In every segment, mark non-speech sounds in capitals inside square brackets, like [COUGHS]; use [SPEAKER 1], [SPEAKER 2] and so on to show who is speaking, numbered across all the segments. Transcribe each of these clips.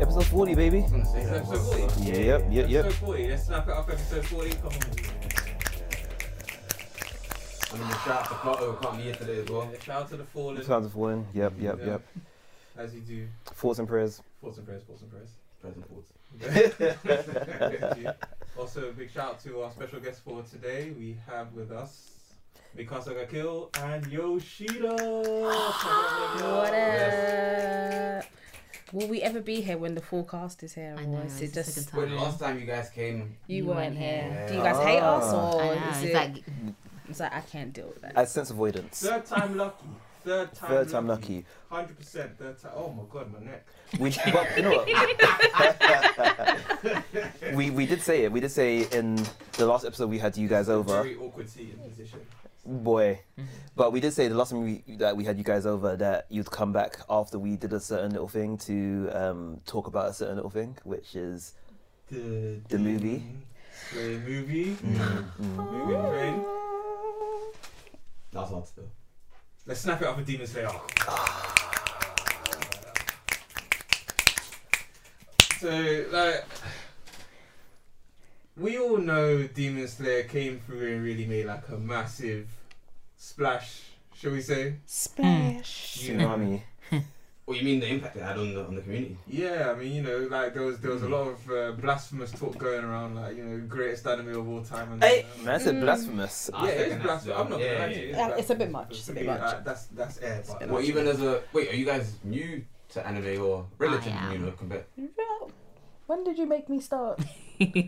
[SPEAKER 1] Episode 40, baby.
[SPEAKER 2] It's episode 40.
[SPEAKER 1] Yeah, yep, yep, yep.
[SPEAKER 2] Episode 40. Let's snap it up episode 40. Come on.
[SPEAKER 3] I mean, the shout out to Carter who can't be here today as well.
[SPEAKER 2] Yeah, Shout out to the fallen.
[SPEAKER 1] Sounds of falling. Yep, yep,
[SPEAKER 2] Yeah.
[SPEAKER 1] yep.
[SPEAKER 2] As you do.
[SPEAKER 1] Thoughts and prayers.
[SPEAKER 2] Thoughts and prayers, [LAUGHS] thoughts and
[SPEAKER 1] [LAUGHS]
[SPEAKER 2] prayers.
[SPEAKER 3] Present thoughts.
[SPEAKER 2] Thank you. also, a big shout out to our special guest for today. We have with us Mikasa Gakil and Yoshida.
[SPEAKER 4] What
[SPEAKER 2] Yes.
[SPEAKER 4] up? Will we ever be here when the forecast is here,
[SPEAKER 5] I
[SPEAKER 4] or
[SPEAKER 5] know,
[SPEAKER 4] is it
[SPEAKER 5] it's the
[SPEAKER 4] just
[SPEAKER 5] second
[SPEAKER 3] When
[SPEAKER 5] Time.
[SPEAKER 3] the last time you guys came,
[SPEAKER 4] you
[SPEAKER 5] You
[SPEAKER 4] weren't
[SPEAKER 5] weren't
[SPEAKER 4] here?
[SPEAKER 3] here.
[SPEAKER 4] Do you guys hate us,
[SPEAKER 1] Ah.
[SPEAKER 4] or
[SPEAKER 5] I know,
[SPEAKER 4] Oh, is
[SPEAKER 5] it's
[SPEAKER 4] it?
[SPEAKER 5] like [LAUGHS]
[SPEAKER 4] it's like I can't deal with that.
[SPEAKER 1] As sense avoidance.
[SPEAKER 2] Third time lucky. Third time
[SPEAKER 1] Third time
[SPEAKER 2] lucky.
[SPEAKER 1] lucky.
[SPEAKER 2] 100% third time. Oh my god, my neck.
[SPEAKER 1] We, but you know what? [LAUGHS] we we did say it. We did say in the last episode we had you guys over,
[SPEAKER 2] Very awkward seating position.
[SPEAKER 1] boy. But we did say the last time we, that we had you guys over that you'd come back after we did a certain little thing to um, talk about a certain little thing, which is
[SPEAKER 2] The,
[SPEAKER 1] The movie. Mm.
[SPEAKER 2] The movie. Movie train.
[SPEAKER 3] that was hard still.
[SPEAKER 2] Let's snap it up with Demon Slayer. so, like, we all know Demon Slayer came through and really made like a massive splash, shall we say?
[SPEAKER 4] Splash.
[SPEAKER 2] You know,
[SPEAKER 1] tsunami.
[SPEAKER 3] What you mean the impact it had on the on the community?
[SPEAKER 2] yeah, I mean, you know, like there was there was a lot of uh, blasphemous talk going around, like you know, greatest anime of all time. And
[SPEAKER 1] Hey,
[SPEAKER 2] uh,
[SPEAKER 1] man, that's a
[SPEAKER 4] Mm.
[SPEAKER 1] blasphemous.
[SPEAKER 2] yeah, it is blasphemous. I'm not gonna lie to you. it is
[SPEAKER 4] Uh, it's a bit
[SPEAKER 2] blasphemous.
[SPEAKER 4] much, it's a bit
[SPEAKER 2] Yeah,
[SPEAKER 4] much.
[SPEAKER 2] uh, that's that's air. But,
[SPEAKER 4] bit
[SPEAKER 3] Well, even as a wait, are you guys new to anime or relatively
[SPEAKER 5] I am.
[SPEAKER 3] new? Know, compared.
[SPEAKER 4] When did you make me start?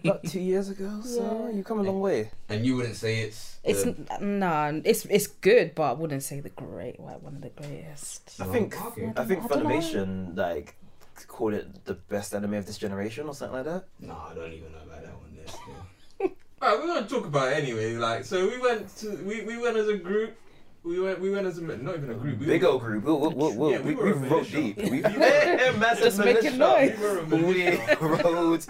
[SPEAKER 1] About two years ago, so
[SPEAKER 4] Yeah.
[SPEAKER 1] you've come a long way.
[SPEAKER 3] And you wouldn't say it's.
[SPEAKER 4] It's
[SPEAKER 3] the-
[SPEAKER 4] n- no, it's it's good, but I wouldn't say the great, like one of the greatest.
[SPEAKER 1] I
[SPEAKER 3] No,
[SPEAKER 1] think
[SPEAKER 3] okay.
[SPEAKER 1] I think
[SPEAKER 4] I don't know.
[SPEAKER 1] Funimation like called it the best anime of this generation or something like that.
[SPEAKER 3] No, I don't even know about that one. There, still.
[SPEAKER 2] Alright, we're gonna talk about it anyway. Like, so we went to we, we went as a group. We went we went as a not even a group. We
[SPEAKER 1] Big
[SPEAKER 2] were,
[SPEAKER 1] old group. We we we we,
[SPEAKER 2] Yeah, we
[SPEAKER 1] we,
[SPEAKER 2] were a
[SPEAKER 1] rode
[SPEAKER 2] militia.
[SPEAKER 1] deep.
[SPEAKER 2] [LAUGHS]
[SPEAKER 1] We
[SPEAKER 4] Just
[SPEAKER 1] [LAUGHS] massive
[SPEAKER 2] we
[SPEAKER 4] making
[SPEAKER 1] militia.
[SPEAKER 4] noise.
[SPEAKER 2] were a
[SPEAKER 1] [LAUGHS] We
[SPEAKER 2] militia.
[SPEAKER 1] rode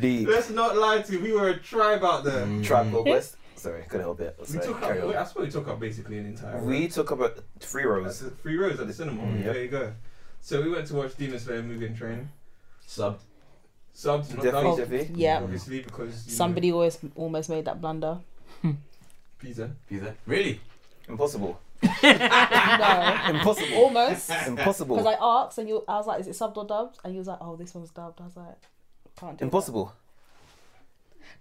[SPEAKER 1] deep.
[SPEAKER 2] [LAUGHS] Let's not lie to you. We were a tribe out there.
[SPEAKER 1] [LAUGHS]
[SPEAKER 3] Mm.
[SPEAKER 1] Tribe Called Quest. Sorry, couldn't help it.
[SPEAKER 2] We
[SPEAKER 1] Mm. Sorry,
[SPEAKER 2] took
[SPEAKER 1] carry
[SPEAKER 2] up.
[SPEAKER 1] on.
[SPEAKER 2] I suppose we took up basically an entire. row.
[SPEAKER 1] We took up a, three
[SPEAKER 2] That's
[SPEAKER 1] rows.
[SPEAKER 2] it, three rows at the cinema.
[SPEAKER 1] Mm, yep.
[SPEAKER 2] There you go. So we went to watch Demon Slayer movie and train.
[SPEAKER 3] Subbed.
[SPEAKER 2] Subs not
[SPEAKER 1] Definitely,
[SPEAKER 2] dubbed,
[SPEAKER 1] Oh, definitely.
[SPEAKER 4] Yeah,
[SPEAKER 2] obviously because you
[SPEAKER 4] somebody always almost made that
[SPEAKER 1] [LAUGHS]
[SPEAKER 4] blunder.
[SPEAKER 2] know, pizza.
[SPEAKER 3] He's like, really?
[SPEAKER 4] [LAUGHS]
[SPEAKER 1] Impossible.
[SPEAKER 4] no,
[SPEAKER 1] Impossible. [LAUGHS]
[SPEAKER 4] almost. Because
[SPEAKER 1] Impossible.
[SPEAKER 4] I asked and you, I was like, "Is it subbed or dubbed?" And you was like, "Oh, this one's dubbed." I was like, "Can't do that.
[SPEAKER 1] Impossible.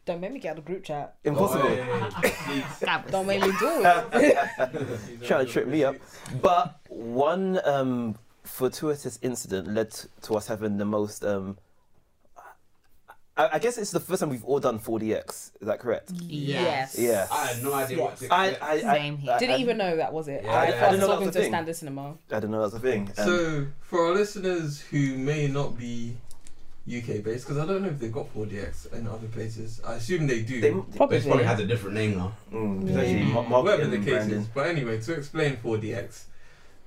[SPEAKER 4] Don't make me get out of the group chat.
[SPEAKER 2] Oh,
[SPEAKER 3] Oh,
[SPEAKER 1] Impossible.
[SPEAKER 5] that was
[SPEAKER 4] Don't
[SPEAKER 5] Don't
[SPEAKER 4] make me [LAUGHS] do it.
[SPEAKER 1] Trying to trip me up. But one um, fortuitous incident led t- to us having the most. Um, I, I guess it's the first time we've all done 4DX. Is that correct?
[SPEAKER 5] Yes.
[SPEAKER 1] Yeah.
[SPEAKER 3] I had no idea what to
[SPEAKER 4] Yes.
[SPEAKER 3] expect.
[SPEAKER 1] I I, I,
[SPEAKER 5] Same here.
[SPEAKER 1] I,
[SPEAKER 4] Didn't even know that was it.
[SPEAKER 3] Yeah,
[SPEAKER 4] I
[SPEAKER 3] yeah,
[SPEAKER 1] I
[SPEAKER 4] first
[SPEAKER 1] didn't know
[SPEAKER 4] saw
[SPEAKER 1] that was
[SPEAKER 4] him
[SPEAKER 1] a
[SPEAKER 4] to
[SPEAKER 1] thing.
[SPEAKER 4] standard cinema.
[SPEAKER 1] I don't know. That's the thing. Um,
[SPEAKER 2] So for our listeners who may not be UK based, because I don't know if they've got 4DX in other places. I assume they do.
[SPEAKER 1] they,
[SPEAKER 3] But
[SPEAKER 4] Probably.
[SPEAKER 3] it's probably has a different name now.
[SPEAKER 1] mm,
[SPEAKER 4] Yeah.
[SPEAKER 1] actually mar-
[SPEAKER 2] Whatever
[SPEAKER 1] marketing
[SPEAKER 2] the
[SPEAKER 1] and
[SPEAKER 2] case is.
[SPEAKER 1] branding.
[SPEAKER 2] But anyway, to explain 4DX,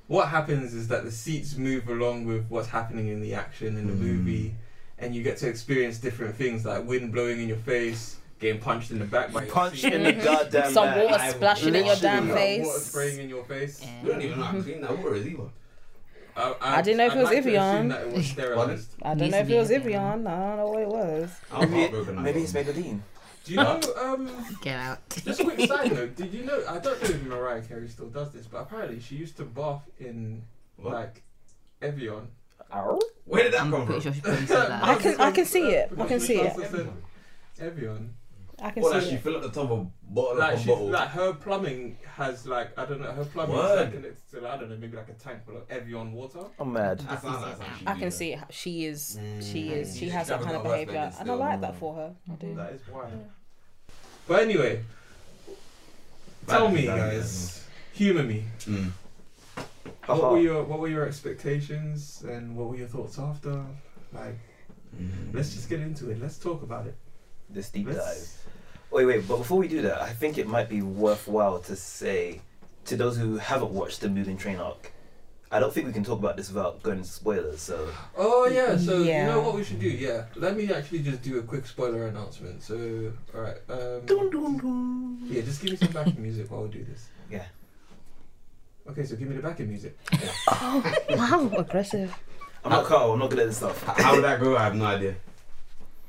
[SPEAKER 2] what happens is that the seats move along with what's happening in the action in the
[SPEAKER 3] Mm.
[SPEAKER 2] movie, and you get to experience different things like wind blowing in your face, getting punched in the back by your
[SPEAKER 1] Punch
[SPEAKER 2] seat,
[SPEAKER 1] in the goddamn
[SPEAKER 4] Some
[SPEAKER 1] bag.
[SPEAKER 4] water
[SPEAKER 3] I
[SPEAKER 4] splashing in your
[SPEAKER 1] literally-
[SPEAKER 4] damn
[SPEAKER 2] water
[SPEAKER 4] face.
[SPEAKER 2] spraying in your face. Uh,
[SPEAKER 5] Yeah.
[SPEAKER 3] We don't even know
[SPEAKER 5] Mm-hmm.
[SPEAKER 3] how to clean that water is either.
[SPEAKER 2] I,
[SPEAKER 4] I didn't know if
[SPEAKER 2] I'd
[SPEAKER 4] it was
[SPEAKER 2] like to
[SPEAKER 4] Evian.
[SPEAKER 2] assume that
[SPEAKER 4] [LAUGHS]
[SPEAKER 2] it was sterilised.
[SPEAKER 4] I don't
[SPEAKER 5] Needs
[SPEAKER 4] know
[SPEAKER 5] to
[SPEAKER 4] if
[SPEAKER 5] be
[SPEAKER 4] it was
[SPEAKER 5] in there.
[SPEAKER 4] Evian. I don't know what it was.
[SPEAKER 3] I'm
[SPEAKER 1] Maybe,
[SPEAKER 3] heartbroken. I
[SPEAKER 1] maybe it's
[SPEAKER 3] got
[SPEAKER 1] Megadine.
[SPEAKER 2] Do you know? Um,
[SPEAKER 5] Get
[SPEAKER 3] [LAUGHS]
[SPEAKER 5] out.
[SPEAKER 2] Just a quick side note, did you know I don't know if Mariah Carey still does this, but apparently she used to bath in
[SPEAKER 3] What?
[SPEAKER 2] like Evian.
[SPEAKER 3] Where did that
[SPEAKER 5] I'm
[SPEAKER 3] come
[SPEAKER 5] pretty
[SPEAKER 3] from?
[SPEAKER 5] sure she probably said
[SPEAKER 4] I
[SPEAKER 2] [LAUGHS]
[SPEAKER 3] [LAUGHS]
[SPEAKER 5] that.
[SPEAKER 4] can- I can see it. I can see it.
[SPEAKER 2] Evian.
[SPEAKER 4] I can
[SPEAKER 3] Well,
[SPEAKER 4] see
[SPEAKER 3] actually,
[SPEAKER 4] it.
[SPEAKER 3] fill up the top of bottle
[SPEAKER 2] Like
[SPEAKER 3] upon
[SPEAKER 2] she's
[SPEAKER 3] bottle.
[SPEAKER 2] like her plumbing has like I don't know her plumbing is
[SPEAKER 3] Word.
[SPEAKER 2] like connected to like, I don't know maybe like a tank full of Evian water.
[SPEAKER 1] I'm mad.
[SPEAKER 3] That sounds like something she'd
[SPEAKER 4] I
[SPEAKER 3] do,
[SPEAKER 4] can
[SPEAKER 3] though.
[SPEAKER 4] see it. She is. She
[SPEAKER 3] Mm.
[SPEAKER 4] is. She
[SPEAKER 3] She's
[SPEAKER 4] has that
[SPEAKER 3] got
[SPEAKER 4] kind of
[SPEAKER 3] a lot of
[SPEAKER 4] behavior,
[SPEAKER 3] weapons
[SPEAKER 4] and I
[SPEAKER 3] still.
[SPEAKER 4] like that for her. I do.
[SPEAKER 2] That is wild. But anyway, tell me
[SPEAKER 3] Bad, bad,
[SPEAKER 2] guys, humor me.
[SPEAKER 3] Mm.
[SPEAKER 1] Uh-huh.
[SPEAKER 2] What were your what were your expectations and what were your thoughts after? Like, let's just get into it. Let's talk about it.
[SPEAKER 1] this deep
[SPEAKER 2] Let's-
[SPEAKER 1] dive. Wait, wait, but before we do that, I think it might be worthwhile to say to those who haven't watched the Mugen Train arc, I don't think we can talk about this without going into spoilers, so
[SPEAKER 2] Oh yeah, so
[SPEAKER 4] Yeah.
[SPEAKER 2] you know what we should do? Yeah, let me actually just do a quick spoiler announcement. So, all right, um, yeah, just give me some backing music while we do this.
[SPEAKER 1] Yeah.
[SPEAKER 2] Okay, so give me the backing music.
[SPEAKER 4] [LAUGHS] Wow, aggressive.
[SPEAKER 1] I'm not Carl, I'm not good at this stuff.
[SPEAKER 3] H- How would that go? I have no idea.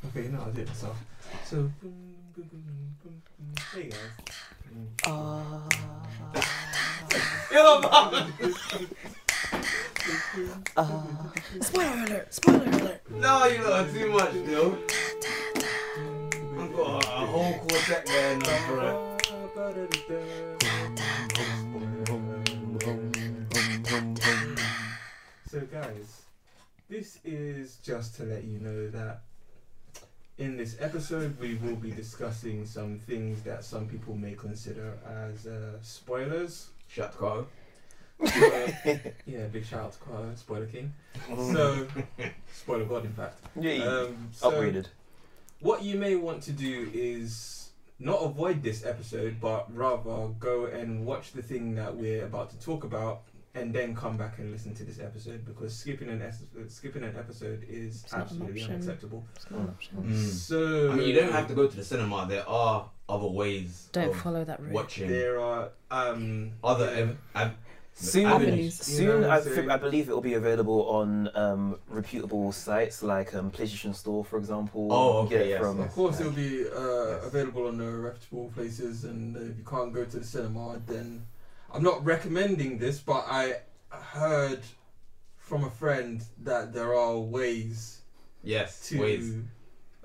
[SPEAKER 2] Okay, no, I did it myself. So, hey guys.
[SPEAKER 4] [LAUGHS] Oh. Spoiler alert! Spoiler alert!
[SPEAKER 3] No, you know too much, dude. I've got a whole quartet there now, bro.
[SPEAKER 2] So guys, this is just to let you know that in this episode we will be discussing some things that some people may consider as uh, spoilers.
[SPEAKER 3] Shut Carl.
[SPEAKER 2] Uh, yeah, big shout out to Kwa, Spoiler King.
[SPEAKER 3] Mm. [LAUGHS]
[SPEAKER 2] So, Spoiler God, in fact.
[SPEAKER 1] Yeah,
[SPEAKER 2] Um, so-
[SPEAKER 1] Uh, upgraded.
[SPEAKER 2] what you may want to do is not avoid this episode, but rather go and watch the thing that we're about to talk about, and then come back and listen to this episode because skipping an es- skipping an episode is
[SPEAKER 4] It's not an
[SPEAKER 2] absolutely
[SPEAKER 4] option.
[SPEAKER 2] unacceptable.
[SPEAKER 4] It's not an option.
[SPEAKER 3] Mm.
[SPEAKER 2] So
[SPEAKER 3] I mean, you don't have to go to the cinema. There are other ways
[SPEAKER 4] Don't
[SPEAKER 3] of
[SPEAKER 4] follow that route.
[SPEAKER 3] watching
[SPEAKER 2] There are um
[SPEAKER 3] other.
[SPEAKER 2] yeah.
[SPEAKER 3] ev- ev-
[SPEAKER 1] Soon,
[SPEAKER 4] Avenues.
[SPEAKER 1] soon
[SPEAKER 2] You know,
[SPEAKER 1] I,
[SPEAKER 2] so-
[SPEAKER 1] think, I believe it will be available on um, reputable sites like um, PlayStation Store, for example.
[SPEAKER 3] Oh,
[SPEAKER 1] You get
[SPEAKER 3] okay,
[SPEAKER 1] it
[SPEAKER 3] yes,
[SPEAKER 1] from-
[SPEAKER 2] Of course, it'll be uh,
[SPEAKER 3] Yes.
[SPEAKER 2] available on the reputable places, and if you can't go to the cinema, then I'm not recommending this, but I heard from a friend that there are ways
[SPEAKER 3] yes,
[SPEAKER 2] to
[SPEAKER 3] ways.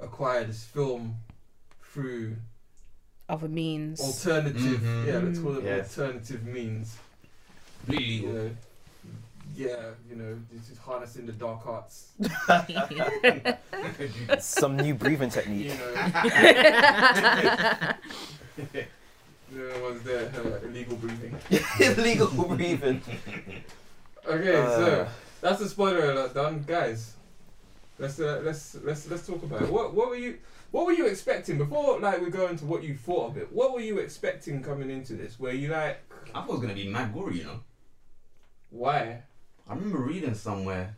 [SPEAKER 2] acquire this film through
[SPEAKER 4] Other means.
[SPEAKER 2] alternative,
[SPEAKER 3] Mhm.
[SPEAKER 2] yeah, let's call it
[SPEAKER 3] Yes.
[SPEAKER 2] alternative means. You
[SPEAKER 3] Really
[SPEAKER 2] know, yeah, you know, this is harnessing the dark arts.
[SPEAKER 3] legal.
[SPEAKER 1] Some new breathing
[SPEAKER 2] You [LAUGHS]
[SPEAKER 1] technique.
[SPEAKER 2] know, the ones that have illegal uh, breathing.
[SPEAKER 1] [LAUGHS] Illegal breathing.
[SPEAKER 2] Okay, so.
[SPEAKER 1] Uh,
[SPEAKER 2] That's a spoiler alert done, guys. Let's uh, let's let's let's talk about it. What what were you what were you expecting before like we go into what you thought of it? What were you expecting coming into this? Were you like
[SPEAKER 3] I thought it was gonna be mad gory, you know.
[SPEAKER 2] why?
[SPEAKER 3] I remember reading somewhere.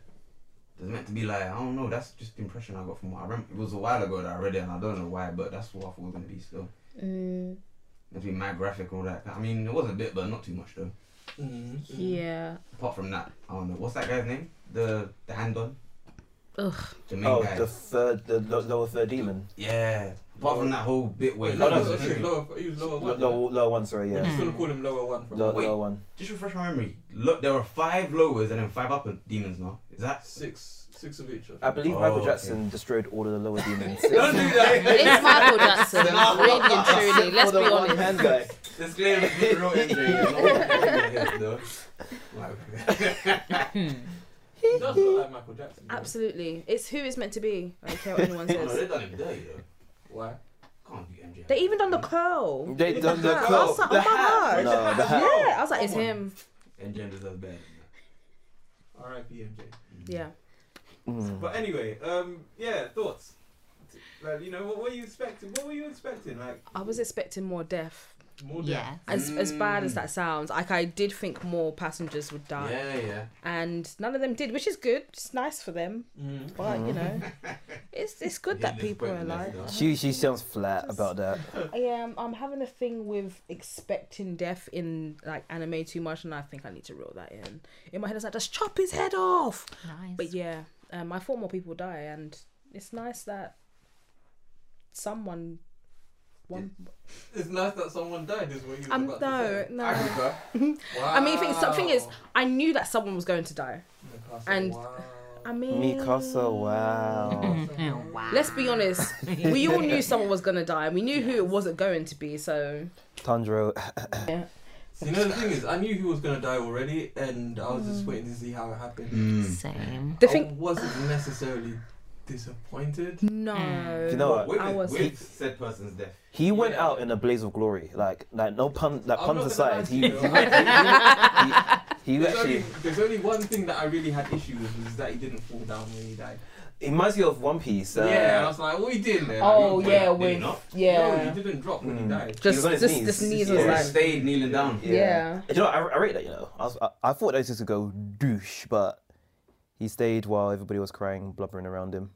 [SPEAKER 3] It's meant to be like I don't know. That's just the impression I got from what I remember. It was a while ago that I read it, and I don't know why, but that's what I thought it was gonna be. Still,
[SPEAKER 4] Mm,
[SPEAKER 3] meant to be mad graphic and all that. I mean, it was a bit, but not too much though.
[SPEAKER 2] mm
[SPEAKER 4] yeah.
[SPEAKER 3] Apart from that, I don't know. What's that guy's name? The the hand on.
[SPEAKER 4] Ugh.
[SPEAKER 3] The main
[SPEAKER 1] oh,
[SPEAKER 3] guy.
[SPEAKER 1] the third, the lo- lower third demon.
[SPEAKER 3] yeah. Apart from that whole bit where
[SPEAKER 2] Wait,
[SPEAKER 3] he
[SPEAKER 1] no,
[SPEAKER 2] lower,
[SPEAKER 1] no,
[SPEAKER 3] was
[SPEAKER 1] no,
[SPEAKER 2] okay,
[SPEAKER 3] shooting.
[SPEAKER 2] lower, he was lower
[SPEAKER 1] Lo-
[SPEAKER 2] one.
[SPEAKER 1] lower, lower one, sorry,
[SPEAKER 2] I'm
[SPEAKER 1] yeah.
[SPEAKER 2] just gonna call him lower one. From
[SPEAKER 1] Lo-
[SPEAKER 3] Wait.
[SPEAKER 1] lower one.
[SPEAKER 3] Just refresh my memory. Look, there were five lowers and then five upper demons now. Is that?
[SPEAKER 2] six six of each. I think.
[SPEAKER 1] I believe
[SPEAKER 3] Oh,
[SPEAKER 1] Michael
[SPEAKER 3] okay.
[SPEAKER 1] Jackson destroyed all of the lower demons.
[SPEAKER 3] Don't do that.
[SPEAKER 5] It's Michael
[SPEAKER 3] [LAUGHS]
[SPEAKER 5] Jackson, really and truly. Let's
[SPEAKER 1] For the
[SPEAKER 5] be
[SPEAKER 1] one
[SPEAKER 5] honest.
[SPEAKER 1] hand guy.
[SPEAKER 3] Disclaimer: deep throat injury. Not all demons,
[SPEAKER 4] [LAUGHS]
[SPEAKER 3] though. Like-
[SPEAKER 2] He does look like Michael Jackson. though.
[SPEAKER 4] Absolutely. It's who it's meant to be. I don't care what
[SPEAKER 1] [LAUGHS]
[SPEAKER 4] anyone
[SPEAKER 3] Oh, No,
[SPEAKER 4] says.
[SPEAKER 3] they done him dirty though.
[SPEAKER 2] Why?
[SPEAKER 3] Can't do MJ.
[SPEAKER 4] They even done the curl.
[SPEAKER 1] They done the
[SPEAKER 4] hat. I
[SPEAKER 1] curl.
[SPEAKER 4] was like,
[SPEAKER 1] The
[SPEAKER 4] oh my
[SPEAKER 1] hat.
[SPEAKER 4] God.
[SPEAKER 1] No, the
[SPEAKER 4] [LAUGHS]
[SPEAKER 1] hat.
[SPEAKER 4] Yeah, I was like, it's
[SPEAKER 3] Come on.
[SPEAKER 4] him.
[SPEAKER 3] MJ deserves better.
[SPEAKER 2] R.I.P. MJ.
[SPEAKER 4] Yeah.
[SPEAKER 1] Mm.
[SPEAKER 2] But anyway, um, yeah, thoughts. Like you know, what were you expecting? What were you expecting? Like
[SPEAKER 4] I was expecting more death.
[SPEAKER 2] more
[SPEAKER 5] Yeah.
[SPEAKER 4] As as bad as
[SPEAKER 3] Mm.
[SPEAKER 4] that sounds, like I did think more passengers would die,
[SPEAKER 3] Yeah, yeah.
[SPEAKER 4] and none of them did, which is good. It's nice for them,
[SPEAKER 2] Mm.
[SPEAKER 4] but you
[SPEAKER 2] [LAUGHS]
[SPEAKER 4] know, it's it's good that
[SPEAKER 3] Needless
[SPEAKER 4] people are alive.
[SPEAKER 3] pointless, though.
[SPEAKER 1] She she sounds flat about that.
[SPEAKER 4] Yeah, I'm, I'm having a thing with expecting death in like anime too much, and I think I need to reel that in. In my head, it's like just chop his head off.
[SPEAKER 5] Nice.
[SPEAKER 4] But yeah, um, I thought more people die, and it's nice that someone. One.
[SPEAKER 2] It's nice that someone died, is what you were
[SPEAKER 4] Um,
[SPEAKER 2] about
[SPEAKER 4] no,
[SPEAKER 2] to say.
[SPEAKER 4] no.
[SPEAKER 2] [LAUGHS] Africa. wow.
[SPEAKER 4] I mean, the thing is- the thing is, I knew that someone was going to die.
[SPEAKER 2] Newcastle,
[SPEAKER 4] and-
[SPEAKER 2] wow.
[SPEAKER 4] I mean,
[SPEAKER 1] Mikasa, wow.
[SPEAKER 2] Newcastle,
[SPEAKER 5] Wow.
[SPEAKER 4] Let's be [LAUGHS] honest. We all knew someone was gonna die, and we knew who it wasn't going to be. So
[SPEAKER 1] Tandro.
[SPEAKER 4] yeah,
[SPEAKER 2] So, you know, the thing is, I knew he was gonna die already, and I was just waiting to see how it happened.
[SPEAKER 3] Mm.
[SPEAKER 5] Same.
[SPEAKER 4] Mm. the thing.
[SPEAKER 2] I wasn't necessarily disappointed.
[SPEAKER 4] No.
[SPEAKER 5] Mm.
[SPEAKER 1] You know what?
[SPEAKER 3] With,
[SPEAKER 4] I was-
[SPEAKER 3] with said person's death.
[SPEAKER 1] He went
[SPEAKER 2] Yeah.
[SPEAKER 1] out in a blaze of glory. Like like no pun like
[SPEAKER 2] I'm not
[SPEAKER 1] puns
[SPEAKER 2] gonna lie
[SPEAKER 1] aside.
[SPEAKER 2] to
[SPEAKER 1] He he,
[SPEAKER 2] you.
[SPEAKER 1] he, he
[SPEAKER 2] There's
[SPEAKER 1] actually
[SPEAKER 2] only, there's only one thing that I really had issue with was that he didn't fall down when he died.
[SPEAKER 1] It reminds me of One Piece. Uh,
[SPEAKER 2] yeah, and I was like, what are you doing there?
[SPEAKER 4] Oh
[SPEAKER 2] Like, you-
[SPEAKER 4] yeah,
[SPEAKER 3] did
[SPEAKER 4] with
[SPEAKER 3] not?
[SPEAKER 2] No, you
[SPEAKER 4] yeah,
[SPEAKER 2] didn't drop when you died.
[SPEAKER 1] He was
[SPEAKER 4] just
[SPEAKER 1] on his
[SPEAKER 4] just
[SPEAKER 1] knees.
[SPEAKER 4] this knees
[SPEAKER 3] Yeah,
[SPEAKER 4] was
[SPEAKER 1] Yeah.
[SPEAKER 4] like
[SPEAKER 3] stayed kneeling down.
[SPEAKER 1] Yeah.
[SPEAKER 4] yeah.
[SPEAKER 1] You know, I, I rate that. You know, I, was, I, I thought that was just to go douche, but he stayed while everybody was crying, blubbering around him,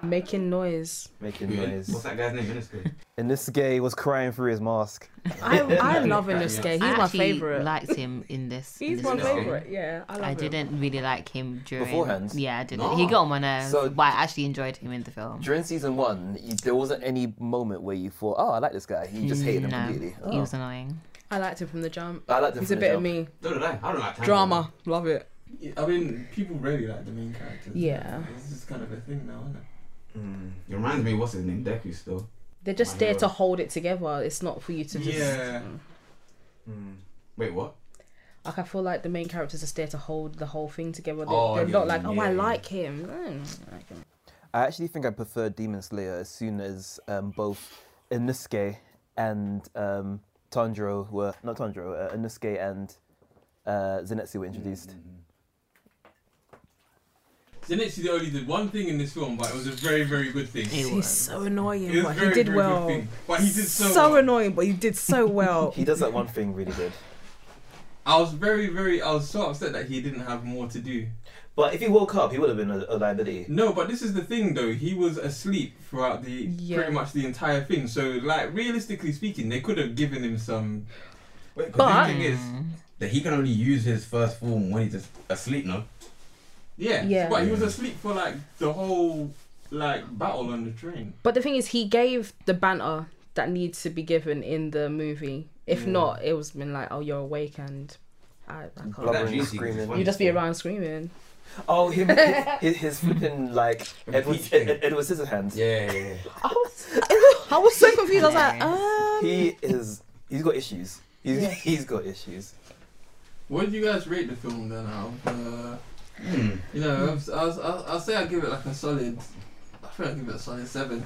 [SPEAKER 4] making noise.
[SPEAKER 1] making
[SPEAKER 3] What's
[SPEAKER 1] noise.
[SPEAKER 3] that guy's name? Minister.
[SPEAKER 1] And this gay was crying through his mask.
[SPEAKER 4] [LAUGHS] I I love
[SPEAKER 3] Yeah.
[SPEAKER 4] Inosuke. He's
[SPEAKER 5] I
[SPEAKER 4] my
[SPEAKER 5] actually
[SPEAKER 4] favorite.
[SPEAKER 5] liked him in this.
[SPEAKER 4] [LAUGHS]
[SPEAKER 5] in
[SPEAKER 4] He's
[SPEAKER 5] this
[SPEAKER 4] my
[SPEAKER 5] film.
[SPEAKER 4] favorite. Yeah, I love
[SPEAKER 5] I
[SPEAKER 4] him.
[SPEAKER 5] didn't really like him during.
[SPEAKER 1] Beforehand? Ah.
[SPEAKER 5] Yeah, I didn't.
[SPEAKER 3] No.
[SPEAKER 5] He got on my nerves,
[SPEAKER 1] So-
[SPEAKER 5] but I actually enjoyed him in the film.
[SPEAKER 1] During season one, you, there wasn't any moment where you thought, "Oh, I like this guy." You just hated him
[SPEAKER 5] No,
[SPEAKER 1] completely.
[SPEAKER 5] he
[SPEAKER 1] Oh.
[SPEAKER 5] was annoying.
[SPEAKER 4] I liked him from the jump.
[SPEAKER 1] I liked him
[SPEAKER 4] He's a
[SPEAKER 1] from the
[SPEAKER 4] bit of
[SPEAKER 1] jump.
[SPEAKER 4] me.
[SPEAKER 3] So did I. I don't like Tango.
[SPEAKER 4] Drama, love it.
[SPEAKER 2] I mean, people really like the main characters.
[SPEAKER 4] Yeah.
[SPEAKER 2] This is kind of a thing now, isn't it?
[SPEAKER 1] Mm.
[SPEAKER 3] It reminds me, what's his name? Deku still.
[SPEAKER 4] They're just
[SPEAKER 3] My
[SPEAKER 4] there
[SPEAKER 3] hero.
[SPEAKER 4] to hold it together. It's not for you to just.
[SPEAKER 2] Yeah.
[SPEAKER 3] Wait, what?
[SPEAKER 4] Like I feel like the main characters are there to hold the whole thing together. They're,
[SPEAKER 3] Oh,
[SPEAKER 4] they're
[SPEAKER 3] yeah,
[SPEAKER 4] not like, oh,
[SPEAKER 3] yeah,
[SPEAKER 4] I
[SPEAKER 3] yeah.
[SPEAKER 4] like him. Mm, I like him.
[SPEAKER 1] I actually think I prefer Demon Slayer as soon as um, both Inosuke and um, Tanjiro were not Tanjiro, uh, Inosuke and uh, Zenitsu were introduced.
[SPEAKER 3] Mm-hmm.
[SPEAKER 2] Zenitsu they only did one thing in this film, but it was a very, very good thing.
[SPEAKER 5] He
[SPEAKER 4] He's so annoying,
[SPEAKER 2] It was
[SPEAKER 4] but
[SPEAKER 2] very,
[SPEAKER 4] he did
[SPEAKER 2] very
[SPEAKER 4] well.
[SPEAKER 2] good thing. But he did so, well.
[SPEAKER 4] annoying, but he
[SPEAKER 2] [LAUGHS]
[SPEAKER 4] did so well.
[SPEAKER 1] Oh, He does that one thing really good.
[SPEAKER 2] I was very, very. I was so upset that he didn't have more to do.
[SPEAKER 1] But if he woke up, he would have been a, a liability.
[SPEAKER 2] No, but this is the thing though. He was asleep throughout the
[SPEAKER 4] Yeah.
[SPEAKER 2] pretty much the entire thing. So, like realistically speaking, they could have given him some.
[SPEAKER 3] Wait, because
[SPEAKER 4] But-
[SPEAKER 3] the thing is
[SPEAKER 5] Mm.
[SPEAKER 3] that he can only use his first form when he's just asleep, no?
[SPEAKER 2] Yeah.
[SPEAKER 4] Yeah.
[SPEAKER 2] But he was asleep for like the whole like battle on the train.
[SPEAKER 4] but the thing is, he gave the banter that needs to be given in the movie. If not, it was been like, oh, you're awake and I, I can't.
[SPEAKER 1] Blubbering,
[SPEAKER 3] That juicy,
[SPEAKER 1] screaming.
[SPEAKER 3] it's funny.
[SPEAKER 4] You just be around screaming.
[SPEAKER 1] Oh, him, his, his flipping like Edward,
[SPEAKER 3] Peach thing.
[SPEAKER 1] Ed, Edward Scissorhands.
[SPEAKER 3] Yeah, yeah, yeah.
[SPEAKER 4] I was, I was [LAUGHS] so confused. I was like, um,
[SPEAKER 1] He is. He's got issues. He's, he's got issues.
[SPEAKER 2] What did you guys rate the film then? Out of, uh,
[SPEAKER 3] Hmm.
[SPEAKER 2] you know, I was, I was, I'll, I'll say I give it like a solid. I feel I give it a solid seven.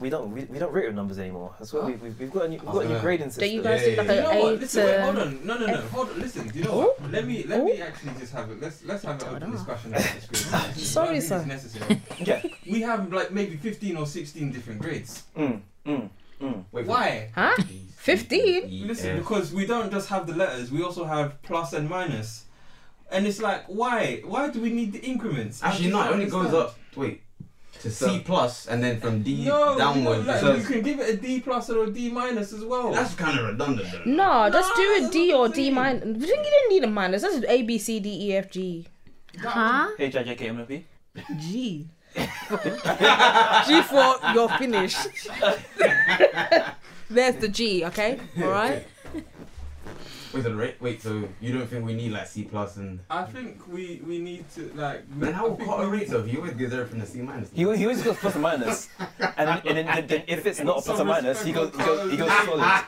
[SPEAKER 1] We don't we, we don't rate with numbers anymore. That's what
[SPEAKER 2] Huh?
[SPEAKER 1] we, we've, we've got. A new, we've
[SPEAKER 3] Oh,
[SPEAKER 1] got a new
[SPEAKER 3] yeah.
[SPEAKER 1] grading system.
[SPEAKER 4] do you guys
[SPEAKER 3] Yeah,
[SPEAKER 4] do like
[SPEAKER 3] yeah,
[SPEAKER 2] You
[SPEAKER 4] an
[SPEAKER 2] know what?
[SPEAKER 4] eight
[SPEAKER 2] Listen, wait,
[SPEAKER 3] um,
[SPEAKER 2] hold
[SPEAKER 4] to?
[SPEAKER 2] on. No, no, no. Hold on. Listen. Do you know what? Let me let me actually just have it. Let's let's have an open
[SPEAKER 4] Tada.
[SPEAKER 2] discussion about this grade.
[SPEAKER 3] [LAUGHS]
[SPEAKER 2] I don't think
[SPEAKER 4] Sorry,
[SPEAKER 2] it's
[SPEAKER 4] sir.
[SPEAKER 2] necessary.
[SPEAKER 1] Yeah.
[SPEAKER 2] We have like maybe fifteen or sixteen different grades.
[SPEAKER 1] Mm, mm, mm.
[SPEAKER 3] Wait,
[SPEAKER 2] Why?
[SPEAKER 4] Huh?
[SPEAKER 3] Please.
[SPEAKER 4] 15?
[SPEAKER 3] Yeah.
[SPEAKER 2] Listen, because we don't just have the letters. We also have plus and minus. And it's like, why? Why do we need the increments? I
[SPEAKER 3] Actually,
[SPEAKER 2] just
[SPEAKER 3] no, it
[SPEAKER 2] don't
[SPEAKER 3] only goes
[SPEAKER 2] understand.
[SPEAKER 3] up. Wait. To
[SPEAKER 1] So-
[SPEAKER 3] C plus and then from D
[SPEAKER 2] No,
[SPEAKER 3] downwards.
[SPEAKER 2] You, know, like,
[SPEAKER 3] so
[SPEAKER 2] you can give it a D plus or a D minus as well.
[SPEAKER 3] that's kind of redundant, though.
[SPEAKER 4] No, just do a
[SPEAKER 2] that's
[SPEAKER 4] D
[SPEAKER 2] not
[SPEAKER 4] or
[SPEAKER 2] the
[SPEAKER 4] D
[SPEAKER 2] thing.
[SPEAKER 4] minus. You think you didn't need a minus? That's A B C D E F G.
[SPEAKER 2] That
[SPEAKER 5] Huh?
[SPEAKER 1] Hey, JJ, KMFB.
[SPEAKER 4] G. G for you're [LAUGHS] finished. There's the G, okay? Alright?
[SPEAKER 3] Wait, so the rate. Wait, so you don't think we need like C plus and
[SPEAKER 2] I think we we need to like. we-
[SPEAKER 3] then
[SPEAKER 2] I
[SPEAKER 3] how
[SPEAKER 2] think
[SPEAKER 3] what a
[SPEAKER 2] we-
[SPEAKER 3] rate though? You always gives everything a C minus.
[SPEAKER 1] He, he always goes plus or minus, and then, and then, and then if it's not a plus or minus, he goes he goes, he goes solid.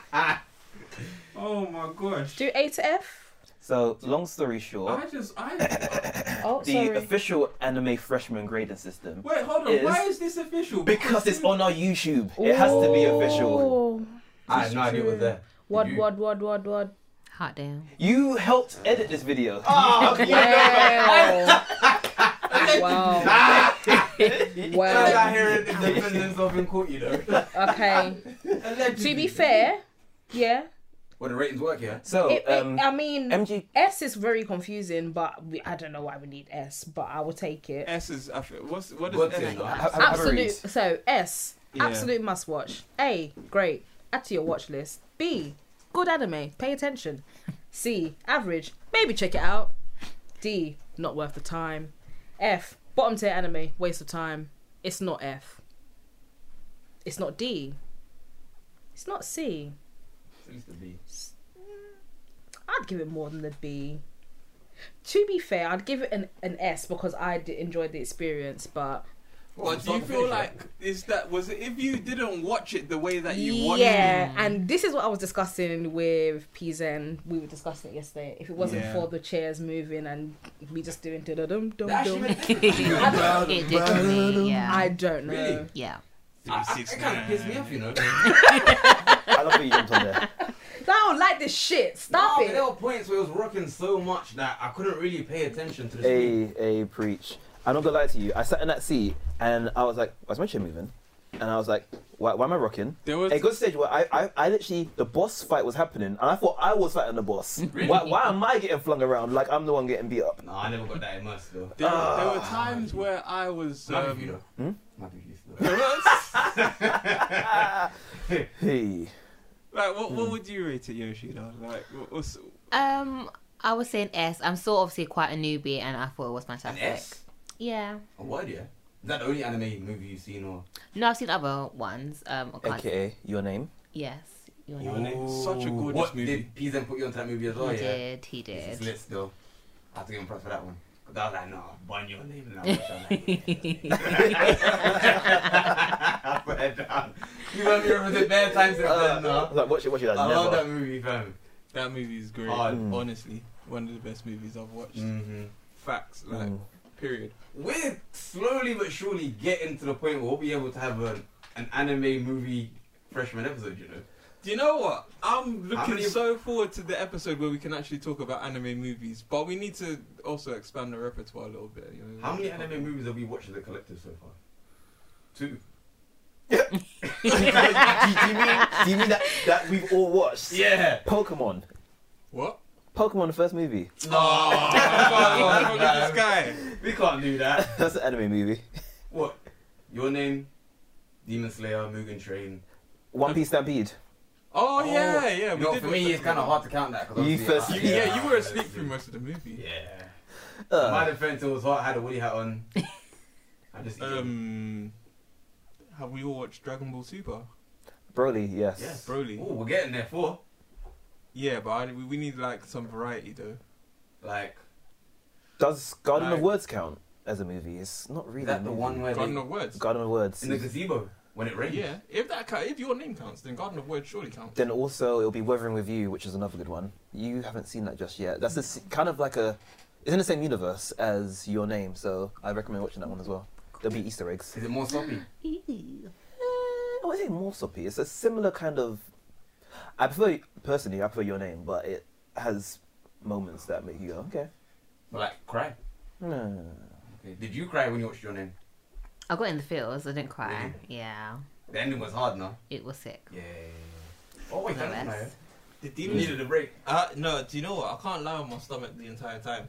[SPEAKER 2] Oh my gosh!
[SPEAKER 4] Do A to F?
[SPEAKER 1] So long story
[SPEAKER 2] I
[SPEAKER 1] short,
[SPEAKER 2] just I uh,
[SPEAKER 4] Oh,
[SPEAKER 1] the
[SPEAKER 4] sorry.
[SPEAKER 1] official anime freshman grading system
[SPEAKER 2] wait. Hold on.
[SPEAKER 1] Is-
[SPEAKER 2] Why is this official?
[SPEAKER 1] because it's on our YouTube. It has to be official.
[SPEAKER 4] Ooh.
[SPEAKER 3] I had no idea it was [LAUGHS] there.
[SPEAKER 4] What,
[SPEAKER 3] You-
[SPEAKER 4] what, what,
[SPEAKER 1] [LAUGHS]
[SPEAKER 4] what, what?
[SPEAKER 5] Heart down.
[SPEAKER 1] You helped edit this video.
[SPEAKER 4] Ah. [LAUGHS] Wow. wow. [LAUGHS]
[SPEAKER 3] Guys
[SPEAKER 4] Wow.
[SPEAKER 3] out here in defending self in court, you know.
[SPEAKER 4] Okay. To be fair, yeah.
[SPEAKER 3] [LAUGHS] Well, the ratings work, yeah.
[SPEAKER 1] So
[SPEAKER 4] It, it-
[SPEAKER 1] um,
[SPEAKER 4] I mean,
[SPEAKER 1] MG
[SPEAKER 4] S is very confusing, but we, I don't know why we need S, but I will take it.
[SPEAKER 2] S is I feel, what's what is
[SPEAKER 3] What's
[SPEAKER 2] S?
[SPEAKER 3] it?
[SPEAKER 2] Like?
[SPEAKER 1] have, have a
[SPEAKER 4] absolute
[SPEAKER 1] read.
[SPEAKER 4] so S
[SPEAKER 2] Yeah.
[SPEAKER 4] absolute must watch. A great add to your watch list. B good anime, pay attention. C average, maybe check it out. D not worth the time. F bottom tier anime, waste of time. It's not F. It's not D. It's not C. mm, I'd give it more than the B. To be fair, I'd give it an, an S because I d- enjoyed the experience, but
[SPEAKER 2] But do you feel like is that was it, if you didn't watch it the way that you watched it?
[SPEAKER 4] yeah, and this is what I was discussing with Pizen. We were discussing it yesterday. If it wasn't
[SPEAKER 2] Yeah.
[SPEAKER 4] for the chairs moving and we just doing da da dum dum
[SPEAKER 3] That actually
[SPEAKER 4] dum,
[SPEAKER 3] made-
[SPEAKER 4] [LAUGHS]
[SPEAKER 5] it did for me. Yeah.
[SPEAKER 4] I don't know.
[SPEAKER 2] Really?
[SPEAKER 5] yeah.
[SPEAKER 3] I- I- It kind of pissed me off,
[SPEAKER 2] [LAUGHS]
[SPEAKER 3] you know.
[SPEAKER 1] I love what you jumped on there.
[SPEAKER 4] I don't like this shit. Stop
[SPEAKER 3] No, but There
[SPEAKER 4] it.
[SPEAKER 3] were points where it was rocking so much that I couldn't really pay attention to the screen.
[SPEAKER 1] A a preach. I'm not gonna lie to you. I sat in that seat and I was like, "Why's my chin moving?" And I was like, "Why, why am I rocking?"
[SPEAKER 2] There was
[SPEAKER 1] It got to a stage where I, I, I literally the boss fight was happening, and I thought I was fighting the boss. Why, why am I getting flung around like I'm the one getting beat up?
[SPEAKER 3] No, I never got that immersed though.
[SPEAKER 2] there, there were times where I was.
[SPEAKER 3] Might be
[SPEAKER 2] Um,
[SPEAKER 3] you though. Might be you though.
[SPEAKER 2] there was-
[SPEAKER 1] Hey,
[SPEAKER 2] like, what, what would you rate it, Yoshida? Like, what, what's,
[SPEAKER 5] Um, I was saying S. I'm still obviously quite a newbie, and I thought it was
[SPEAKER 3] An
[SPEAKER 5] fantastic.
[SPEAKER 3] S?
[SPEAKER 5] Yeah.
[SPEAKER 3] A word, yeah? Is that the only anime movie you've seen or?
[SPEAKER 5] No, I've seen other ones. Um, I can't.
[SPEAKER 1] aka your name.
[SPEAKER 5] Yes. You
[SPEAKER 2] Your name. Such a gorgeous
[SPEAKER 3] what
[SPEAKER 2] movie.
[SPEAKER 3] Did Pizen put you onto that movie as
[SPEAKER 5] He
[SPEAKER 3] well, Oh, yeah?
[SPEAKER 5] did. He
[SPEAKER 3] It's
[SPEAKER 5] did.
[SPEAKER 3] lit still. I have to give him props for that one. Because I was like, no, burn your name now. [LAUGHS] I put it down. You want me to represent bare times in
[SPEAKER 1] Uh,
[SPEAKER 3] a
[SPEAKER 1] I was like, watch it, watch it. I, [LAUGHS]
[SPEAKER 3] I love
[SPEAKER 1] never.
[SPEAKER 3] that movie, fam.
[SPEAKER 2] that movie is great.
[SPEAKER 3] Hard.
[SPEAKER 1] Mm.
[SPEAKER 2] Honestly, one of the best movies I've watched.
[SPEAKER 3] Mm-hmm.
[SPEAKER 2] Facts, like,
[SPEAKER 1] Mm.
[SPEAKER 2] period.
[SPEAKER 3] We're slowly but surely getting to the point where we'll be able to have a, an anime movie freshman episode, you know?
[SPEAKER 2] Do you know what? I'm
[SPEAKER 3] How
[SPEAKER 2] looking
[SPEAKER 3] many-
[SPEAKER 2] so forward to the episode where we can actually talk about anime movies, but we need to also expand the repertoire a little bit. You know?
[SPEAKER 3] How many anime movies have we watched as a collective so far? Two.
[SPEAKER 1] do, you mean, do you mean that, that we've all watched?
[SPEAKER 3] Yeah.
[SPEAKER 1] Pokemon.
[SPEAKER 2] What?
[SPEAKER 1] Pokemon, the first movie. [LAUGHS]
[SPEAKER 2] [LAUGHS] Oh, look at this guy.
[SPEAKER 3] We can't do that.
[SPEAKER 1] That's an anime movie.
[SPEAKER 3] What? Your name? Demon Slayer, Mugen Train.
[SPEAKER 1] One Piece Stampede.
[SPEAKER 2] Oh, yeah,
[SPEAKER 3] You
[SPEAKER 2] yeah. We
[SPEAKER 3] know,
[SPEAKER 2] did
[SPEAKER 3] for
[SPEAKER 2] watch
[SPEAKER 3] me,
[SPEAKER 2] that
[SPEAKER 3] it's kind
[SPEAKER 2] one.
[SPEAKER 3] of hard to count that. 'cause
[SPEAKER 1] You
[SPEAKER 3] obviously
[SPEAKER 1] first-
[SPEAKER 3] I-
[SPEAKER 2] You- yeah, you were
[SPEAKER 3] let's
[SPEAKER 2] asleep through
[SPEAKER 3] see.
[SPEAKER 2] most of the movie.
[SPEAKER 3] Yeah. My
[SPEAKER 1] Uh,
[SPEAKER 3] defense, it was hot. I had a woolly hat on. I just.
[SPEAKER 2] Um, have we all watched Dragon Ball Super?
[SPEAKER 1] Broly, yes.
[SPEAKER 3] Yes.
[SPEAKER 2] Broly.
[SPEAKER 3] Oh, we're getting there for
[SPEAKER 2] Yeah, but I, we we need like some variety though.
[SPEAKER 3] like.
[SPEAKER 1] Does Garden of
[SPEAKER 3] No.
[SPEAKER 1] Words count as a movie? It's not really.
[SPEAKER 3] Is
[SPEAKER 1] a
[SPEAKER 3] that the
[SPEAKER 1] movie.
[SPEAKER 3] one where
[SPEAKER 2] Garden
[SPEAKER 3] they,
[SPEAKER 2] of Words.
[SPEAKER 1] Garden of Words.
[SPEAKER 3] in the gazebo when it rains?
[SPEAKER 2] Yeah, if that ca- if your name counts, then Garden of Words surely counts.
[SPEAKER 1] Then also it'll be Weathering with You, which is another good one. You haven't seen that just yet. That's a s kind of like a. It's in the same universe as Your Name, so I recommend watching that one as well. There'll be Easter
[SPEAKER 3] [LAUGHS]
[SPEAKER 1] eggs. Eh,
[SPEAKER 3] Is it more sloppy?
[SPEAKER 5] Ew.
[SPEAKER 1] I would say more soppy. It's a similar kind of. I prefer personally. I prefer Your Name, but it has moments that make you go, okay.
[SPEAKER 3] But like cry.
[SPEAKER 1] Hmm.
[SPEAKER 3] Okay. Did you cry when you watched your name?
[SPEAKER 5] I got in the feels. I didn't cry. Yeah.
[SPEAKER 3] The ending was hard, no?
[SPEAKER 5] It was
[SPEAKER 3] [LAUGHS]
[SPEAKER 5] sick.
[SPEAKER 3] Yeah. Oh wait,
[SPEAKER 5] The
[SPEAKER 3] that's not
[SPEAKER 5] rest.
[SPEAKER 2] The
[SPEAKER 3] You needed a break.
[SPEAKER 2] Uh, no, do you know what? I can't lie on my stomach the entire time.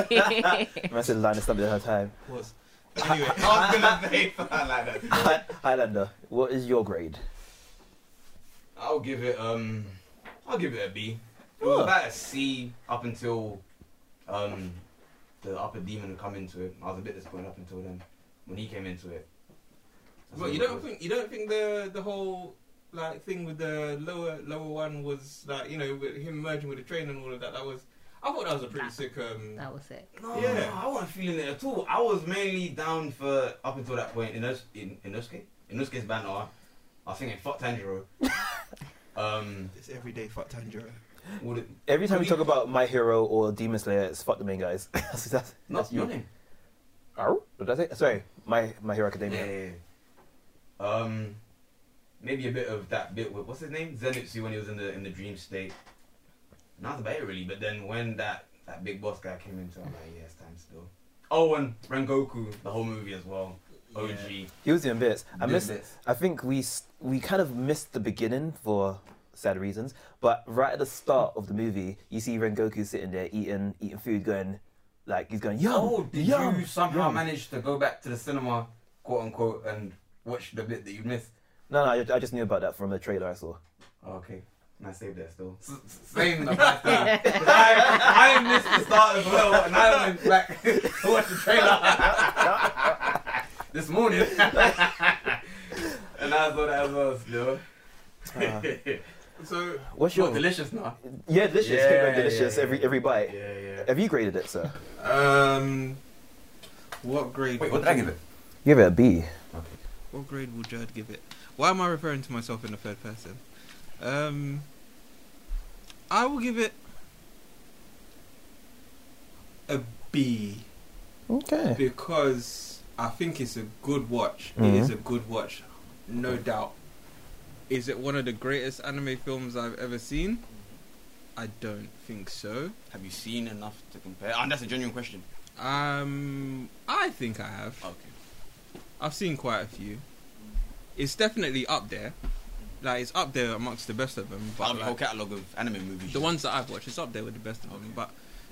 [SPEAKER 1] I said line is something at her time.
[SPEAKER 2] Was anyway.
[SPEAKER 3] [LAUGHS] I was gonna say something like that.
[SPEAKER 1] Hi- Highlander, what is your grade?
[SPEAKER 3] I'll give it um I'll give it a B. It was
[SPEAKER 1] Oh.
[SPEAKER 3] about a C up until um the upper demon come into it. I was a bit disappointed up until then. When he came into it. That's
[SPEAKER 2] Well, oh, you
[SPEAKER 3] when
[SPEAKER 2] don't
[SPEAKER 3] it
[SPEAKER 2] think you don't think the the whole like thing with the lower lower one was like you know with him merging with the train and all of that. That was I thought that was a pretty
[SPEAKER 5] That-
[SPEAKER 2] sick. Um,
[SPEAKER 5] That was sick.
[SPEAKER 3] was- No,
[SPEAKER 2] Yeah.
[SPEAKER 3] I wasn't feeling it at all. I was mainly down for up until that point in Inus- in Inusuke. Inusuke's banner. uh, I was thinking fuck [LAUGHS] Tanjiro. um
[SPEAKER 2] it's everyday fuck Tanjiro.
[SPEAKER 3] would it
[SPEAKER 1] Every time
[SPEAKER 3] Could
[SPEAKER 1] we talk about My Hero or Demon Slayer, it's fuck the main guys. [LAUGHS] that's, that's,
[SPEAKER 3] not
[SPEAKER 1] that's
[SPEAKER 3] your
[SPEAKER 1] you.
[SPEAKER 3] name?
[SPEAKER 1] Oh, did I say? Sorry, My My Hero Academia.
[SPEAKER 3] Yeah. Um, maybe a bit of that bit with what's his name Zenitsu when he was in the in the dream state. Not about it really, but then when that that big boss guy came into, I'm like, yeah, it's time still. Oh, and Rengoku, the whole movie as well. OG.
[SPEAKER 1] He was doing bits. I
[SPEAKER 3] Doing
[SPEAKER 1] missed.
[SPEAKER 3] bits.
[SPEAKER 1] I think we s- we kind of missed the beginning for sad reasons, but right at the start of the movie, you see Rengoku sitting there eating eating food, going like he's going yum.
[SPEAKER 3] Oh, did
[SPEAKER 1] yum,
[SPEAKER 3] you somehow
[SPEAKER 1] yum."
[SPEAKER 3] manage to go back to the cinema, quote unquote, and watch the bit that you missed?
[SPEAKER 1] No, no, I, I just knew about that from a trailer I saw.
[SPEAKER 3] Oh, okay. And I saved that still. S- s- Same the first time. [LAUGHS] I, I missed the start as well, and I went back to watch the trailer this morning. and I saw that as well still.
[SPEAKER 1] Ah.
[SPEAKER 2] [LAUGHS] So
[SPEAKER 1] What's your
[SPEAKER 3] Sure. delicious now.
[SPEAKER 1] yeah delicious
[SPEAKER 3] Oh, Yeah,
[SPEAKER 1] Kingdom delicious
[SPEAKER 3] yeah,
[SPEAKER 1] every
[SPEAKER 3] yeah.
[SPEAKER 1] every bite.
[SPEAKER 3] yeah.
[SPEAKER 1] Have you graded it, sir?
[SPEAKER 2] um, what grade?
[SPEAKER 3] Wait, what did I give it?
[SPEAKER 1] Give it a B.
[SPEAKER 2] What grade will Jad give it? Why am I referring to myself in the third person? Um, I will give it a B
[SPEAKER 1] Okay.
[SPEAKER 2] because I think it's a good watch. It
[SPEAKER 1] Mhm.
[SPEAKER 2] is a good watch, no doubt. Is it one of the greatest anime films I've ever seen? I don't think so.
[SPEAKER 3] Ah,
[SPEAKER 6] Have you seen enough to compare? And that's a genuine question.
[SPEAKER 2] Um, I think I have.
[SPEAKER 3] Okay.
[SPEAKER 2] I've seen quite a few. It's definitely up there. Like it's up there amongst the best of them.
[SPEAKER 3] Out
[SPEAKER 2] But
[SPEAKER 3] of the whole
[SPEAKER 2] like,
[SPEAKER 3] catalogue of anime movies.
[SPEAKER 2] the ones that I've watched, it's up there with the best of them.
[SPEAKER 3] Okay.
[SPEAKER 2] But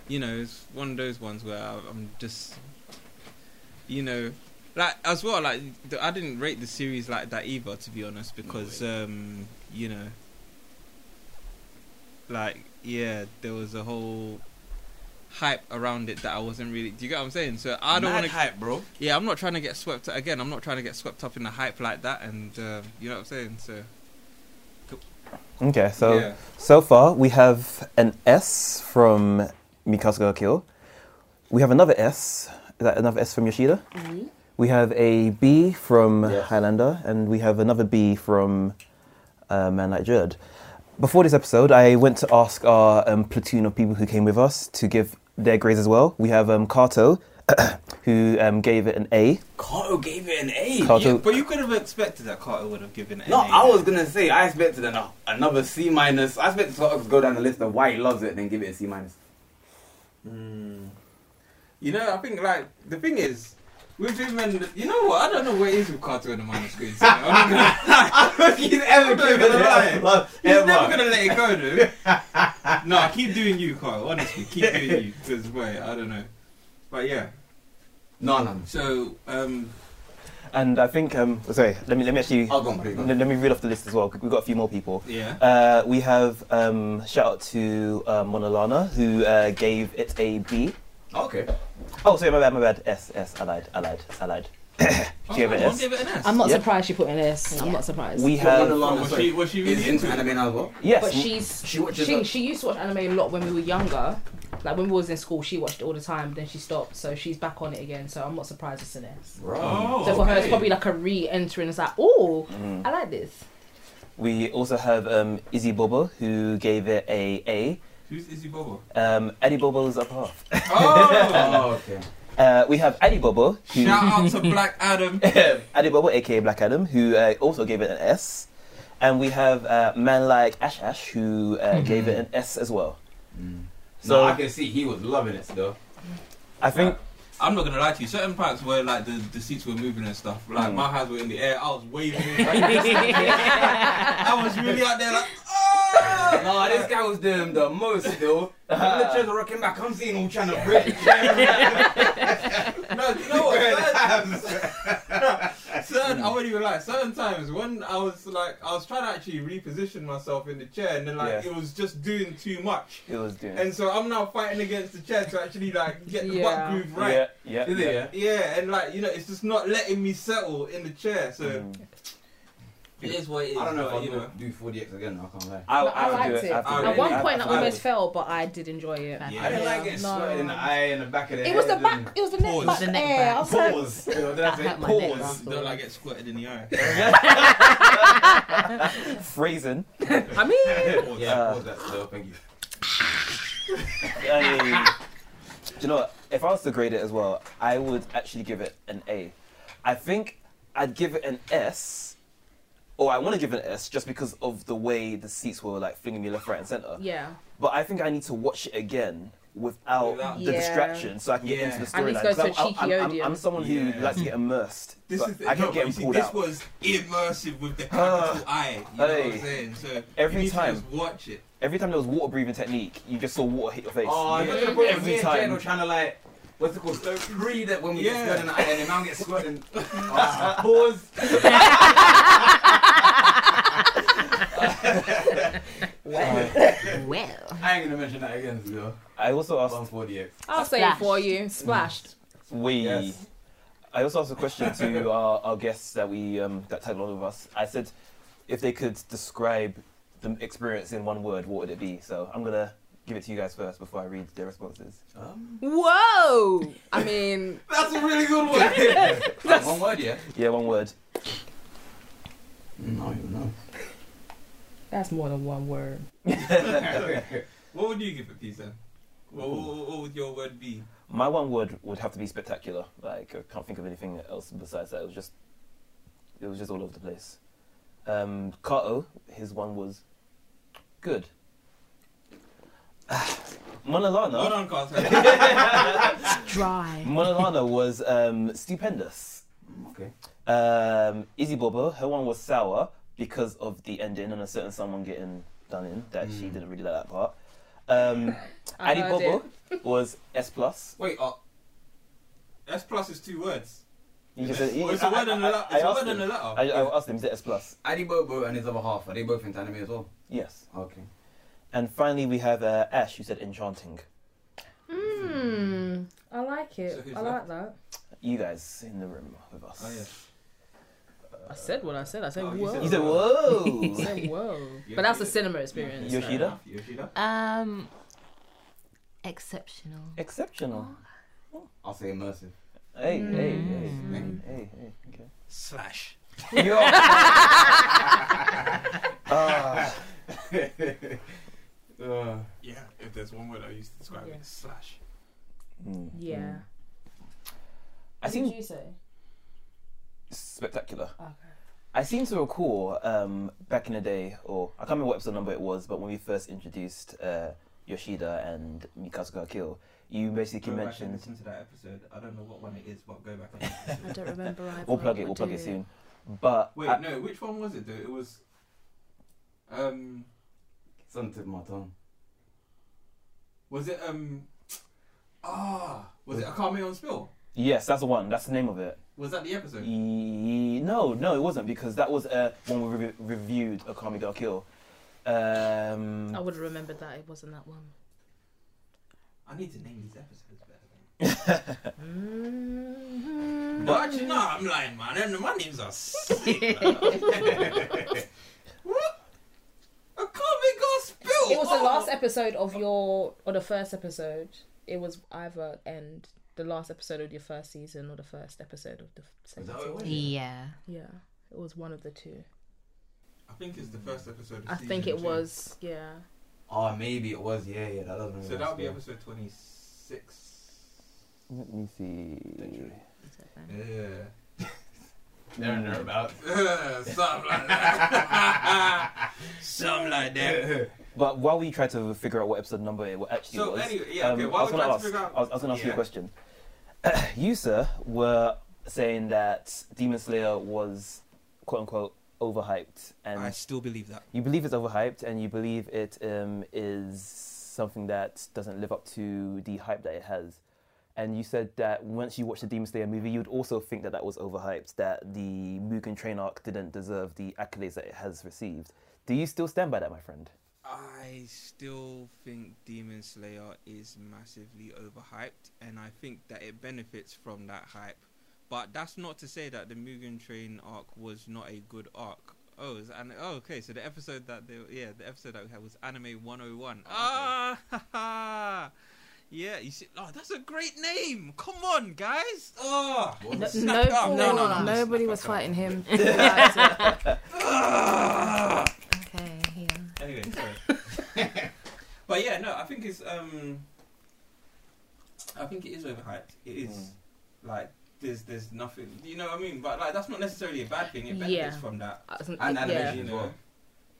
[SPEAKER 2] you know, it's one of those ones where I- I'm just, you know, like as well. Like the, I didn't rate the series like that either, to be honest, because um, you know, like yeah, there was a whole hype around it that I wasn't really. Do you get what I'm saying? So I don't
[SPEAKER 3] Mad
[SPEAKER 2] want to.
[SPEAKER 3] hype, bro.
[SPEAKER 2] Yeah, I'm not trying to get swept again. I'm not trying to get swept up in the hype like that, and uh, you know what I'm saying. So
[SPEAKER 1] Okay, so
[SPEAKER 2] yeah,
[SPEAKER 1] so far we have an S from Mikasa Kill. We have another S. Is that another S from Yoshida? We have a B from
[SPEAKER 3] Yes.
[SPEAKER 1] Highlander, and we have another B from uh, Man Like Jerd. Before this episode, I went to ask our um, platoon of people who came with us to give their grades as well. We have um, Kato, [COUGHS] who um, gave it an A.
[SPEAKER 3] Carter gave it an A.
[SPEAKER 1] Carter,
[SPEAKER 2] but you could have expected that Carter would have given it.
[SPEAKER 3] No, I was gonna say I expected an, another C minus. I expected Carter to go down the list of why he loves it, then give it a C minus.
[SPEAKER 2] You know, I think like the thing is. With him and you know what I don't know what it is with Carter and the minor screens. you know? I'm [LAUGHS] not gonna-
[SPEAKER 3] [LAUGHS] He's ever
[SPEAKER 2] I'm not
[SPEAKER 3] given
[SPEAKER 2] gonna lie.
[SPEAKER 3] it plus
[SPEAKER 2] He's
[SPEAKER 3] ever.
[SPEAKER 2] never gonna let it go though. [LAUGHS] no, keep doing you, Carter. Honestly, keep doing you because boy, I don't know. But yeah,
[SPEAKER 3] No, no, no.
[SPEAKER 2] so um,
[SPEAKER 1] and I think um, sorry, let me let me actually
[SPEAKER 3] I'll go on, please. go on.
[SPEAKER 1] let, let me read off the list as well. 'cause We've got a few more people.
[SPEAKER 2] yeah,
[SPEAKER 1] Uh, we have um, shout out to um, Monolana who uh, gave it a B.
[SPEAKER 3] Okay.
[SPEAKER 1] Oh, sorry, my bad, my bad. S, S, I lied, I lied, I lied. [COUGHS] she gave it
[SPEAKER 2] I'll
[SPEAKER 1] an S.
[SPEAKER 2] give it an S.
[SPEAKER 4] I'm not
[SPEAKER 1] Yeah.
[SPEAKER 4] surprised she put an S. I'm
[SPEAKER 5] Yeah.
[SPEAKER 4] not surprised.
[SPEAKER 1] We
[SPEAKER 3] Have,
[SPEAKER 1] have
[SPEAKER 3] was,
[SPEAKER 2] Oh, Was she, was she
[SPEAKER 3] is
[SPEAKER 2] really
[SPEAKER 3] into
[SPEAKER 2] into it?
[SPEAKER 3] anime now as well?
[SPEAKER 1] yes,
[SPEAKER 4] But she's
[SPEAKER 3] She watches.
[SPEAKER 4] she
[SPEAKER 3] a-
[SPEAKER 4] she used to watch anime a lot when we were younger. Like when we was in school, she watched it all the time. Then she stopped, so she's back on it again. So I'm not surprised it's an S.
[SPEAKER 3] Bro.
[SPEAKER 4] so for her, it's
[SPEAKER 2] Oh, okay.
[SPEAKER 4] probably like a re-entering. It's like, oh,
[SPEAKER 3] Mm-hmm.
[SPEAKER 4] I like this.
[SPEAKER 1] We also have um, Izzy Bobo, who gave it a A.
[SPEAKER 2] Who's Izzy Bobo?
[SPEAKER 1] Um, Eddie Bobo's up half.
[SPEAKER 2] Oh!
[SPEAKER 3] Oh, okay.
[SPEAKER 1] Uh, we have Eddie Bobo,
[SPEAKER 2] [LAUGHS]
[SPEAKER 1] who,
[SPEAKER 2] Shout out to Black Adam.
[SPEAKER 1] [COUGHS] Eddie Bobo, aka Black Adam, who uh, also gave it an S. And we have uh, man like Ash Ash, who uh, gave it an S as well.
[SPEAKER 3] So
[SPEAKER 1] So-
[SPEAKER 3] I can see he was loving it though.
[SPEAKER 1] I think
[SPEAKER 2] I'm not gonna lie to you. Certain parts where like the, the seats were moving and stuff, like
[SPEAKER 3] Mm.
[SPEAKER 2] my hands were in the air. I was waving. [LAUGHS] I was really out there like, oh!
[SPEAKER 3] [LAUGHS] No, this guy was doing the most [LAUGHS] still. When the chairs are rocking back. I'm seeing him trying to break the [LAUGHS] chair.
[SPEAKER 2] No, you know
[SPEAKER 3] [LAUGHS]
[SPEAKER 2] what? Certain, certain, I wouldn't even lie. Certain times when I was like, I was trying to actually reposition myself in the chair, and then like
[SPEAKER 1] Yeah.
[SPEAKER 2] it was just doing too much.
[SPEAKER 1] it was doing.
[SPEAKER 2] And so I'm now fighting against the chair to actually like get the
[SPEAKER 4] Yeah.
[SPEAKER 2] butt groove right.
[SPEAKER 1] Yeah, yeah,
[SPEAKER 3] Is
[SPEAKER 1] yeah.
[SPEAKER 3] it? Yeah.
[SPEAKER 2] Yeah, and like you know, it's just not letting me settle in the chair. So
[SPEAKER 1] Mm.
[SPEAKER 2] it is what it is.
[SPEAKER 3] I don't know if
[SPEAKER 2] but,
[SPEAKER 3] I'll
[SPEAKER 2] you know.
[SPEAKER 3] do 4DX again. I can't lie.
[SPEAKER 1] I'll-
[SPEAKER 4] No, I
[SPEAKER 1] I'll do
[SPEAKER 4] liked it.
[SPEAKER 1] I'll do
[SPEAKER 2] I
[SPEAKER 4] At
[SPEAKER 2] really
[SPEAKER 4] one
[SPEAKER 2] liked
[SPEAKER 4] point, I
[SPEAKER 2] it.
[SPEAKER 4] almost fell, but I did enjoy it.
[SPEAKER 5] Yeah.
[SPEAKER 3] I didn't like
[SPEAKER 4] Yeah,
[SPEAKER 3] getting
[SPEAKER 4] no.
[SPEAKER 3] slotted in the eye and the back of the
[SPEAKER 4] It
[SPEAKER 3] head.
[SPEAKER 4] was the
[SPEAKER 3] and-
[SPEAKER 4] back. It was the neck.
[SPEAKER 2] Pause.
[SPEAKER 4] Back
[SPEAKER 5] The neck
[SPEAKER 4] air.
[SPEAKER 5] back.
[SPEAKER 4] I was like-
[SPEAKER 3] Pause. You know, did I say
[SPEAKER 5] That hurt my neck,
[SPEAKER 3] pause?
[SPEAKER 5] that's
[SPEAKER 2] Don't like get squirted in the
[SPEAKER 3] [LAUGHS]
[SPEAKER 2] eye.
[SPEAKER 4] [LAUGHS]
[SPEAKER 1] Phrasing.
[SPEAKER 4] I mean,
[SPEAKER 3] [LAUGHS] Pause that,
[SPEAKER 1] Uh,
[SPEAKER 3] pause that still, thank you.
[SPEAKER 1] Um, do you know what? If I was to grade it as well, I would actually give it an A. I think I'd give it an S, or I want to give it an S just because of the way the seats were like flinging me left, right, and center.
[SPEAKER 4] yeah.
[SPEAKER 1] But I think I need to watch it again without
[SPEAKER 2] Without-
[SPEAKER 1] the
[SPEAKER 4] Yeah.
[SPEAKER 1] distraction so I can
[SPEAKER 2] Yeah.
[SPEAKER 1] get into the
[SPEAKER 4] I need to
[SPEAKER 1] storyline.
[SPEAKER 4] go
[SPEAKER 1] 'Cause
[SPEAKER 4] to
[SPEAKER 1] I'm-
[SPEAKER 4] a cheeky
[SPEAKER 1] I'm- I'm,
[SPEAKER 4] Odeon.
[SPEAKER 1] I'm someone who
[SPEAKER 2] Yeah.
[SPEAKER 1] likes to get immersed.
[SPEAKER 2] [LAUGHS] This
[SPEAKER 1] but
[SPEAKER 2] is the,
[SPEAKER 1] I can
[SPEAKER 2] no,
[SPEAKER 1] get
[SPEAKER 2] but you see,
[SPEAKER 1] pulled
[SPEAKER 2] this
[SPEAKER 1] out.
[SPEAKER 2] was immersive with
[SPEAKER 1] [SIGHS]
[SPEAKER 2] the
[SPEAKER 1] Ah.
[SPEAKER 2] capital I. You know what
[SPEAKER 1] Hey.
[SPEAKER 2] I'm saying? So
[SPEAKER 1] Every
[SPEAKER 2] you need
[SPEAKER 1] time.
[SPEAKER 2] to just watch
[SPEAKER 1] [LAUGHS]
[SPEAKER 2] it.
[SPEAKER 1] Every time there was water breathing technique, you just saw water hit your face.
[SPEAKER 3] Oh,
[SPEAKER 2] Yeah.
[SPEAKER 3] yeah. the problem
[SPEAKER 1] Every
[SPEAKER 3] every
[SPEAKER 1] time.
[SPEAKER 3] time. trying to like, what's it called? Pre that when we
[SPEAKER 2] Yeah.
[SPEAKER 3] get squirted in the eye and the man gets [LAUGHS] squirted. in- Oh, pause. [LAUGHS]
[SPEAKER 5] Well,
[SPEAKER 3] I ain't gonna mention that again, Leo.
[SPEAKER 1] I also asked
[SPEAKER 3] One 4DX.
[SPEAKER 4] I'll say it
[SPEAKER 5] Splashed.
[SPEAKER 4] for you. Splashed.
[SPEAKER 1] We.
[SPEAKER 3] Yes.
[SPEAKER 1] I also asked a question [LAUGHS] to our, our guests that we um, that tagged along with us. I said if they could describe the experience in one word, what would it be? So I'm gonna give it to you guys first before I read their responses.
[SPEAKER 3] Um,
[SPEAKER 4] Whoa! I mean,
[SPEAKER 2] That's a really good
[SPEAKER 3] [LAUGHS]
[SPEAKER 2] one.
[SPEAKER 3] one word, yeah.
[SPEAKER 1] Yeah, one word.
[SPEAKER 3] No, no. [LAUGHS]
[SPEAKER 4] that's more than one word.
[SPEAKER 2] [LAUGHS] what would you give it, Peter? What, what, what would your word be?
[SPEAKER 1] My one word would have to be spectacular. Like I can't think of anything else besides that. It was just it was just all over the place. Um, Kato, his one was good. [SIGHS] Monolana. [LAUGHS]
[SPEAKER 2] Hold on, Carter.
[SPEAKER 5] dry.
[SPEAKER 1] Monolana was um, stupendous.
[SPEAKER 3] Okay.
[SPEAKER 1] Um, Izzy Bobo, her one was sour because of the ending and a certain someone getting done in that
[SPEAKER 2] Mm.
[SPEAKER 1] she didn't really like that part. Um,
[SPEAKER 4] [LAUGHS] I
[SPEAKER 1] Annie
[SPEAKER 4] heard
[SPEAKER 1] Bobo [LAUGHS] was S plus.
[SPEAKER 2] Wait, uh, S plus is two words.
[SPEAKER 1] You
[SPEAKER 3] It's-
[SPEAKER 1] said-
[SPEAKER 2] Well, it's a
[SPEAKER 1] I-
[SPEAKER 2] word and a
[SPEAKER 1] E? I-
[SPEAKER 2] letter. It's
[SPEAKER 1] I
[SPEAKER 2] a
[SPEAKER 1] asked
[SPEAKER 2] word and a
[SPEAKER 1] him-
[SPEAKER 2] letter.
[SPEAKER 1] I, I asked him, is it S plus?
[SPEAKER 3] Adibobo and his other half, are they both into anime as well?
[SPEAKER 1] Yes.
[SPEAKER 3] Okay.
[SPEAKER 1] And finally, we have uh, Ash, who said enchanting.
[SPEAKER 4] Mm, I like
[SPEAKER 2] So
[SPEAKER 4] it.
[SPEAKER 2] who's
[SPEAKER 4] I like that.
[SPEAKER 1] You guys in the room with us.
[SPEAKER 2] Oh, yeah.
[SPEAKER 4] I said what I said. I said
[SPEAKER 2] Oh, you
[SPEAKER 4] whoa.
[SPEAKER 1] You said, whoa!
[SPEAKER 4] I [LAUGHS] said whoa.
[SPEAKER 2] Yeah,
[SPEAKER 4] but that's a
[SPEAKER 2] yeah.
[SPEAKER 4] cinema experience.
[SPEAKER 1] Yoshida?
[SPEAKER 2] Fair enough, Yoshida.
[SPEAKER 5] Um, exceptional.
[SPEAKER 1] Exceptional.
[SPEAKER 3] I'll say [LAUGHS] immersive.
[SPEAKER 4] Oh.
[SPEAKER 1] Hey, hey, hey,
[SPEAKER 3] Mm.
[SPEAKER 1] hey, hey,
[SPEAKER 4] [LAUGHS]
[SPEAKER 1] okay.
[SPEAKER 7] Slash.
[SPEAKER 1] Yo. Ah,
[SPEAKER 3] [LAUGHS] Uh,
[SPEAKER 7] Yeah, if there's one word I use to describe
[SPEAKER 4] Yeah.
[SPEAKER 7] it, slash.
[SPEAKER 1] mm,
[SPEAKER 4] Yeah.
[SPEAKER 1] mm. I seem
[SPEAKER 4] you say?
[SPEAKER 1] spectacular.
[SPEAKER 4] Okay.
[SPEAKER 1] I seem to recall um, back in the day, or I can't remember what episode number it was, but when we first introduced uh, Yoshida and Mikasuga Kill, you basically
[SPEAKER 2] Go back and
[SPEAKER 1] mentioned.
[SPEAKER 2] listen to that episode. I don't know what one it is, but go back and listen.
[SPEAKER 5] I don't remember. either.
[SPEAKER 1] We'll plug it. We'll
[SPEAKER 5] What
[SPEAKER 1] plug
[SPEAKER 5] do
[SPEAKER 1] it
[SPEAKER 5] you-
[SPEAKER 1] soon. But
[SPEAKER 2] [LAUGHS] Wait,
[SPEAKER 1] I-
[SPEAKER 2] no, which one was it though? It was um
[SPEAKER 3] it's on the tip of my tongue.
[SPEAKER 2] was it um Ah was it Akame on Spill?
[SPEAKER 1] yes, that's the one. That's the name of it.
[SPEAKER 2] Was that the episode?
[SPEAKER 1] Ye- no, no, it wasn't because that was uh, when we re- reviewed Akame ga Kill. Um,
[SPEAKER 4] I would have remembered that it wasn't that one.
[SPEAKER 2] I need to name these episodes better.
[SPEAKER 7] [LAUGHS]
[SPEAKER 4] Mm-hmm.
[SPEAKER 2] No, actually no, I'm lying man, and my names are sick.
[SPEAKER 4] [LAUGHS]
[SPEAKER 2] what? Akame on Spill
[SPEAKER 4] It was the
[SPEAKER 2] Oh!
[SPEAKER 4] last episode of your, or the first episode. It was either end the last episode of your first season or the first episode of the f-
[SPEAKER 3] Is
[SPEAKER 4] second
[SPEAKER 3] that what it
[SPEAKER 4] season.
[SPEAKER 3] was?
[SPEAKER 5] Yeah.
[SPEAKER 4] Yeah, it was one of the two.
[SPEAKER 2] I think it's the first episode of
[SPEAKER 4] I
[SPEAKER 2] season
[SPEAKER 4] think it
[SPEAKER 2] two.
[SPEAKER 4] was. Yeah.
[SPEAKER 3] Oh, maybe it was. Yeah, yeah, that doesn't.
[SPEAKER 2] So
[SPEAKER 3] really
[SPEAKER 2] that would be
[SPEAKER 3] matter.
[SPEAKER 2] episode twenty six.
[SPEAKER 1] let me see.
[SPEAKER 2] Literally.
[SPEAKER 5] Is it then?
[SPEAKER 2] Yeah.
[SPEAKER 3] There and thereabouts. [LAUGHS]
[SPEAKER 2] Something like that. Something like that.
[SPEAKER 3] [LAUGHS]
[SPEAKER 1] But while we try to figure out what episode number it actually
[SPEAKER 2] So
[SPEAKER 1] was, um,
[SPEAKER 2] anyway, yeah, okay, while
[SPEAKER 1] I was
[SPEAKER 2] we're
[SPEAKER 1] gonna
[SPEAKER 2] trying
[SPEAKER 1] ask,
[SPEAKER 2] to figure out-
[SPEAKER 1] I was, I was going to ask you a
[SPEAKER 2] Yeah.
[SPEAKER 1] question. [CLEARS THROAT] you, sir, were saying that Demon Slayer was quote unquote overhyped, and
[SPEAKER 7] I still believe that.
[SPEAKER 1] you believe it's overhyped, and you believe it um, is something that doesn't live up to the hype that it has. And you said that once you watched the Demon Slayer movie, you'd also think that that was overhyped, that the Mugen Train arc didn't deserve the accolades that it has received. Do you still stand by that, my friend?
[SPEAKER 7] I still think Demon Slayer is massively overhyped, and I think that it benefits from that hype. But that's not to say that the Mugen Train arc was not a good arc. Oh, is an- oh okay. So the episode that they yeah the episode that we had was Anime 101. Ah, ha, ha. yeah. You see, oh, that's a great name. Come on, guys. Oh,
[SPEAKER 3] What
[SPEAKER 4] No,
[SPEAKER 3] was it?
[SPEAKER 7] no- Snap up. No, no, no, no.
[SPEAKER 5] nobody
[SPEAKER 7] Snap
[SPEAKER 5] was
[SPEAKER 7] up.
[SPEAKER 5] fighting him.
[SPEAKER 4] [LAUGHS]
[SPEAKER 5] okay,
[SPEAKER 7] Ah.
[SPEAKER 5] yeah.
[SPEAKER 4] [LAUGHS]
[SPEAKER 2] Anyway, sorry. [LAUGHS] but yeah, no, I think it's um, I think it is overhyped. It is
[SPEAKER 1] Mm.
[SPEAKER 2] like there's there's nothing, you know what I mean? But like that's not necessarily a bad thing. It benefits
[SPEAKER 4] Yeah.
[SPEAKER 2] from that,
[SPEAKER 4] I was-
[SPEAKER 3] And
[SPEAKER 4] yeah.
[SPEAKER 3] animation
[SPEAKER 2] you
[SPEAKER 3] as
[SPEAKER 2] know.
[SPEAKER 3] well.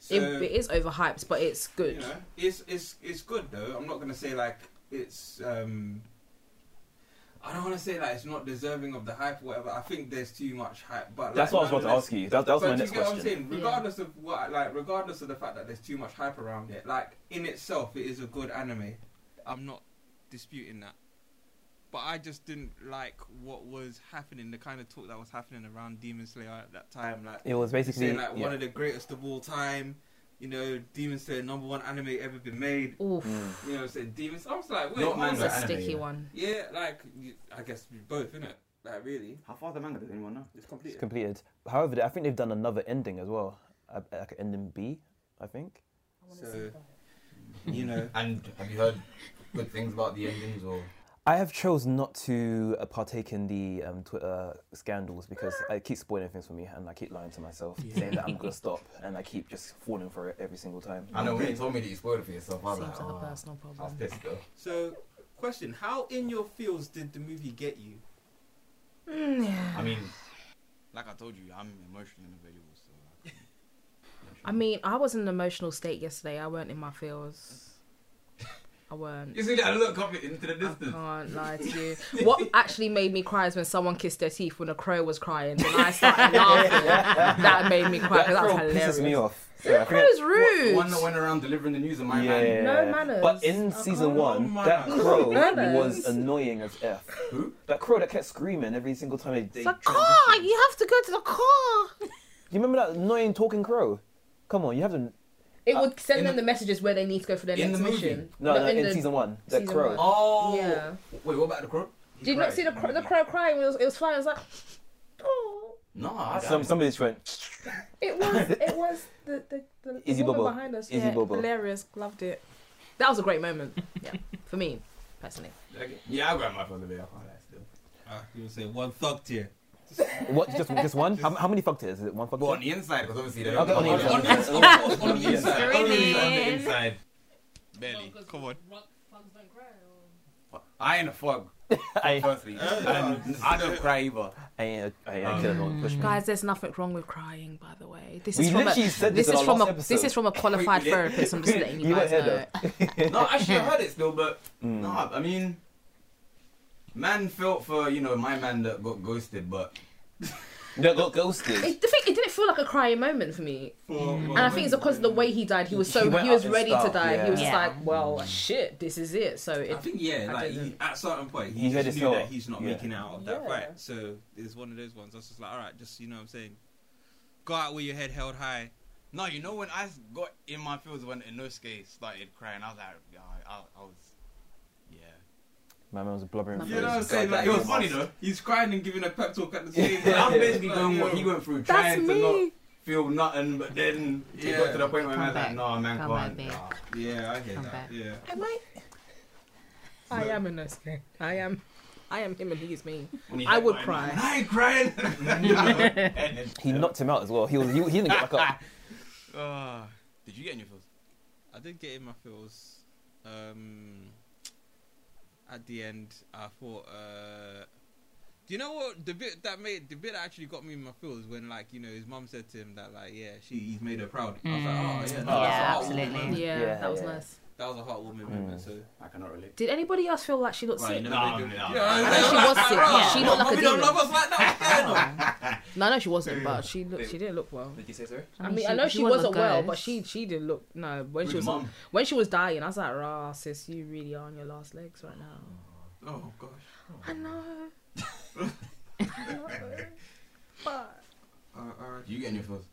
[SPEAKER 2] So,
[SPEAKER 4] It, it is overhyped, but it's good.
[SPEAKER 2] You know, it's it's it's good though. I'm not gonna say like it's um. I don't want to say like it's not deserving of the hype or whatever. I think there's too much hype, but like,
[SPEAKER 1] That's what I was about to
[SPEAKER 2] nonetheless-
[SPEAKER 1] ask you. That, that was
[SPEAKER 2] but
[SPEAKER 1] my
[SPEAKER 2] do
[SPEAKER 1] next
[SPEAKER 2] you get What
[SPEAKER 1] question.
[SPEAKER 2] I'm saying? Regardless of what, like, regardless of the fact that there's too much hype around it, like in itself, it is a good anime.
[SPEAKER 7] I'm not disputing that. But I just didn't like what was happening, the kind of talk that was happening around Demon Slayer at that time. Like,
[SPEAKER 1] It was basically
[SPEAKER 2] Saying like
[SPEAKER 1] yeah.
[SPEAKER 2] one of the greatest of all time. You know, Demon Slayer, number one anime ever been made.
[SPEAKER 1] Mm.
[SPEAKER 4] Oof,
[SPEAKER 2] You know, what I'm saying Demon. Slayer- I was like, wait,
[SPEAKER 3] Not
[SPEAKER 2] hold
[SPEAKER 4] that's a
[SPEAKER 3] manga.
[SPEAKER 2] on.
[SPEAKER 3] anime,
[SPEAKER 4] sticky
[SPEAKER 3] yeah.
[SPEAKER 4] one.
[SPEAKER 2] yeah, like you- I guess we both, innit? Like really,
[SPEAKER 3] How far the manga does anyone know?
[SPEAKER 2] it's
[SPEAKER 1] It's
[SPEAKER 2] complete.
[SPEAKER 1] completed. However, I think they've done another ending as well, Uh, like ending B, I think.
[SPEAKER 2] So you know,
[SPEAKER 3] And have you heard good things about the endings or?
[SPEAKER 1] I have chose not to uh, partake in the um, Twitter scandals because I keep spoiling things for me and I keep lying to myself, saying that I'm gonna stop, and I keep just falling for it every single time.
[SPEAKER 3] I know when you told me that you spoiled it for yourself, I was
[SPEAKER 5] Seems
[SPEAKER 3] like,
[SPEAKER 5] like a
[SPEAKER 3] oh.
[SPEAKER 5] personal
[SPEAKER 3] I was
[SPEAKER 5] problem.
[SPEAKER 3] pissed though.
[SPEAKER 2] so question: How in your feels did the movie get you?
[SPEAKER 3] I mean, like I told you, I'm emotionally unavailable, so. I couldn't-
[SPEAKER 4] I mean, I was in an emotional state yesterday. I weren't in my feels. I I weren't.
[SPEAKER 3] You see that look up into the
[SPEAKER 4] I
[SPEAKER 3] distance?
[SPEAKER 4] can't lie to you. What actually made me cry is when someone kissed their teeth when a crow was crying and
[SPEAKER 1] [LAUGHS]
[SPEAKER 4] I started laughing. That made me cry
[SPEAKER 1] That
[SPEAKER 4] because that was
[SPEAKER 1] girl
[SPEAKER 4] hilarious.
[SPEAKER 1] pisses me off. Yeah, I think
[SPEAKER 4] [LAUGHS] Crow's
[SPEAKER 3] One-
[SPEAKER 4] rude.
[SPEAKER 3] One that went around delivering the news of my
[SPEAKER 1] yeah.
[SPEAKER 3] man.
[SPEAKER 4] No manners.
[SPEAKER 1] But in
[SPEAKER 4] I
[SPEAKER 1] season
[SPEAKER 4] can't-
[SPEAKER 1] one,
[SPEAKER 3] No
[SPEAKER 1] that
[SPEAKER 3] manners.
[SPEAKER 1] crow
[SPEAKER 4] Manners.
[SPEAKER 1] was annoying as f.
[SPEAKER 3] Who?
[SPEAKER 1] That crow that kept screaming every single time they.
[SPEAKER 4] It's
[SPEAKER 1] they
[SPEAKER 4] a car. You have to go to the car.
[SPEAKER 1] You remember that annoying talking crow? Come on, you haven't.
[SPEAKER 4] It
[SPEAKER 1] Uh,
[SPEAKER 4] would send
[SPEAKER 3] in
[SPEAKER 4] them the, messages where they need to go for their
[SPEAKER 3] in
[SPEAKER 4] next
[SPEAKER 3] the movie?
[SPEAKER 4] mission.
[SPEAKER 1] No, no, in,
[SPEAKER 4] the-
[SPEAKER 1] season one, that
[SPEAKER 4] season
[SPEAKER 1] crow.
[SPEAKER 4] one.
[SPEAKER 3] Oh.
[SPEAKER 4] Yeah.
[SPEAKER 3] Wait, what about the crow? He
[SPEAKER 4] Did you not
[SPEAKER 3] cried.
[SPEAKER 4] see the cro- the crow crying? It was, it was flying. It [LAUGHS] was like, oh.
[SPEAKER 3] No, I
[SPEAKER 1] Some, somebody just went. [LAUGHS]
[SPEAKER 4] It was it was the the, the
[SPEAKER 1] Izzy
[SPEAKER 4] woman
[SPEAKER 1] Bobo.
[SPEAKER 4] behind us.
[SPEAKER 1] Izzy
[SPEAKER 4] yeah,
[SPEAKER 1] Bobo.
[SPEAKER 4] hilarious. Loved it. That was a great moment. Yeah, for me personally.
[SPEAKER 3] Okay. Yeah, I grabbed my phone a bit. I can't lie still.
[SPEAKER 2] Ah, you say one thug tier.
[SPEAKER 1] What? Just, just one? How, how many fucked is it? One fucked.
[SPEAKER 3] But on the inside, because obviously they're
[SPEAKER 1] Okay, on the
[SPEAKER 3] on the
[SPEAKER 1] inside.
[SPEAKER 3] inside. On the inside.
[SPEAKER 5] Screw
[SPEAKER 3] On
[SPEAKER 5] it
[SPEAKER 3] the
[SPEAKER 5] in.
[SPEAKER 3] inside. Barely.
[SPEAKER 2] Come on.
[SPEAKER 3] I ain't a fog.
[SPEAKER 1] [LAUGHS] I,
[SPEAKER 3] Firstly, and I don't cry either.
[SPEAKER 1] I, ain't a- I, I killed one. Push me.
[SPEAKER 4] Guys, there's nothing wrong with crying, by the way. This
[SPEAKER 1] Mm. We
[SPEAKER 4] is from a,
[SPEAKER 1] literally said this
[SPEAKER 4] this
[SPEAKER 1] in
[SPEAKER 4] is
[SPEAKER 1] our
[SPEAKER 4] from
[SPEAKER 1] last
[SPEAKER 4] a
[SPEAKER 1] episode.
[SPEAKER 4] this
[SPEAKER 1] [LAUGHS]
[SPEAKER 4] is from a qualified
[SPEAKER 3] did.
[SPEAKER 4] therapist. I'm just letting you,
[SPEAKER 1] You
[SPEAKER 4] guys
[SPEAKER 1] weren't
[SPEAKER 4] know.
[SPEAKER 1] here,
[SPEAKER 4] [LAUGHS]
[SPEAKER 3] No, actually, I heard it still, but no, I mean, man felt for you know my man that got ghosted, but
[SPEAKER 1] That got ghosted.
[SPEAKER 4] It, the thing, it didn't feel like a crying moment for me, and I think it's because the way he died. He was so
[SPEAKER 1] He
[SPEAKER 4] he,
[SPEAKER 1] went
[SPEAKER 4] was
[SPEAKER 1] up in
[SPEAKER 4] ready
[SPEAKER 1] style,
[SPEAKER 4] to die.
[SPEAKER 1] yeah.
[SPEAKER 4] He was
[SPEAKER 5] Yeah.
[SPEAKER 4] like, well, shit, this is it. So
[SPEAKER 2] I
[SPEAKER 4] it,
[SPEAKER 2] think yeah,
[SPEAKER 4] I
[SPEAKER 2] like he,
[SPEAKER 4] didn't.
[SPEAKER 2] at certain point
[SPEAKER 1] You
[SPEAKER 2] he
[SPEAKER 1] heard
[SPEAKER 2] just
[SPEAKER 1] it
[SPEAKER 2] knew
[SPEAKER 1] all.
[SPEAKER 2] that he's not
[SPEAKER 1] Yeah.
[SPEAKER 2] making it out of that
[SPEAKER 4] Yeah.
[SPEAKER 2] fight. So it's one of those ones. I was just like, all right, just you know what I'm saying. Go out with your head held high.
[SPEAKER 3] no, you know when I got in my feels when Inosuke started crying, I was like, yeah, I, I was, yeah.
[SPEAKER 1] My man was blubbering.
[SPEAKER 4] You
[SPEAKER 1] for
[SPEAKER 4] know
[SPEAKER 1] his
[SPEAKER 4] what I'm
[SPEAKER 1] goddamn
[SPEAKER 3] It was
[SPEAKER 1] mouth.
[SPEAKER 3] funny though.
[SPEAKER 2] He's crying and giving a pep talk [LAUGHS] at the
[SPEAKER 3] Yeah,
[SPEAKER 2] same
[SPEAKER 3] but
[SPEAKER 2] time.
[SPEAKER 3] I'm basically going what he went through,
[SPEAKER 4] that's
[SPEAKER 3] trying to not
[SPEAKER 4] me.
[SPEAKER 3] feel nothing, but then it
[SPEAKER 2] Yeah.
[SPEAKER 3] got to the point where my
[SPEAKER 5] Come
[SPEAKER 3] man's like,
[SPEAKER 5] back.
[SPEAKER 3] no, man
[SPEAKER 5] Come
[SPEAKER 3] can't.
[SPEAKER 5] back,
[SPEAKER 3] nah."
[SPEAKER 2] Yeah, I hear
[SPEAKER 5] Come
[SPEAKER 2] that.
[SPEAKER 5] back.
[SPEAKER 2] Yeah.
[SPEAKER 4] Am I? I am in this game. I am. I am him and he is me.
[SPEAKER 3] When he
[SPEAKER 4] I
[SPEAKER 3] had
[SPEAKER 4] would
[SPEAKER 3] my man,
[SPEAKER 2] [LAUGHS]
[SPEAKER 4] cry.
[SPEAKER 3] I ain't crying. [LAUGHS] And
[SPEAKER 4] [LAUGHS]
[SPEAKER 3] then-
[SPEAKER 1] He knocked him out as well. He was. He, he didn't get back up.
[SPEAKER 3] Ah, Did you get in your feels?
[SPEAKER 2] I did get in my feels. Um, at the end, I thought, uh, do you know what the bit that made the bit that actually got me in my feels when like you know his mum said to him that like yeah she he's made her proud. I was like, oh yeah,
[SPEAKER 5] Mm,
[SPEAKER 2] no,
[SPEAKER 5] yeah,
[SPEAKER 2] that's a heartwarming
[SPEAKER 5] absolutely.
[SPEAKER 2] moment.
[SPEAKER 4] Yeah,
[SPEAKER 1] Mm. Yeah,
[SPEAKER 4] that was
[SPEAKER 1] yeah.
[SPEAKER 4] nice.
[SPEAKER 2] That was a heartwarming moment. So
[SPEAKER 3] I cannot relate.
[SPEAKER 4] Did anybody else feel like she looked
[SPEAKER 3] Right,
[SPEAKER 4] sick?
[SPEAKER 3] no,
[SPEAKER 2] Nah,
[SPEAKER 3] no,
[SPEAKER 2] nah.
[SPEAKER 3] no.
[SPEAKER 4] I know she was
[SPEAKER 2] [LAUGHS]
[SPEAKER 4] sick. Yeah, she looked like a
[SPEAKER 2] Mommy don't
[SPEAKER 4] demon.
[SPEAKER 2] love us like that.
[SPEAKER 4] No, no, she wasn't. But she looked. She didn't look well.
[SPEAKER 8] Did you say sorry?
[SPEAKER 4] I mean, I know she, wasn't well, but she she didn't look. No, when she was
[SPEAKER 3] mum.
[SPEAKER 4] when she was dying, I was like, "Rah, sis, you really are on your last legs right now."
[SPEAKER 2] Oh gosh.
[SPEAKER 4] I know. I know. But
[SPEAKER 2] Uh, alright.
[SPEAKER 3] You get in your feels.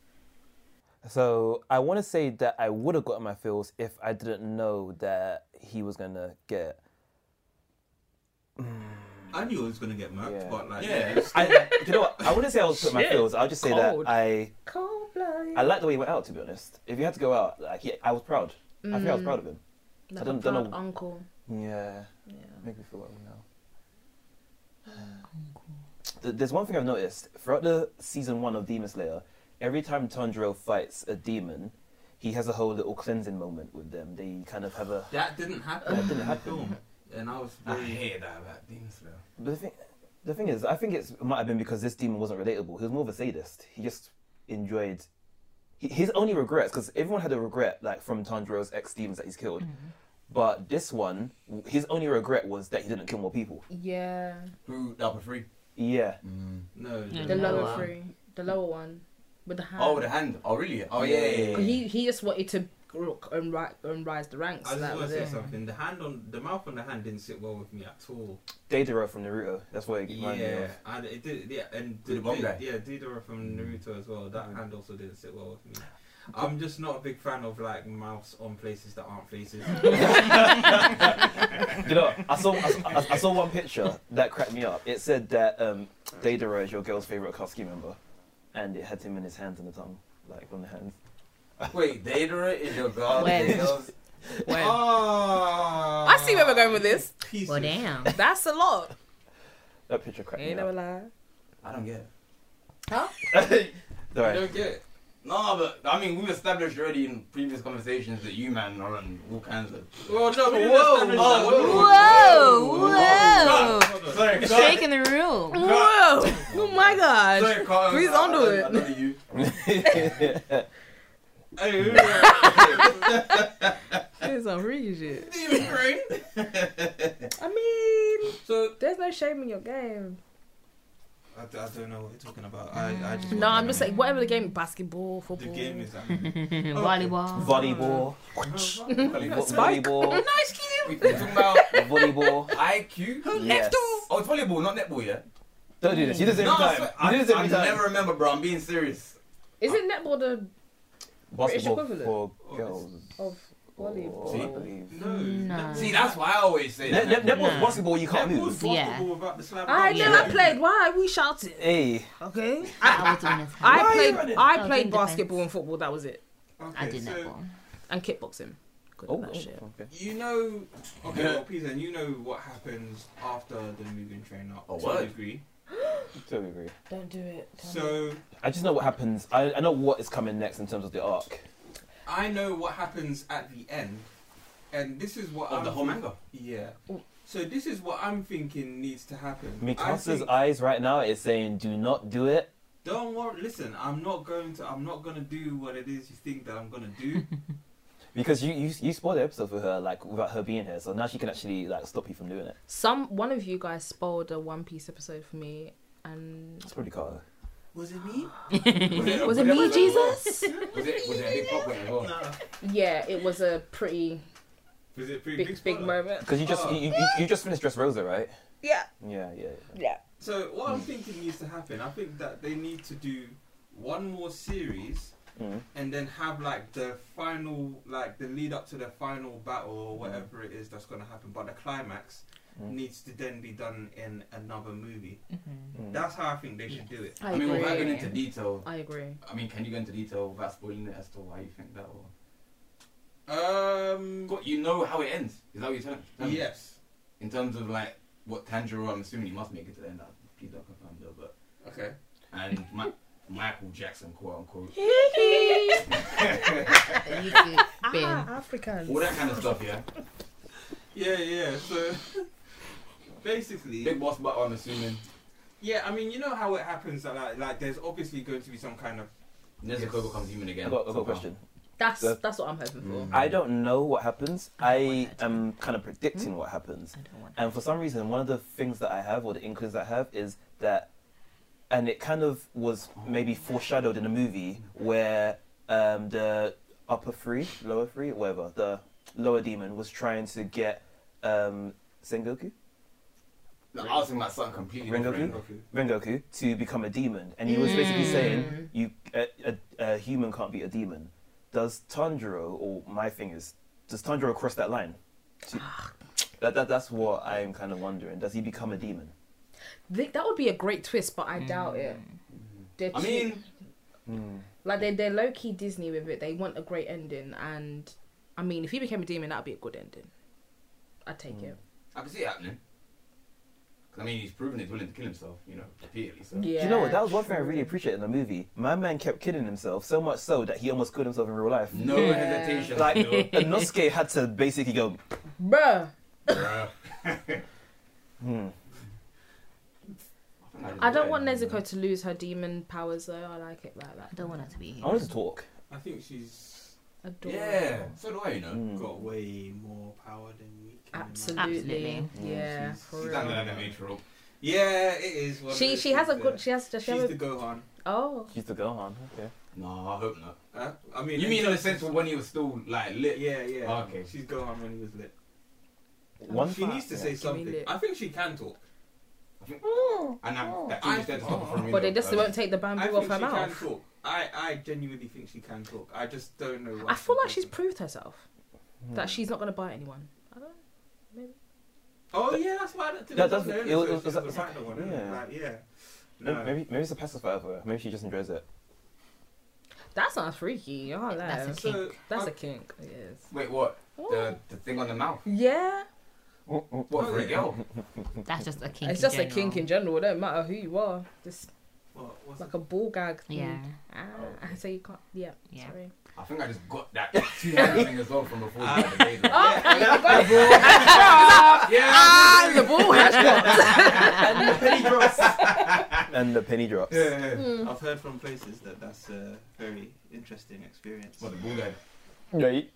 [SPEAKER 1] So I want to say that I would have gotten my feels if I didn't know that he was gonna get. it.
[SPEAKER 2] I knew I was gonna get murked,
[SPEAKER 1] Yeah.
[SPEAKER 2] but like
[SPEAKER 3] Yeah.
[SPEAKER 1] I, do [LAUGHS] you know what? I wouldn't say I was put my
[SPEAKER 4] Shit.
[SPEAKER 1] feels. I'll just say
[SPEAKER 4] Cold.
[SPEAKER 1] that I
[SPEAKER 4] cold blooded.
[SPEAKER 1] I like the way he went out. To be honest, if you had to go out, like he, I was proud. I think I was proud of him.
[SPEAKER 4] Mm, Like
[SPEAKER 1] I
[SPEAKER 4] a
[SPEAKER 1] don't- don't know-
[SPEAKER 4] proud uncle.
[SPEAKER 1] Yeah,
[SPEAKER 4] Yeah.
[SPEAKER 1] make me feel like we now. [SIGHS] Th- There's one thing I've noticed throughout the season one of Demon Slayer. Every time Tanjiro fights a demon, he has a whole little cleansing moment with them. They kind of have a.
[SPEAKER 2] that didn't happen.
[SPEAKER 1] That didn't
[SPEAKER 2] in the
[SPEAKER 1] happen.
[SPEAKER 2] Film. And I was
[SPEAKER 3] I
[SPEAKER 2] very
[SPEAKER 3] hate that about Demon Slayer.
[SPEAKER 1] But the thing, the thing is, I think it's, it might have been because this demon wasn't relatable. He was more of a sadist. He just enjoyed. he- His only regrets, because everyone had a regret, like from Tanjiro's ex demons that he's killed. But this one, w- his only regret was that he didn't kill more people.
[SPEAKER 4] Yeah,
[SPEAKER 3] Who Alpha Three?
[SPEAKER 1] Yeah.
[SPEAKER 2] [LAUGHS]
[SPEAKER 3] Mm.
[SPEAKER 2] no.
[SPEAKER 5] Yeah.
[SPEAKER 4] the
[SPEAKER 5] The
[SPEAKER 4] lower
[SPEAKER 5] lower.
[SPEAKER 4] three, the lower one, with the hand.
[SPEAKER 3] Oh, the hand. Oh, really? Oh, yeah, yeah, yeah.
[SPEAKER 4] He he just wanted to grow and, ri- and rise the ranks.
[SPEAKER 2] I just want
[SPEAKER 4] that
[SPEAKER 2] to
[SPEAKER 4] was
[SPEAKER 2] say
[SPEAKER 4] it.
[SPEAKER 2] something. The hand on the mouth on the hand didn't sit well with me at all.
[SPEAKER 1] Deidara from Naruto. That's what it reminded me
[SPEAKER 2] Yeah,
[SPEAKER 1] of.
[SPEAKER 2] and it did. Yeah, and
[SPEAKER 3] Did it wrong guy.
[SPEAKER 2] yeah, Deidara from Naruto as well. That hand also didn't sit well with me. I'm just not a big fan of like mouths on places that aren't
[SPEAKER 4] [LAUGHS]
[SPEAKER 2] faces.
[SPEAKER 1] you know, I saw, I, saw- I- I saw one picture that cracked me up. It said that um, Deidara is your girl's favorite Akatsuki member, and it had him in his hands and the tongue, like on the hands.
[SPEAKER 3] Wait, Deidara is your god.
[SPEAKER 5] When?
[SPEAKER 3] Deidara's-
[SPEAKER 5] When?
[SPEAKER 3] Oh.
[SPEAKER 2] Ah.
[SPEAKER 4] I see where we're going with this.
[SPEAKER 2] Pieces.
[SPEAKER 5] Well, damn.
[SPEAKER 4] That's
[SPEAKER 1] [LAUGHS]
[SPEAKER 4] a lot.
[SPEAKER 1] That picture cracked
[SPEAKER 4] Ain't
[SPEAKER 1] me
[SPEAKER 4] no
[SPEAKER 1] up.
[SPEAKER 4] lie.
[SPEAKER 3] I don't get it.
[SPEAKER 1] All
[SPEAKER 2] You
[SPEAKER 3] [LAUGHS]
[SPEAKER 1] right.
[SPEAKER 2] don't get it.
[SPEAKER 3] No, but I mean, we've established already in previous conversations that you, man, are on all kinds of.
[SPEAKER 2] Well, no, we didn't
[SPEAKER 3] Whoa,
[SPEAKER 2] establish
[SPEAKER 3] whoa,
[SPEAKER 2] that.
[SPEAKER 3] whoa.
[SPEAKER 5] Whoa,
[SPEAKER 3] God.
[SPEAKER 2] Hold on.
[SPEAKER 3] Sorry, God.
[SPEAKER 5] Shaking the
[SPEAKER 1] [LAUGHS]
[SPEAKER 5] rule.
[SPEAKER 4] Whoa! Oh my gosh.
[SPEAKER 3] Sorry, Carl.
[SPEAKER 4] Please
[SPEAKER 3] I-
[SPEAKER 4] don't do
[SPEAKER 3] I-
[SPEAKER 4] it.
[SPEAKER 3] I know you.
[SPEAKER 1] [LAUGHS]
[SPEAKER 2] Hey, hey, hey.
[SPEAKER 4] doing some freaky shit.
[SPEAKER 3] Demon Crane.
[SPEAKER 4] I mean,
[SPEAKER 2] So
[SPEAKER 4] there's no shame in your game.
[SPEAKER 2] I, I don't know what you're talking about. I, I just
[SPEAKER 4] No, I'm just saying whatever the game, basketball,
[SPEAKER 2] the
[SPEAKER 4] football.
[SPEAKER 2] game
[SPEAKER 4] [LAUGHS]
[SPEAKER 2] is. I mean,
[SPEAKER 5] [LAUGHS] Volleyball.
[SPEAKER 1] Volleyball.
[SPEAKER 2] Volleyball.
[SPEAKER 4] Spike.
[SPEAKER 1] Volleyball.
[SPEAKER 3] [LAUGHS] We- We're talking about
[SPEAKER 4] [LAUGHS]
[SPEAKER 1] Volleyball.
[SPEAKER 3] IQ.
[SPEAKER 1] Yes.
[SPEAKER 3] Oh, it's volleyball, not netball, yeah?
[SPEAKER 1] Don't do this. You do this every
[SPEAKER 3] no,
[SPEAKER 1] time.
[SPEAKER 3] I, swear-
[SPEAKER 1] You do
[SPEAKER 3] I,
[SPEAKER 1] this every
[SPEAKER 3] I
[SPEAKER 1] time.
[SPEAKER 3] never remember, bro. I'm being serious.
[SPEAKER 4] Isn't netball the British
[SPEAKER 1] Basketball
[SPEAKER 4] equivalent?
[SPEAKER 1] for
[SPEAKER 2] Oh,
[SPEAKER 1] girls.
[SPEAKER 4] of volleyball?
[SPEAKER 1] I
[SPEAKER 3] See?
[SPEAKER 1] believe.
[SPEAKER 2] No.
[SPEAKER 5] No.
[SPEAKER 3] See, that's why I always say
[SPEAKER 1] Ne-
[SPEAKER 3] that.
[SPEAKER 1] ne- netball's
[SPEAKER 5] No.
[SPEAKER 1] basketball. You can't
[SPEAKER 2] Netball's basketball
[SPEAKER 1] move.
[SPEAKER 5] Yeah.
[SPEAKER 2] without the slap
[SPEAKER 4] I
[SPEAKER 2] down.
[SPEAKER 4] never played. Why are we shouting?
[SPEAKER 1] Hey,
[SPEAKER 4] Okay.
[SPEAKER 5] I was doing this.
[SPEAKER 1] Why
[SPEAKER 4] I
[SPEAKER 1] are you
[SPEAKER 4] played.
[SPEAKER 1] running?
[SPEAKER 4] I
[SPEAKER 5] Oh,
[SPEAKER 4] played
[SPEAKER 5] defense.
[SPEAKER 4] basketball and football. That was it.
[SPEAKER 2] Okay,
[SPEAKER 5] I did
[SPEAKER 2] so
[SPEAKER 5] netball.
[SPEAKER 4] And kickboxing. Good at
[SPEAKER 1] oh,
[SPEAKER 4] that shit.
[SPEAKER 1] oh, okay.
[SPEAKER 2] You know, okay,
[SPEAKER 3] Yeah.
[SPEAKER 2] well, please, then you know what happens after the moving train up
[SPEAKER 3] Oh,
[SPEAKER 2] to
[SPEAKER 3] what?
[SPEAKER 2] a degree.
[SPEAKER 1] Totally agree.
[SPEAKER 4] Don't do it.
[SPEAKER 2] So
[SPEAKER 1] I just know what happens. I, I know what is coming next in terms of the arc.
[SPEAKER 2] I know what happens at the end, and this is what
[SPEAKER 3] Of
[SPEAKER 2] I'm
[SPEAKER 3] the whole manga.
[SPEAKER 2] Yeah.
[SPEAKER 4] Oh.
[SPEAKER 2] So this is what I'm thinking needs to happen. I
[SPEAKER 1] Mikasa's
[SPEAKER 2] think-
[SPEAKER 1] eyes right now is saying, "Do not do it."
[SPEAKER 2] Don't worry. Listen, I'm not going to. I'm not going to do what it is you think that I'm going to
[SPEAKER 4] [LAUGHS]
[SPEAKER 2] do.
[SPEAKER 1] Because you, you you spoiled the episode for her like without her being here, so now she can actually like stop you from doing it.
[SPEAKER 4] Some one of you guys spoiled a One Piece episode for me, and
[SPEAKER 1] It's pretty cool.
[SPEAKER 2] was it [LAUGHS] me?
[SPEAKER 4] was it me,
[SPEAKER 3] Was Was
[SPEAKER 4] Jesus?
[SPEAKER 3] it, was it a big pop as well?
[SPEAKER 2] Nah.
[SPEAKER 4] yeah, it was a pretty
[SPEAKER 2] Was it pretty
[SPEAKER 4] big, big
[SPEAKER 2] spoiler?
[SPEAKER 4] moment.
[SPEAKER 1] Because you just
[SPEAKER 2] Oh.
[SPEAKER 1] you, you, you just finished Dress Rosa, right?
[SPEAKER 4] Yeah,
[SPEAKER 1] Yeah, yeah. yeah.
[SPEAKER 4] yeah.
[SPEAKER 2] So what I'm thinking needs to happen. I think that they need to do one more series
[SPEAKER 1] Mm.
[SPEAKER 2] and then have like the final, like the lead up to the final battle or whatever it is that's going to happen. But the climax
[SPEAKER 1] Mm.
[SPEAKER 2] needs to then be done in another movie.
[SPEAKER 1] Mm.
[SPEAKER 2] That's how I think they should do it.
[SPEAKER 4] I
[SPEAKER 3] I mean, without going
[SPEAKER 4] agree.
[SPEAKER 3] into detail,
[SPEAKER 4] I agree.
[SPEAKER 3] I mean, can you go into detail without spoiling it as to why you think that? Or...
[SPEAKER 2] Um.
[SPEAKER 3] What, you know how it ends. Is that what you're telling telling me?
[SPEAKER 2] Yes.
[SPEAKER 3] In terms of like what Tanjiro, I'm assuming he must make it to the end. I- Please don't confirm though, but
[SPEAKER 2] Okay.
[SPEAKER 3] and Ma- Michael Jackson, quote unquote,
[SPEAKER 5] You good, Ben.
[SPEAKER 4] ah, Africans.
[SPEAKER 3] all that kind of stuff. Yeah,
[SPEAKER 2] Yeah, yeah. So [LAUGHS] basically,
[SPEAKER 3] big boss battle. I'm assuming
[SPEAKER 2] Yeah, I mean, you know how it happens that like, like there's obviously going to be some kind of
[SPEAKER 3] Nezuko
[SPEAKER 2] Yes.
[SPEAKER 3] becomes human again.
[SPEAKER 1] I got, I got
[SPEAKER 3] somehow.
[SPEAKER 1] a question.
[SPEAKER 4] That's
[SPEAKER 1] The-
[SPEAKER 4] that's what I'm hoping for.
[SPEAKER 3] Mm.
[SPEAKER 1] I don't know what happens. I
[SPEAKER 5] I
[SPEAKER 1] am kind of predicting what happens.
[SPEAKER 5] I don't want
[SPEAKER 1] And for some reason, one of the things that I have, or the inklings that I have, is that, and it kind of was maybe foreshadowed in the movie where um, the upper three, lower three, whatever, the lower demon was trying to get um, Sengoku,
[SPEAKER 3] Like, I was thinking about something completely
[SPEAKER 1] Rengoku?
[SPEAKER 3] different.
[SPEAKER 1] Rengoku, to become a demon, and he was basically
[SPEAKER 2] Mm.
[SPEAKER 1] saying, "You, a, a, a human can't be a demon." Does Tanjiro, or my thing is, does Tanjiro cross that line?
[SPEAKER 2] [SIGHS]
[SPEAKER 1] To- that, that, that's what I'm kind of wondering. Does he become a demon?
[SPEAKER 4] Th- that would be a great twist, but I doubt it.
[SPEAKER 5] Mm.
[SPEAKER 4] They're
[SPEAKER 3] I
[SPEAKER 4] too-
[SPEAKER 3] mean,
[SPEAKER 4] like they they're low key Disney with it. They want a great ending, and I mean, if he became a demon, that'd be a good ending. I'd take it.
[SPEAKER 3] I can see it happening. 'Cause, I mean, he's proven he's willing to kill himself, you know, repeatedly. So.
[SPEAKER 4] Yeah.
[SPEAKER 1] Do you know what? That was one thing I really appreciated in the movie. My man kept kidding himself so much so that he almost killed himself in real life.
[SPEAKER 3] No
[SPEAKER 4] Yeah.
[SPEAKER 1] [LAUGHS]
[SPEAKER 3] hesitation.
[SPEAKER 1] Like,
[SPEAKER 4] [LAUGHS]
[SPEAKER 3] you know,
[SPEAKER 1] Inosuke had to basically go,
[SPEAKER 4] Bruh,
[SPEAKER 3] bruh.
[SPEAKER 1] hmm.
[SPEAKER 3] think just
[SPEAKER 4] I don't
[SPEAKER 3] died,
[SPEAKER 4] want
[SPEAKER 3] you know.
[SPEAKER 4] Nezuko to lose her demon powers though. I like it like that.
[SPEAKER 5] I don't want her to be here.
[SPEAKER 1] I wanted to talk.
[SPEAKER 2] I think she's
[SPEAKER 4] Adore.
[SPEAKER 3] Yeah, so do I, you know.
[SPEAKER 1] Hmm.
[SPEAKER 2] got way more power than we can.
[SPEAKER 4] Absolutely.
[SPEAKER 2] imagine.
[SPEAKER 5] Absolutely.
[SPEAKER 4] Yeah.
[SPEAKER 2] She's-
[SPEAKER 4] for
[SPEAKER 2] she's
[SPEAKER 4] real.
[SPEAKER 3] Stand on that nature rope.
[SPEAKER 2] Yeah, it is. One of
[SPEAKER 4] She
[SPEAKER 2] those
[SPEAKER 4] she has a
[SPEAKER 2] things
[SPEAKER 4] good.
[SPEAKER 2] that-
[SPEAKER 4] She has. Does
[SPEAKER 2] She's
[SPEAKER 4] she have
[SPEAKER 2] the
[SPEAKER 4] a,
[SPEAKER 2] Gohan.
[SPEAKER 4] oh.
[SPEAKER 1] She's the Gohan. Okay.
[SPEAKER 3] No, I hope not.
[SPEAKER 2] Huh? I mean,
[SPEAKER 3] You mean in the sense of when he was still like
[SPEAKER 2] [LAUGHS]
[SPEAKER 3] lit?
[SPEAKER 2] Yeah, yeah.
[SPEAKER 3] Okay.
[SPEAKER 2] She's Gohan when he was lit.
[SPEAKER 1] Oh, One
[SPEAKER 2] Oh, she
[SPEAKER 1] part,
[SPEAKER 2] needs to
[SPEAKER 1] yeah.
[SPEAKER 2] say
[SPEAKER 4] Give me
[SPEAKER 2] something.
[SPEAKER 4] lit.
[SPEAKER 2] I think she can talk.
[SPEAKER 3] And that, that
[SPEAKER 2] I-
[SPEAKER 3] teacher said something from me. uh,
[SPEAKER 4] But they just won't take the
[SPEAKER 2] I
[SPEAKER 4] bamboo
[SPEAKER 2] think
[SPEAKER 4] off
[SPEAKER 2] she
[SPEAKER 4] her
[SPEAKER 2] can
[SPEAKER 4] mouth.
[SPEAKER 2] talk. I I genuinely think she can talk. I just don't know. why
[SPEAKER 4] I feel
[SPEAKER 2] she
[SPEAKER 4] like she's
[SPEAKER 2] doesn't.
[SPEAKER 4] proved herself
[SPEAKER 1] Hmm.
[SPEAKER 4] that she's not gonna bite anyone. I don't.
[SPEAKER 2] Oh yeah, that's why. That,
[SPEAKER 1] That- that's-
[SPEAKER 2] that's,
[SPEAKER 1] it was- it was-
[SPEAKER 2] the final one. isn't it?
[SPEAKER 1] yeah.
[SPEAKER 2] Like, yeah.
[SPEAKER 1] Maybe,
[SPEAKER 2] No.
[SPEAKER 1] maybe, maybe it's a pacifier for her. Maybe she just enjoys it.
[SPEAKER 4] That sounds freaky. Oh,
[SPEAKER 5] That's a
[SPEAKER 4] that's,
[SPEAKER 2] So, uh,
[SPEAKER 4] that's a
[SPEAKER 2] I-
[SPEAKER 4] kink. Yes.
[SPEAKER 3] Wait, what? The,
[SPEAKER 4] Oh.
[SPEAKER 3] the thing on the mouth.
[SPEAKER 4] Yeah.
[SPEAKER 3] What
[SPEAKER 4] Oh,
[SPEAKER 3] for a girl?
[SPEAKER 5] That's just a kink.
[SPEAKER 4] It's
[SPEAKER 5] in
[SPEAKER 4] just a kink in
[SPEAKER 5] general.
[SPEAKER 4] general. It don't matter who you are. Just
[SPEAKER 2] what- what's
[SPEAKER 4] like a ball gag. thing.
[SPEAKER 5] Yeah.
[SPEAKER 4] Ah, so you can't. Yeah.
[SPEAKER 5] Yeah.
[SPEAKER 4] Sorry.
[SPEAKER 3] I think I just got
[SPEAKER 4] [LAUGHS]
[SPEAKER 3] that two-handed thing as well from before. the other day,
[SPEAKER 2] [LAUGHS]
[SPEAKER 4] Oh.
[SPEAKER 3] though. yeah.
[SPEAKER 4] Ah, the ball has
[SPEAKER 1] and the penny drops. [LAUGHS] and the penny drops.
[SPEAKER 3] yeah.
[SPEAKER 2] I've heard from places that that's a very interesting experience.
[SPEAKER 3] What the bull guy?
[SPEAKER 9] Right.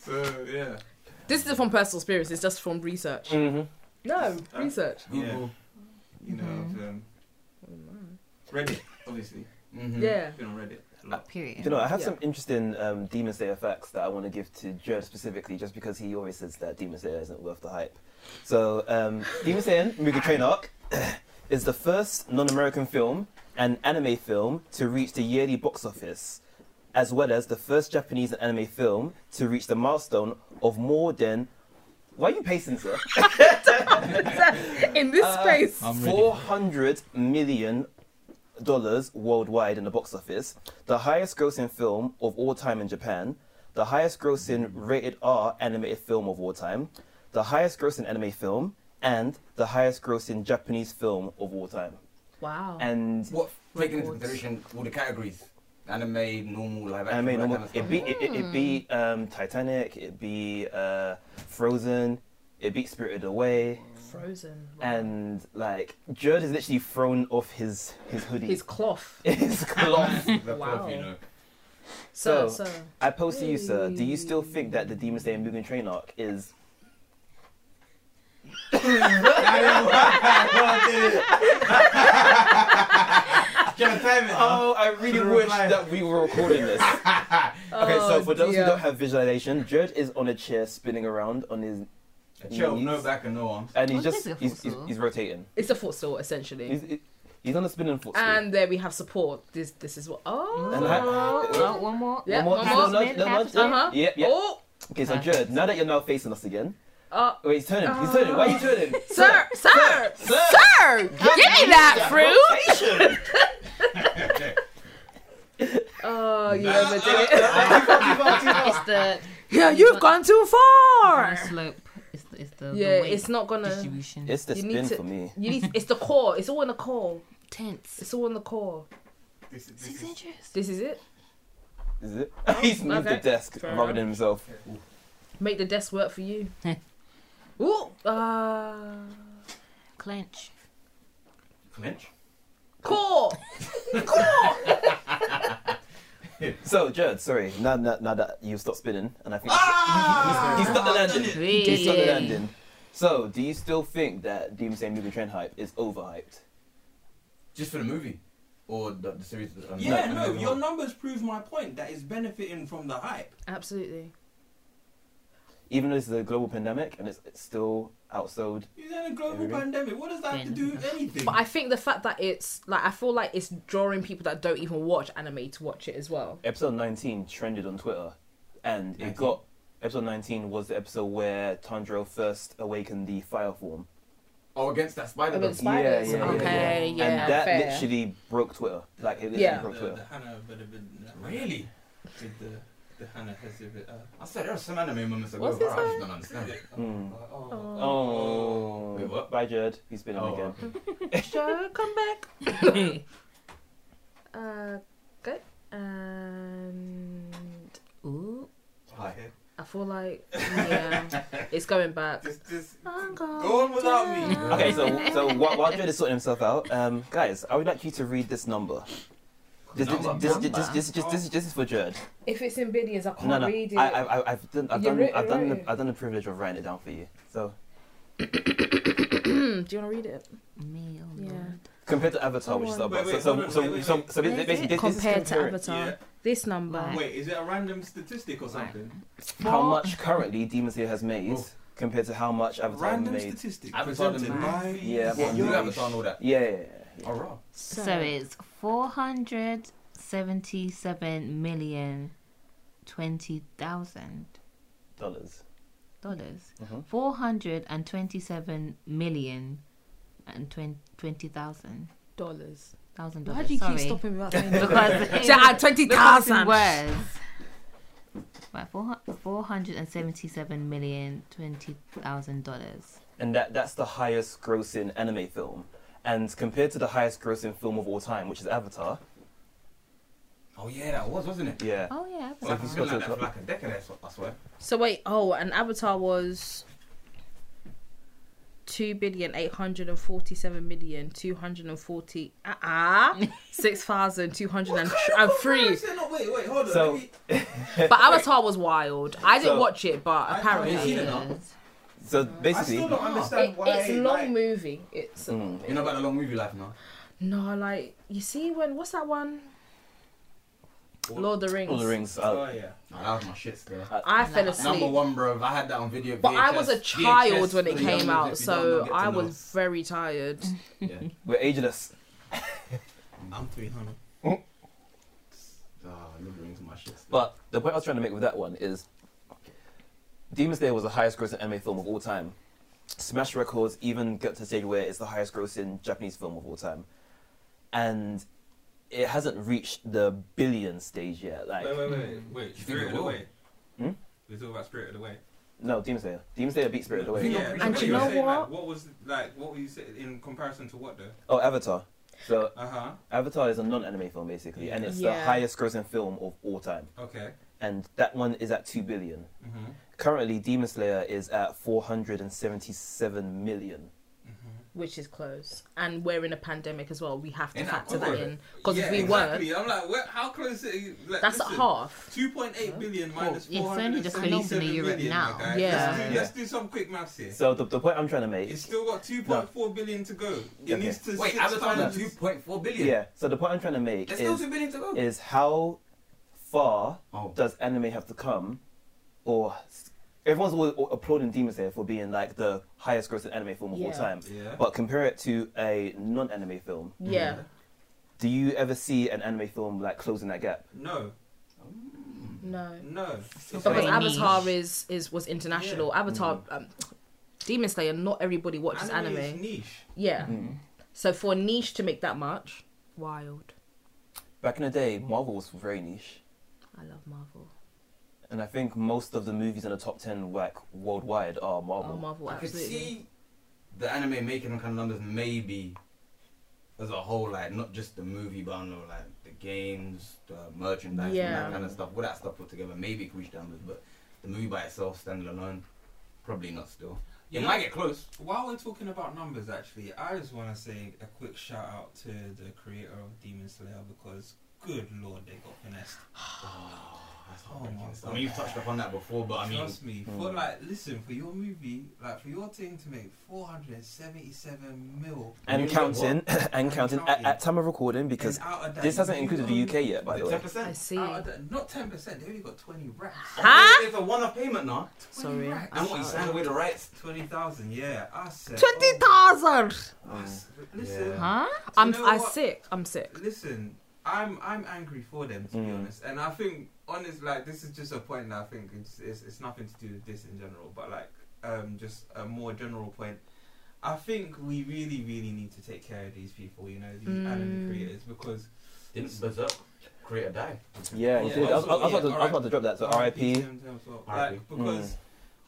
[SPEAKER 2] So yeah,
[SPEAKER 4] This isn't from personal experience. It's just from research.
[SPEAKER 1] Mm-hmm.
[SPEAKER 4] No research.
[SPEAKER 2] Google, you know, um, Reddit, obviously.
[SPEAKER 1] Hmm.
[SPEAKER 3] Mm-hmm.
[SPEAKER 4] Yeah.
[SPEAKER 2] Been on Reddit a lot.
[SPEAKER 5] Period.
[SPEAKER 1] You know, I have
[SPEAKER 4] Yeah.
[SPEAKER 1] some interesting um, Demon Slayer facts that I want to give to Jared specifically, just because he always says that Demon Slayer isn't worth the hype. So, um, Demon Slayer Mugen Train Arc [CLEARS THROAT] is the first non-American film and anime film to reach the yearly box office, as well as the first Japanese anime film to reach the milestone of more than. Why are you pacing, sir?
[SPEAKER 4] In this
[SPEAKER 1] Uh,
[SPEAKER 4] space.
[SPEAKER 9] I'm ready.
[SPEAKER 1] Four hundred million dollars worldwide in the box office, the highest grossing film of all time in Japan, the highest grossing
[SPEAKER 9] Mm.
[SPEAKER 1] rated R animated film of all time, the highest grossing anime film, and the highest grossing Japanese film of all time.
[SPEAKER 4] Wow.
[SPEAKER 1] And
[SPEAKER 3] What taking into
[SPEAKER 4] Records.
[SPEAKER 3] consideration all the categories, anime, normal, live action,
[SPEAKER 1] I mean,
[SPEAKER 3] all that
[SPEAKER 1] normal,
[SPEAKER 3] kind of
[SPEAKER 1] it
[SPEAKER 3] stuff.
[SPEAKER 1] beat it, it, it beat um, Titanic, it beat uh, Frozen, it beat Spirited Away,
[SPEAKER 4] Frozen.
[SPEAKER 1] and like Jerd is literally thrown off his his hoodie. [LAUGHS]
[SPEAKER 4] his cloth.
[SPEAKER 1] It's cloth.
[SPEAKER 3] The
[SPEAKER 4] Wow.
[SPEAKER 3] fourth, you
[SPEAKER 4] [LAUGHS]
[SPEAKER 3] know.
[SPEAKER 4] So,
[SPEAKER 1] So-
[SPEAKER 4] so
[SPEAKER 1] I pose to you, sir. Do you still think that the Demon Slayer Mugen Train arc is?
[SPEAKER 3] [LAUGHS] Can I time it?
[SPEAKER 1] Oh, I really
[SPEAKER 3] Should
[SPEAKER 1] wish
[SPEAKER 3] reply.
[SPEAKER 1] that we were recording this. okay, so
[SPEAKER 4] Oh,
[SPEAKER 1] for those
[SPEAKER 4] dear.
[SPEAKER 1] who don't have visualization, Jared is on a chair spinning around on his,
[SPEAKER 4] Oh.
[SPEAKER 3] A [LAUGHS] chill, no back and no
[SPEAKER 4] [LAUGHS]
[SPEAKER 3] arms. [LAUGHS]
[SPEAKER 1] and he's
[SPEAKER 5] Oh,
[SPEAKER 1] just
[SPEAKER 5] this is a
[SPEAKER 1] he's, he's,
[SPEAKER 5] footstool.
[SPEAKER 1] he's rotating.
[SPEAKER 4] it's a footstool essentially.
[SPEAKER 1] He's, he's on a spinning footstool.
[SPEAKER 4] and there we have support. This this is what. Oh.
[SPEAKER 1] And I-
[SPEAKER 5] Oh, oh, one more. Uh-huh.
[SPEAKER 4] Yeah,
[SPEAKER 1] more.
[SPEAKER 4] one
[SPEAKER 1] No,
[SPEAKER 4] more.
[SPEAKER 1] no, no, no,
[SPEAKER 5] Half
[SPEAKER 1] no.
[SPEAKER 4] Uh huh.
[SPEAKER 1] Yeah, yeah.
[SPEAKER 4] Oh.
[SPEAKER 1] Okay, so Jared, now that you're now facing us again,
[SPEAKER 4] Uh,
[SPEAKER 1] wait, he's turning. He's turning. Why are you turning?
[SPEAKER 4] [LAUGHS] sir, sir,
[SPEAKER 1] Sir,
[SPEAKER 5] Sir, give me that fruit.
[SPEAKER 1] rotation.
[SPEAKER 4] Oh, you overdid it.
[SPEAKER 5] It's the
[SPEAKER 4] Yeah, you've gone too far.
[SPEAKER 5] slope. It's the, it's the,
[SPEAKER 4] Yeah,
[SPEAKER 5] the weight
[SPEAKER 4] it's not gonna.
[SPEAKER 5] distribution.
[SPEAKER 1] It's the
[SPEAKER 4] You need
[SPEAKER 1] spin
[SPEAKER 4] to-
[SPEAKER 1] for me.
[SPEAKER 4] You need. It's the core. It's all in the core.
[SPEAKER 5] tense.
[SPEAKER 4] It's all in the core.
[SPEAKER 3] This is,
[SPEAKER 5] Six
[SPEAKER 3] this is,
[SPEAKER 5] inches.
[SPEAKER 4] This is it.
[SPEAKER 1] Is it? [LAUGHS] he's moved
[SPEAKER 4] Oh, okay.
[SPEAKER 1] the desk
[SPEAKER 4] Fair
[SPEAKER 1] rather than himself.
[SPEAKER 4] Make the desk work for [LAUGHS] you. Ooh. Uh,
[SPEAKER 5] Clench.
[SPEAKER 3] clench.
[SPEAKER 4] [LAUGHS] core.
[SPEAKER 1] So, Jared, sorry. Now, now, now that you've stopped spinning, and I think
[SPEAKER 4] Ah.
[SPEAKER 1] he's, he's, he's stuck the landing. He's stuck the
[SPEAKER 5] Really?
[SPEAKER 1] landing. So, do you still think that Demon Slayer Mugen Train hype is overhyped?
[SPEAKER 3] Just for the movie. Or the, the series. um,
[SPEAKER 2] Yeah,
[SPEAKER 1] No,
[SPEAKER 2] no,
[SPEAKER 1] no,
[SPEAKER 2] your numbers prove my point that it's benefiting from the hype.
[SPEAKER 4] Absolutely.
[SPEAKER 1] Even though it's a global pandemic and it's, it's still outsold.
[SPEAKER 2] You're in a global
[SPEAKER 1] There we go.
[SPEAKER 2] pandemic. What does that have to do with anything?
[SPEAKER 4] But I think the fact that it's like I feel like it's drawing people that don't even watch anime to watch it as well.
[SPEAKER 1] Episode 19 trended on Twitter, and it
[SPEAKER 3] 19?
[SPEAKER 1] got. Episode 19 was the episode where Tanjiro first awakened the fire form.
[SPEAKER 3] Oh, against that spider.
[SPEAKER 4] Against
[SPEAKER 3] dog.
[SPEAKER 4] Spiders.
[SPEAKER 1] yeah, yeah,
[SPEAKER 4] okay, yeah,
[SPEAKER 1] and that
[SPEAKER 4] fair. [LAUGHS]
[SPEAKER 1] literally broke Twitter. Like, it literally
[SPEAKER 4] Yeah.
[SPEAKER 2] the,
[SPEAKER 1] broke Twitter.
[SPEAKER 2] the Hannah, but the, the,
[SPEAKER 3] Really?
[SPEAKER 2] the, the Hannah has it. Uh,
[SPEAKER 3] I said there are some anime moments ago.
[SPEAKER 4] What's this
[SPEAKER 3] I just don't understand it.
[SPEAKER 1] Mm.
[SPEAKER 2] oh,
[SPEAKER 1] Oh.
[SPEAKER 3] Wait, what?
[SPEAKER 1] Bye, Jared. He's spinning
[SPEAKER 3] Oh.
[SPEAKER 1] again.
[SPEAKER 4] [LAUGHS] Sure, come back. [LAUGHS] uh, good. And
[SPEAKER 5] Ooh.
[SPEAKER 3] Hi.
[SPEAKER 4] I feel like yeah, it's
[SPEAKER 1] [LAUGHS]
[SPEAKER 4] going back.
[SPEAKER 3] Just, just
[SPEAKER 4] I'm
[SPEAKER 3] go on
[SPEAKER 4] going
[SPEAKER 3] without me.
[SPEAKER 4] down.
[SPEAKER 1] Okay, so so while, while Jared is sorting himself out, um, guys, I would like you to read this number. This this
[SPEAKER 3] Number?
[SPEAKER 1] this this,
[SPEAKER 5] Number?
[SPEAKER 1] this, this, this, this is for Jared.
[SPEAKER 4] if it's in billions, I can't
[SPEAKER 1] No, no, I,
[SPEAKER 4] read it.
[SPEAKER 1] I, I- I've done, I've
[SPEAKER 4] You
[SPEAKER 1] done,
[SPEAKER 4] wrote it,
[SPEAKER 1] I've done,
[SPEAKER 4] wrote
[SPEAKER 1] the,
[SPEAKER 4] it.
[SPEAKER 1] I've done the privilege of writing it down for you. So
[SPEAKER 4] Hmm, [CLEARS THROAT] Do you want to read it?
[SPEAKER 5] Me, oh
[SPEAKER 4] Yeah.
[SPEAKER 5] lord.
[SPEAKER 1] compared to Avatar, which is
[SPEAKER 4] Wait,
[SPEAKER 1] about so
[SPEAKER 2] wait,
[SPEAKER 1] so
[SPEAKER 2] hold on,
[SPEAKER 1] so
[SPEAKER 2] wait, wait,
[SPEAKER 1] so
[SPEAKER 2] wait.
[SPEAKER 1] so basically this, this is
[SPEAKER 4] Compared to
[SPEAKER 1] comparing
[SPEAKER 4] Avatar,
[SPEAKER 2] Yeah.
[SPEAKER 4] this number.
[SPEAKER 5] Right.
[SPEAKER 2] Oh, Wait, is it a random statistic or something?
[SPEAKER 1] how much currently Demon Slayer has made
[SPEAKER 3] Oh.
[SPEAKER 1] compared to how much Avatar has
[SPEAKER 2] Random
[SPEAKER 1] made.
[SPEAKER 2] statistic
[SPEAKER 3] Avatar
[SPEAKER 2] presented
[SPEAKER 3] the
[SPEAKER 2] by
[SPEAKER 3] movie.
[SPEAKER 1] Yeah,
[SPEAKER 3] What,
[SPEAKER 1] but
[SPEAKER 3] you
[SPEAKER 1] you-
[SPEAKER 3] Avatar and all that.
[SPEAKER 1] Yeah, yeah, yeah, yeah.
[SPEAKER 3] Oh, right.
[SPEAKER 5] So, it's 477 million 20,000
[SPEAKER 1] dollars.
[SPEAKER 5] dollars.
[SPEAKER 1] Mhm.
[SPEAKER 5] 427 million and 20,000
[SPEAKER 4] dollars.
[SPEAKER 5] thousand
[SPEAKER 4] Why
[SPEAKER 5] dollars.
[SPEAKER 4] do you
[SPEAKER 5] Sorry.
[SPEAKER 4] keep
[SPEAKER 5] [LAUGHS]
[SPEAKER 4] stopping me about [LAUGHS] saying that?
[SPEAKER 5] Because
[SPEAKER 4] Shout out 20,000.
[SPEAKER 5] Words. Right, four four hundred and seventy-seven million twenty thousand dollars.
[SPEAKER 1] and that that's the highest grossing anime film. And compared to the highest grossing film of all time, which is Avatar,
[SPEAKER 3] Oh, yeah, that was, wasn't it?
[SPEAKER 1] yeah.
[SPEAKER 5] Oh yeah,
[SPEAKER 3] Well, if you
[SPEAKER 5] that's
[SPEAKER 3] spent
[SPEAKER 5] right.
[SPEAKER 3] like that for like a decade, I sw- I swear.
[SPEAKER 4] So wait, oh, and Avatar was two billion eight hundred and forty-seven million two hundred and forty ah six thousand two hundred and three.
[SPEAKER 2] No, wait, wait, hold on.
[SPEAKER 1] So-
[SPEAKER 2] let me-
[SPEAKER 4] But Avatar was wild. I didn't
[SPEAKER 1] So-
[SPEAKER 4] watch it, but
[SPEAKER 2] I-
[SPEAKER 4] apparently
[SPEAKER 2] I've seen it now.
[SPEAKER 1] So
[SPEAKER 2] I still
[SPEAKER 1] basically,
[SPEAKER 2] don't understand why.
[SPEAKER 4] it's a long
[SPEAKER 2] like,
[SPEAKER 4] movie. It's
[SPEAKER 1] Mm.
[SPEAKER 3] You know about the long movie life now.
[SPEAKER 4] no like you see when what's that one? Lord of the Rings.
[SPEAKER 1] all the rings.
[SPEAKER 2] Oh
[SPEAKER 1] Uh,
[SPEAKER 2] yeah.
[SPEAKER 3] Nah, that was my shit still.
[SPEAKER 4] I fell
[SPEAKER 5] Number
[SPEAKER 4] asleep.
[SPEAKER 3] Number one, bro. I had that on video.
[SPEAKER 4] But I was a
[SPEAKER 3] VHS,
[SPEAKER 4] child
[SPEAKER 3] VHS
[SPEAKER 4] when
[SPEAKER 3] for
[SPEAKER 4] it
[SPEAKER 3] the young
[SPEAKER 4] came
[SPEAKER 3] ones,
[SPEAKER 4] out,
[SPEAKER 3] if you don't know,
[SPEAKER 4] so
[SPEAKER 3] get to
[SPEAKER 4] I
[SPEAKER 3] know.
[SPEAKER 4] was very tired.
[SPEAKER 3] Yeah.
[SPEAKER 1] we're ageless.
[SPEAKER 7] I'm 300.
[SPEAKER 3] Oh, Lord of the Rings is my shit still.
[SPEAKER 1] But the point I was trying to make with that one is, Demon Slayer was the highest-grossing anime film of all time. Smash Records even got to the stage where it's the highest-grossing Japanese film of all time, and it hasn't reached the billion stage yet. Like
[SPEAKER 2] Wait, wait, wait, wait.
[SPEAKER 3] You think
[SPEAKER 2] Spirit
[SPEAKER 3] it
[SPEAKER 2] of the
[SPEAKER 3] will?
[SPEAKER 2] Way.
[SPEAKER 1] Hmm?
[SPEAKER 2] We talk about Spirit of the Way.
[SPEAKER 1] no, Demon Slayer. Demon Slayer beat Spirit Away.
[SPEAKER 2] Yeah,
[SPEAKER 4] And
[SPEAKER 2] but
[SPEAKER 4] you
[SPEAKER 2] were
[SPEAKER 4] know
[SPEAKER 2] saying,
[SPEAKER 4] what?
[SPEAKER 2] Like, what was like? What were you saying in comparison to what though?
[SPEAKER 1] Oh, Avatar. So
[SPEAKER 2] Uh huh.
[SPEAKER 1] Avatar is a non-anime film basically, and it's the
[SPEAKER 4] Yeah.
[SPEAKER 1] highest-grossing film of all time,
[SPEAKER 2] Okay.
[SPEAKER 1] and that one is at two billion.
[SPEAKER 2] Mm-hmm.
[SPEAKER 1] Currently, Demon Slayer is at 477 million.
[SPEAKER 4] which is close. And we're in a pandemic as well. We have to
[SPEAKER 3] In
[SPEAKER 4] factor
[SPEAKER 3] that
[SPEAKER 4] that
[SPEAKER 3] order.
[SPEAKER 4] in because
[SPEAKER 2] yeah,
[SPEAKER 4] if we
[SPEAKER 2] exactly. I'm like, where, how close? Are you? Like,
[SPEAKER 4] weren't, that's
[SPEAKER 2] listen,
[SPEAKER 4] a half.
[SPEAKER 2] Two point eight billion minus
[SPEAKER 5] Well,
[SPEAKER 2] four
[SPEAKER 5] it's only
[SPEAKER 2] hundred
[SPEAKER 5] just
[SPEAKER 4] released
[SPEAKER 5] in
[SPEAKER 2] million.
[SPEAKER 5] Europe now.
[SPEAKER 2] my guy.
[SPEAKER 4] Yeah.
[SPEAKER 2] Let's do,
[SPEAKER 1] Yeah.
[SPEAKER 2] let's do some quick maths here.
[SPEAKER 1] So the, the point I'm trying to make,
[SPEAKER 2] it's still got two point four billion to go. It
[SPEAKER 1] Okay.
[SPEAKER 2] needs to
[SPEAKER 3] Wait,
[SPEAKER 2] six
[SPEAKER 3] Avatar had
[SPEAKER 2] times-
[SPEAKER 3] 2.4 billion.
[SPEAKER 1] yeah. So the point I'm trying to make
[SPEAKER 3] There's still
[SPEAKER 1] is,
[SPEAKER 3] 2 billion to go.
[SPEAKER 1] is how far
[SPEAKER 3] Oh.
[SPEAKER 1] does anime have to come, or everyone's always applauding Demon Slayer for being like the highest grossing anime film of all
[SPEAKER 4] Yeah.
[SPEAKER 1] time,
[SPEAKER 2] Yeah.
[SPEAKER 1] but compare it to a non-anime film.
[SPEAKER 4] Yeah.
[SPEAKER 2] Mm.
[SPEAKER 1] Do you ever see an anime film like closing that gap?
[SPEAKER 2] No.
[SPEAKER 4] No.
[SPEAKER 2] No. It's
[SPEAKER 4] Because
[SPEAKER 5] Very
[SPEAKER 2] like-
[SPEAKER 5] niche.
[SPEAKER 4] Avatar is is was international. Avatar, um, Demon Slayer. Not everybody watches anime.
[SPEAKER 2] Mm. is niche.
[SPEAKER 4] Yeah. So for a niche to make that much, wild.
[SPEAKER 1] Back in the day, Marvel was very niche,
[SPEAKER 4] I love Marvel.
[SPEAKER 1] and I think most of the movies in the top ten like worldwide are
[SPEAKER 4] Oh,
[SPEAKER 1] Marvel.
[SPEAKER 4] Marvel,
[SPEAKER 3] I could
[SPEAKER 4] absolutely.
[SPEAKER 3] see the anime making them kind of numbers maybe as a whole, like not just the movie, but I don't know, like the games, the merchandise,
[SPEAKER 4] Yeah.
[SPEAKER 3] and that kind of stuff. All that stuff put together, maybe it could reach the numbers, but the movie by itself, standing alone, probably not still. It
[SPEAKER 2] Yeah.
[SPEAKER 3] might get close.
[SPEAKER 2] While we're talking about numbers, actually, I just want to say a quick shout out to the creator of Demon Slayer because, good lord, they got finessed.
[SPEAKER 3] Oh, that's
[SPEAKER 2] Oh my
[SPEAKER 3] heartbreaking. I
[SPEAKER 2] God.
[SPEAKER 3] mean, you've touched upon that before, but I mean,
[SPEAKER 2] Trust me,
[SPEAKER 1] mm.
[SPEAKER 2] for like, listen, for your movie, like for your team to make 477 mil,
[SPEAKER 1] and
[SPEAKER 3] You know
[SPEAKER 1] counting, [LAUGHS] and counting at,
[SPEAKER 2] counting.
[SPEAKER 1] at time of recording because
[SPEAKER 2] and out of that,
[SPEAKER 1] this hasn't
[SPEAKER 2] you
[SPEAKER 1] included the
[SPEAKER 2] know-
[SPEAKER 1] UK yet, by the
[SPEAKER 3] the
[SPEAKER 1] way.
[SPEAKER 3] ten
[SPEAKER 4] I,
[SPEAKER 3] percent.
[SPEAKER 4] see.
[SPEAKER 2] Out of that, not 10 percent. They only got 20 racks.
[SPEAKER 4] Huh?
[SPEAKER 3] It's a one-off payment now,
[SPEAKER 2] 20
[SPEAKER 4] Sorry.
[SPEAKER 2] racks.
[SPEAKER 3] and what you signed away the rights.
[SPEAKER 2] 20,000, yeah. I said.
[SPEAKER 4] Twenty
[SPEAKER 2] oh,
[SPEAKER 4] thousand.
[SPEAKER 2] I s-
[SPEAKER 1] Mm.
[SPEAKER 2] listen,
[SPEAKER 3] Yeah.
[SPEAKER 5] Huh?
[SPEAKER 4] I'm
[SPEAKER 2] know
[SPEAKER 4] I'm
[SPEAKER 2] what?
[SPEAKER 4] sick. I'm sick.
[SPEAKER 2] Listen, I'm I'm angry for them to be
[SPEAKER 1] Mm.
[SPEAKER 2] honest, and I think honest like this is just a point that I think it's, it's it's nothing to do with this in general, but like um just a more general point. I think we really really need to take care of these people, you know, these anime
[SPEAKER 4] Mm.
[SPEAKER 2] creators because
[SPEAKER 3] Didn't Berserk create a die?
[SPEAKER 1] Yeah, you
[SPEAKER 2] Yeah.
[SPEAKER 1] did. I was, I was
[SPEAKER 2] Yeah,
[SPEAKER 1] about to, I was
[SPEAKER 2] alright.
[SPEAKER 1] about to drop that. So
[SPEAKER 2] to
[SPEAKER 1] RIP.
[SPEAKER 2] them too as well.
[SPEAKER 3] RIP.
[SPEAKER 2] Like, because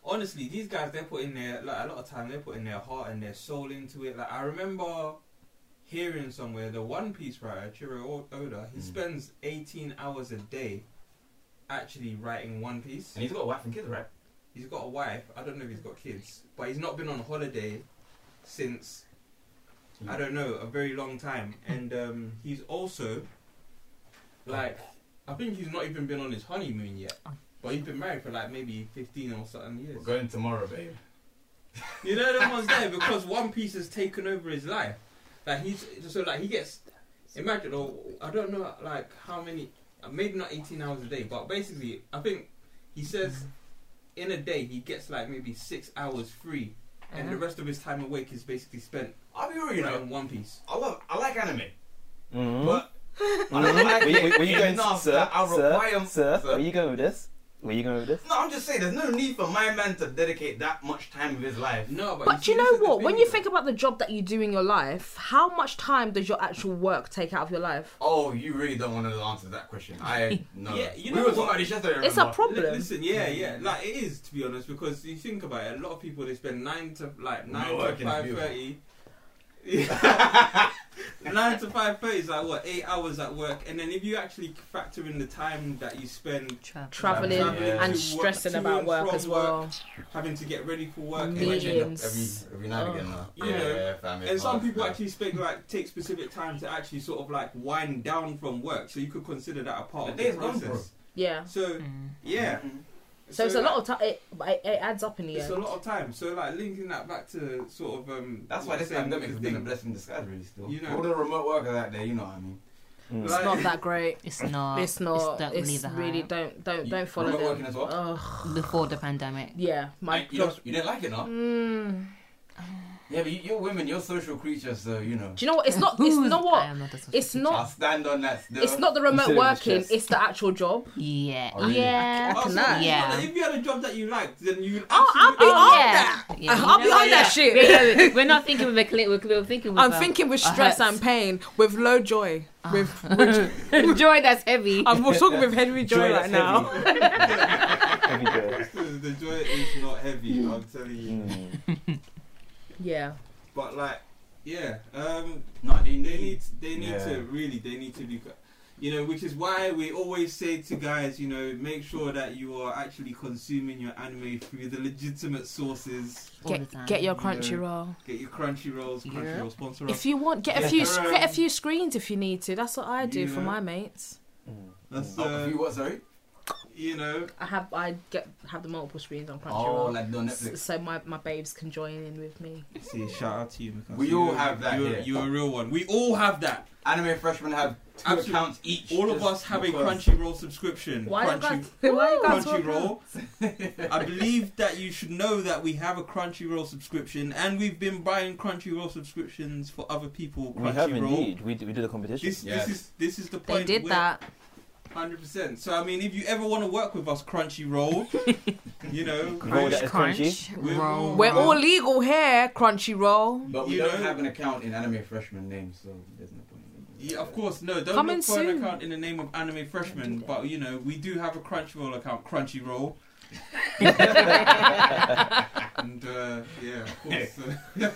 [SPEAKER 2] honestly, these guys they're putting their like a lot of time they're putting their heart and their soul into it. Like I remember hearing somewhere the One Piece writer Chiro Oda he
[SPEAKER 3] Mm.
[SPEAKER 2] spends 18 hours a day actually writing One Piece.
[SPEAKER 3] And he's got a wife and kids, right?
[SPEAKER 2] He's got a wife. I don't know if he's got kids, but he's not been on holiday since I don't know a very long time. And um, he's also like I think he's not even been on his honeymoon yet. But he's been married for like maybe 15 or something years.
[SPEAKER 3] We're going tomorrow, babe.
[SPEAKER 2] You
[SPEAKER 3] [LAUGHS]
[SPEAKER 2] know that one's there because One Piece has taken over his life. Like he's so like he gets. Imagine, or I don't know, like how many, maybe not eighteen hours a day, but basically, I think he says in a day he gets like maybe six hours free, and the
[SPEAKER 5] Uh-huh.
[SPEAKER 2] rest of his time awake is basically spent
[SPEAKER 3] I'll be real,
[SPEAKER 2] you
[SPEAKER 3] you know.
[SPEAKER 2] on One Piece.
[SPEAKER 3] I love, I like anime,
[SPEAKER 1] Mhm.
[SPEAKER 3] Mm-hmm. but I
[SPEAKER 1] Mhm. [LAUGHS]
[SPEAKER 3] like
[SPEAKER 1] Were you- were-
[SPEAKER 3] [LAUGHS]
[SPEAKER 1] were you going,
[SPEAKER 3] enough
[SPEAKER 1] sir,
[SPEAKER 3] that I
[SPEAKER 1] sir,
[SPEAKER 3] require-
[SPEAKER 1] sir?
[SPEAKER 3] sir.
[SPEAKER 1] Were you going with this? Were you going with this?
[SPEAKER 3] no, I'm just saying, there's no need for my man to dedicate that much time of his life.
[SPEAKER 2] No, but,
[SPEAKER 4] But
[SPEAKER 2] see,
[SPEAKER 4] you
[SPEAKER 2] this
[SPEAKER 4] know
[SPEAKER 2] is the
[SPEAKER 4] what? When
[SPEAKER 2] thing,
[SPEAKER 4] you
[SPEAKER 2] though.
[SPEAKER 4] think about the job that you do in your life, how much time does your actual work take out of your life?
[SPEAKER 3] Oh, you really don't want to answer that question.
[SPEAKER 1] [LAUGHS]
[SPEAKER 3] I know.
[SPEAKER 2] Yeah, you
[SPEAKER 3] we
[SPEAKER 2] know
[SPEAKER 3] were talking
[SPEAKER 2] what?
[SPEAKER 3] about this yesterday.
[SPEAKER 4] It's a
[SPEAKER 3] remember?
[SPEAKER 2] Li-
[SPEAKER 4] problem.
[SPEAKER 2] Listen, yeah,
[SPEAKER 3] Mm.
[SPEAKER 2] yeah, like it is to be honest, because you think about it, a lot of people they spend nine to like
[SPEAKER 3] We're [LAUGHS]
[SPEAKER 2] nine to
[SPEAKER 3] working,
[SPEAKER 2] five
[SPEAKER 3] beautiful.
[SPEAKER 2] thirty. [LAUGHS] nine to five thirty is like what eight hours at work, and then if you actually factor in the time that you spend
[SPEAKER 5] Travel.
[SPEAKER 4] Traveling
[SPEAKER 3] Yeah.
[SPEAKER 4] and
[SPEAKER 2] to
[SPEAKER 4] stressing
[SPEAKER 2] work, to
[SPEAKER 4] about
[SPEAKER 2] and
[SPEAKER 4] work
[SPEAKER 2] from
[SPEAKER 4] as well.
[SPEAKER 2] having to get ready for work, and,
[SPEAKER 3] They might change up
[SPEAKER 4] Meetings.
[SPEAKER 3] Every, every now and again, uh,
[SPEAKER 4] Oh.
[SPEAKER 3] now.
[SPEAKER 2] You know,
[SPEAKER 3] fam, it's
[SPEAKER 2] and some
[SPEAKER 3] hard,
[SPEAKER 2] people
[SPEAKER 3] fam.
[SPEAKER 2] actually spend like take specific time to actually sort of like wind down from work, so you could consider that a part
[SPEAKER 3] The
[SPEAKER 2] of the
[SPEAKER 3] day's gone,
[SPEAKER 2] process.
[SPEAKER 4] Yeah.
[SPEAKER 2] So
[SPEAKER 5] Mm.
[SPEAKER 2] yeah,
[SPEAKER 4] So, it's a lot of time. It, but it, it adds up in the
[SPEAKER 2] It's
[SPEAKER 4] end.
[SPEAKER 2] a lot of time. So like linking that back to sort of um.
[SPEAKER 3] That's why this
[SPEAKER 2] saying
[SPEAKER 3] pandemic
[SPEAKER 2] the
[SPEAKER 3] has been a
[SPEAKER 2] thing-
[SPEAKER 3] blessing in disguise, really. Still,
[SPEAKER 2] You know.
[SPEAKER 3] all the remote workers out there, you know what I mean.
[SPEAKER 1] Mm.
[SPEAKER 4] It's not that great.
[SPEAKER 5] It's not.
[SPEAKER 4] [LAUGHS] It's not.
[SPEAKER 5] don't
[SPEAKER 4] It's,
[SPEAKER 5] leave the
[SPEAKER 4] really
[SPEAKER 5] hype.
[SPEAKER 4] don't don't
[SPEAKER 3] You-
[SPEAKER 4] don't follow
[SPEAKER 3] remote working
[SPEAKER 4] them.
[SPEAKER 3] as well?
[SPEAKER 4] Ugh.
[SPEAKER 5] before the pandemic.
[SPEAKER 4] Yeah. My
[SPEAKER 3] Like, you,
[SPEAKER 4] God.
[SPEAKER 3] don't- you didn't like it, no?
[SPEAKER 4] Mm.
[SPEAKER 3] Yeah, but you, you're women, you're social creatures, so you know.
[SPEAKER 4] Do you know what? It's not. It's
[SPEAKER 5] Who's-
[SPEAKER 4] not
[SPEAKER 5] I
[SPEAKER 4] what.
[SPEAKER 5] am not a social
[SPEAKER 4] It's
[SPEAKER 3] I'll
[SPEAKER 4] not.
[SPEAKER 3] stand on that still.
[SPEAKER 4] It's not the
[SPEAKER 1] sit
[SPEAKER 4] remote
[SPEAKER 1] in the
[SPEAKER 4] working.
[SPEAKER 1] chest.
[SPEAKER 4] It's the actual job.
[SPEAKER 5] Yeah.
[SPEAKER 3] Oh, really?
[SPEAKER 4] I
[SPEAKER 5] Yeah.
[SPEAKER 4] c- I
[SPEAKER 2] so
[SPEAKER 4] cannot.
[SPEAKER 2] if you
[SPEAKER 5] Yeah.
[SPEAKER 2] had a- If you had a job that you liked, then you.
[SPEAKER 4] Oh, I'll be
[SPEAKER 5] Oh,
[SPEAKER 4] on
[SPEAKER 5] yeah.
[SPEAKER 4] that.
[SPEAKER 5] Yeah,
[SPEAKER 4] [LAUGHS] I'm
[SPEAKER 5] you know
[SPEAKER 4] behind that
[SPEAKER 5] what, yeah.
[SPEAKER 4] shit. [LAUGHS]
[SPEAKER 5] We're, going- we're not thinking with a clip. We're, we're thinking. With
[SPEAKER 10] I'm
[SPEAKER 5] a-
[SPEAKER 10] thinking with
[SPEAKER 5] a
[SPEAKER 10] stress
[SPEAKER 5] hurts.
[SPEAKER 10] and pain, with low joy.
[SPEAKER 5] [LAUGHS]
[SPEAKER 10] With, with
[SPEAKER 5] joy that's heavy.
[SPEAKER 10] I'm talking with Henry Joy,
[SPEAKER 1] Joy
[SPEAKER 10] right
[SPEAKER 1] that's
[SPEAKER 10] now. [LAUGHS]
[SPEAKER 1] Every day.
[SPEAKER 2] absolutely- The joy is not
[SPEAKER 4] Hmm.
[SPEAKER 2] heavy. I'm telling you.
[SPEAKER 1] Mm.
[SPEAKER 4] Yeah.
[SPEAKER 2] But like, yeah, um,
[SPEAKER 3] No, they
[SPEAKER 2] they
[SPEAKER 3] need.
[SPEAKER 2] need they need
[SPEAKER 3] Yeah.
[SPEAKER 2] to really they need to be, co- you know, which is why we always say to guys, you know, make sure that you are actually consuming your anime through the legitimate sources.
[SPEAKER 5] All the time.
[SPEAKER 10] Get, get your
[SPEAKER 2] Yeah.
[SPEAKER 10] Crunchyroll.
[SPEAKER 2] Get your Crunchyrolls, Crunchyroll sponsor us.
[SPEAKER 10] If you want, get a
[SPEAKER 2] Yeah.
[SPEAKER 10] few sc- get a few screens if you need to. That's what I do for
[SPEAKER 2] Yeah.
[SPEAKER 10] my mates.
[SPEAKER 1] mm,
[SPEAKER 2] That's,
[SPEAKER 3] Oh,
[SPEAKER 2] uh,
[SPEAKER 3] if you what, sorry?
[SPEAKER 2] you know,
[SPEAKER 4] I have. I get have the multiple screens on
[SPEAKER 3] Oh,
[SPEAKER 4] Crunchyroll.
[SPEAKER 3] like on
[SPEAKER 4] S-
[SPEAKER 3] Netflix.
[SPEAKER 4] so my, my babes can join in with me.
[SPEAKER 2] see, shout out to you. Mikasa.
[SPEAKER 3] We
[SPEAKER 2] You're-
[SPEAKER 3] all have that
[SPEAKER 2] You're,
[SPEAKER 3] here.
[SPEAKER 2] you're a real one. We all have that.
[SPEAKER 3] Anime freshmen have two
[SPEAKER 2] Absolutely.
[SPEAKER 3] accounts each.
[SPEAKER 2] All of
[SPEAKER 3] just
[SPEAKER 2] us have a
[SPEAKER 3] because-
[SPEAKER 2] Crunchyroll subscription.
[SPEAKER 4] Why
[SPEAKER 2] Crunchy,
[SPEAKER 4] you guys? [LAUGHS] Why you guys? talking-
[SPEAKER 2] Crunchyroll. I believe that you should know that we have a Crunchyroll subscription, and we've been buying Crunchyroll subscriptions for other people.
[SPEAKER 1] We have
[SPEAKER 2] Crunchyroll.
[SPEAKER 1] indeed. We, d- we did a competition.
[SPEAKER 2] This,
[SPEAKER 3] Yes.
[SPEAKER 2] this is this is the
[SPEAKER 10] They
[SPEAKER 2] point.
[SPEAKER 10] did that.
[SPEAKER 2] hundred percent. So I mean, if you ever want to work with us,
[SPEAKER 10] [LAUGHS]
[SPEAKER 2] Crunchyroll, you know,
[SPEAKER 1] Roll that
[SPEAKER 2] Crunch-
[SPEAKER 1] is crunchy.
[SPEAKER 2] We're all-
[SPEAKER 5] Roll.
[SPEAKER 10] We're all
[SPEAKER 2] Well-
[SPEAKER 10] legal here, Crunchyroll.
[SPEAKER 3] But we
[SPEAKER 2] You
[SPEAKER 3] don't
[SPEAKER 2] know-
[SPEAKER 3] have an account in anime freshman names, so there's no point. in it.
[SPEAKER 2] yeah, of course, no. Don't
[SPEAKER 10] Coming
[SPEAKER 2] look for an
[SPEAKER 10] soon.
[SPEAKER 2] account in the name of Anime Freshman, but you know, we do have a Crunchyroll account, Crunchyroll. and uh, yeah, of course,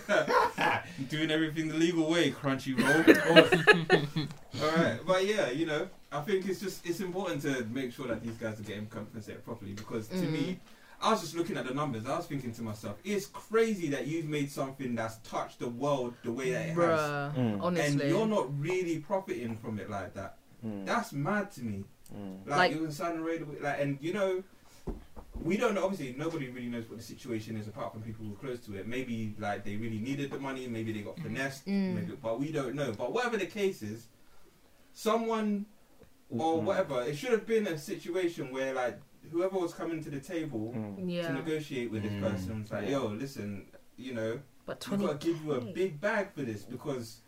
[SPEAKER 2] uh, [LAUGHS] doing everything the legal way, Crunchyroll. All right, but yeah, you know, I think it's just it's important to make sure that these guys are getting compensated properly because to me,
[SPEAKER 10] Mm.
[SPEAKER 2] I was just looking at the numbers. I was thinking to myself, it's crazy that you've made something that's touched the world the way that Oh, it has,
[SPEAKER 4] Bruh.
[SPEAKER 1] Mm.
[SPEAKER 2] and you're
[SPEAKER 4] Honestly.
[SPEAKER 2] not really profiting from it like that.
[SPEAKER 1] Mm.
[SPEAKER 2] That's mad to me.
[SPEAKER 1] Mm.
[SPEAKER 2] Like,
[SPEAKER 4] Like-
[SPEAKER 2] you and San Raid, like, and you know, we don't know. Obviously, nobody really knows what the situation is apart from people who are close to it. Maybe like they really needed the money. Maybe they got finessed.
[SPEAKER 10] Mm.
[SPEAKER 2] Maybe, but we don't know. But whatever the case is, someone or
[SPEAKER 1] Mm.
[SPEAKER 2] whatever, it should have been a situation where like whoever was coming to the table
[SPEAKER 1] Mm.
[SPEAKER 2] to
[SPEAKER 4] Yeah.
[SPEAKER 2] negotiate with
[SPEAKER 3] Mm.
[SPEAKER 2] this person was like, yo, listen, you know,
[SPEAKER 4] But
[SPEAKER 2] we
[SPEAKER 4] twenty.
[SPEAKER 2] gotta give you a big bag for this because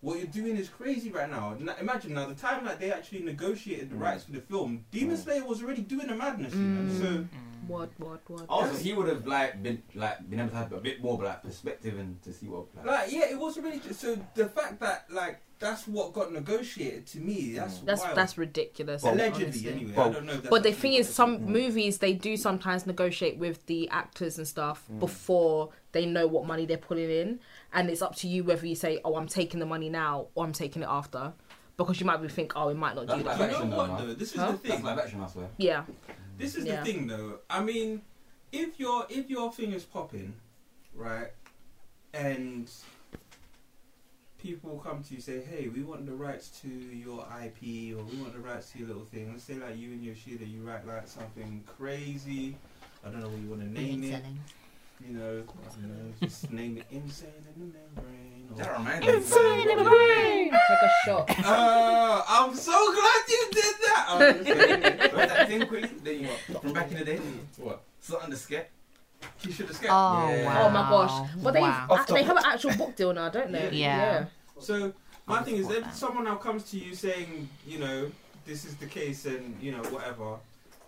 [SPEAKER 2] what you're doing is crazy right now. Na- Imagine now the time that they actually negotiated the
[SPEAKER 1] Mm.
[SPEAKER 2] rights for the film, Demon
[SPEAKER 1] Mm.
[SPEAKER 2] Slayer was already doing the madness,
[SPEAKER 4] Mm.
[SPEAKER 2] you know. So
[SPEAKER 4] What? What? What?
[SPEAKER 3] Also, he would have like been like been able to have a bit more like perspective and to see what. Like,
[SPEAKER 2] like yeah, it was already so the fact that like that's what got negotiated to me, that's
[SPEAKER 4] Mm. That's
[SPEAKER 2] wild.
[SPEAKER 4] that's ridiculous.
[SPEAKER 2] allegedly
[SPEAKER 4] honestly.
[SPEAKER 2] anyway. I
[SPEAKER 1] Well-
[SPEAKER 2] don't know if that's
[SPEAKER 4] But the
[SPEAKER 2] actually
[SPEAKER 4] thing
[SPEAKER 2] what
[SPEAKER 4] is,
[SPEAKER 2] it
[SPEAKER 4] some
[SPEAKER 1] Mm.
[SPEAKER 4] movies they do sometimes negotiate with the actors and stuff
[SPEAKER 2] Mm.
[SPEAKER 4] before they know what money they're putting in, and it's up to you whether you say, "Oh, I'm taking the money now," or "I'm taking it after," because you might be think, "Oh, it might not
[SPEAKER 3] That's
[SPEAKER 4] do that."
[SPEAKER 3] like-
[SPEAKER 2] You know
[SPEAKER 3] Action,
[SPEAKER 2] what
[SPEAKER 3] though,
[SPEAKER 2] though? This is
[SPEAKER 4] Huh?
[SPEAKER 2] the
[SPEAKER 3] that's
[SPEAKER 2] thing.
[SPEAKER 3] live action, I swear.
[SPEAKER 4] Yeah,
[SPEAKER 2] This is
[SPEAKER 4] Yeah.
[SPEAKER 2] the thing, though. I mean, if your if your thing is popping, right, and people come to you say, "Hey, we want the rights to your IP, or we want the rights to your little thing." Let's say like you and your Yoshida, you write like something crazy. I don't know what you want to name it.
[SPEAKER 5] selling.
[SPEAKER 2] You know, I don't know, just name it insane in the membrane. Or...
[SPEAKER 3] That reminds me.
[SPEAKER 4] take a shot.
[SPEAKER 2] Uh, I'm so glad you did that. I'm just kidding.
[SPEAKER 3] What's that thing, Quilly? That you got from back in the day?
[SPEAKER 2] what?
[SPEAKER 3] Something to skip.
[SPEAKER 2] You should have
[SPEAKER 5] Oh
[SPEAKER 2] skipped.
[SPEAKER 5] wow!
[SPEAKER 3] Yeah.
[SPEAKER 4] Oh my gosh! But they
[SPEAKER 5] wow.
[SPEAKER 4] have they have an actual book deal now, don't they?
[SPEAKER 5] Yeah.
[SPEAKER 2] So my
[SPEAKER 5] I'll
[SPEAKER 2] thing is,
[SPEAKER 5] support
[SPEAKER 2] if
[SPEAKER 5] that.
[SPEAKER 2] someone now comes to you saying, you know, this is the case and you know whatever,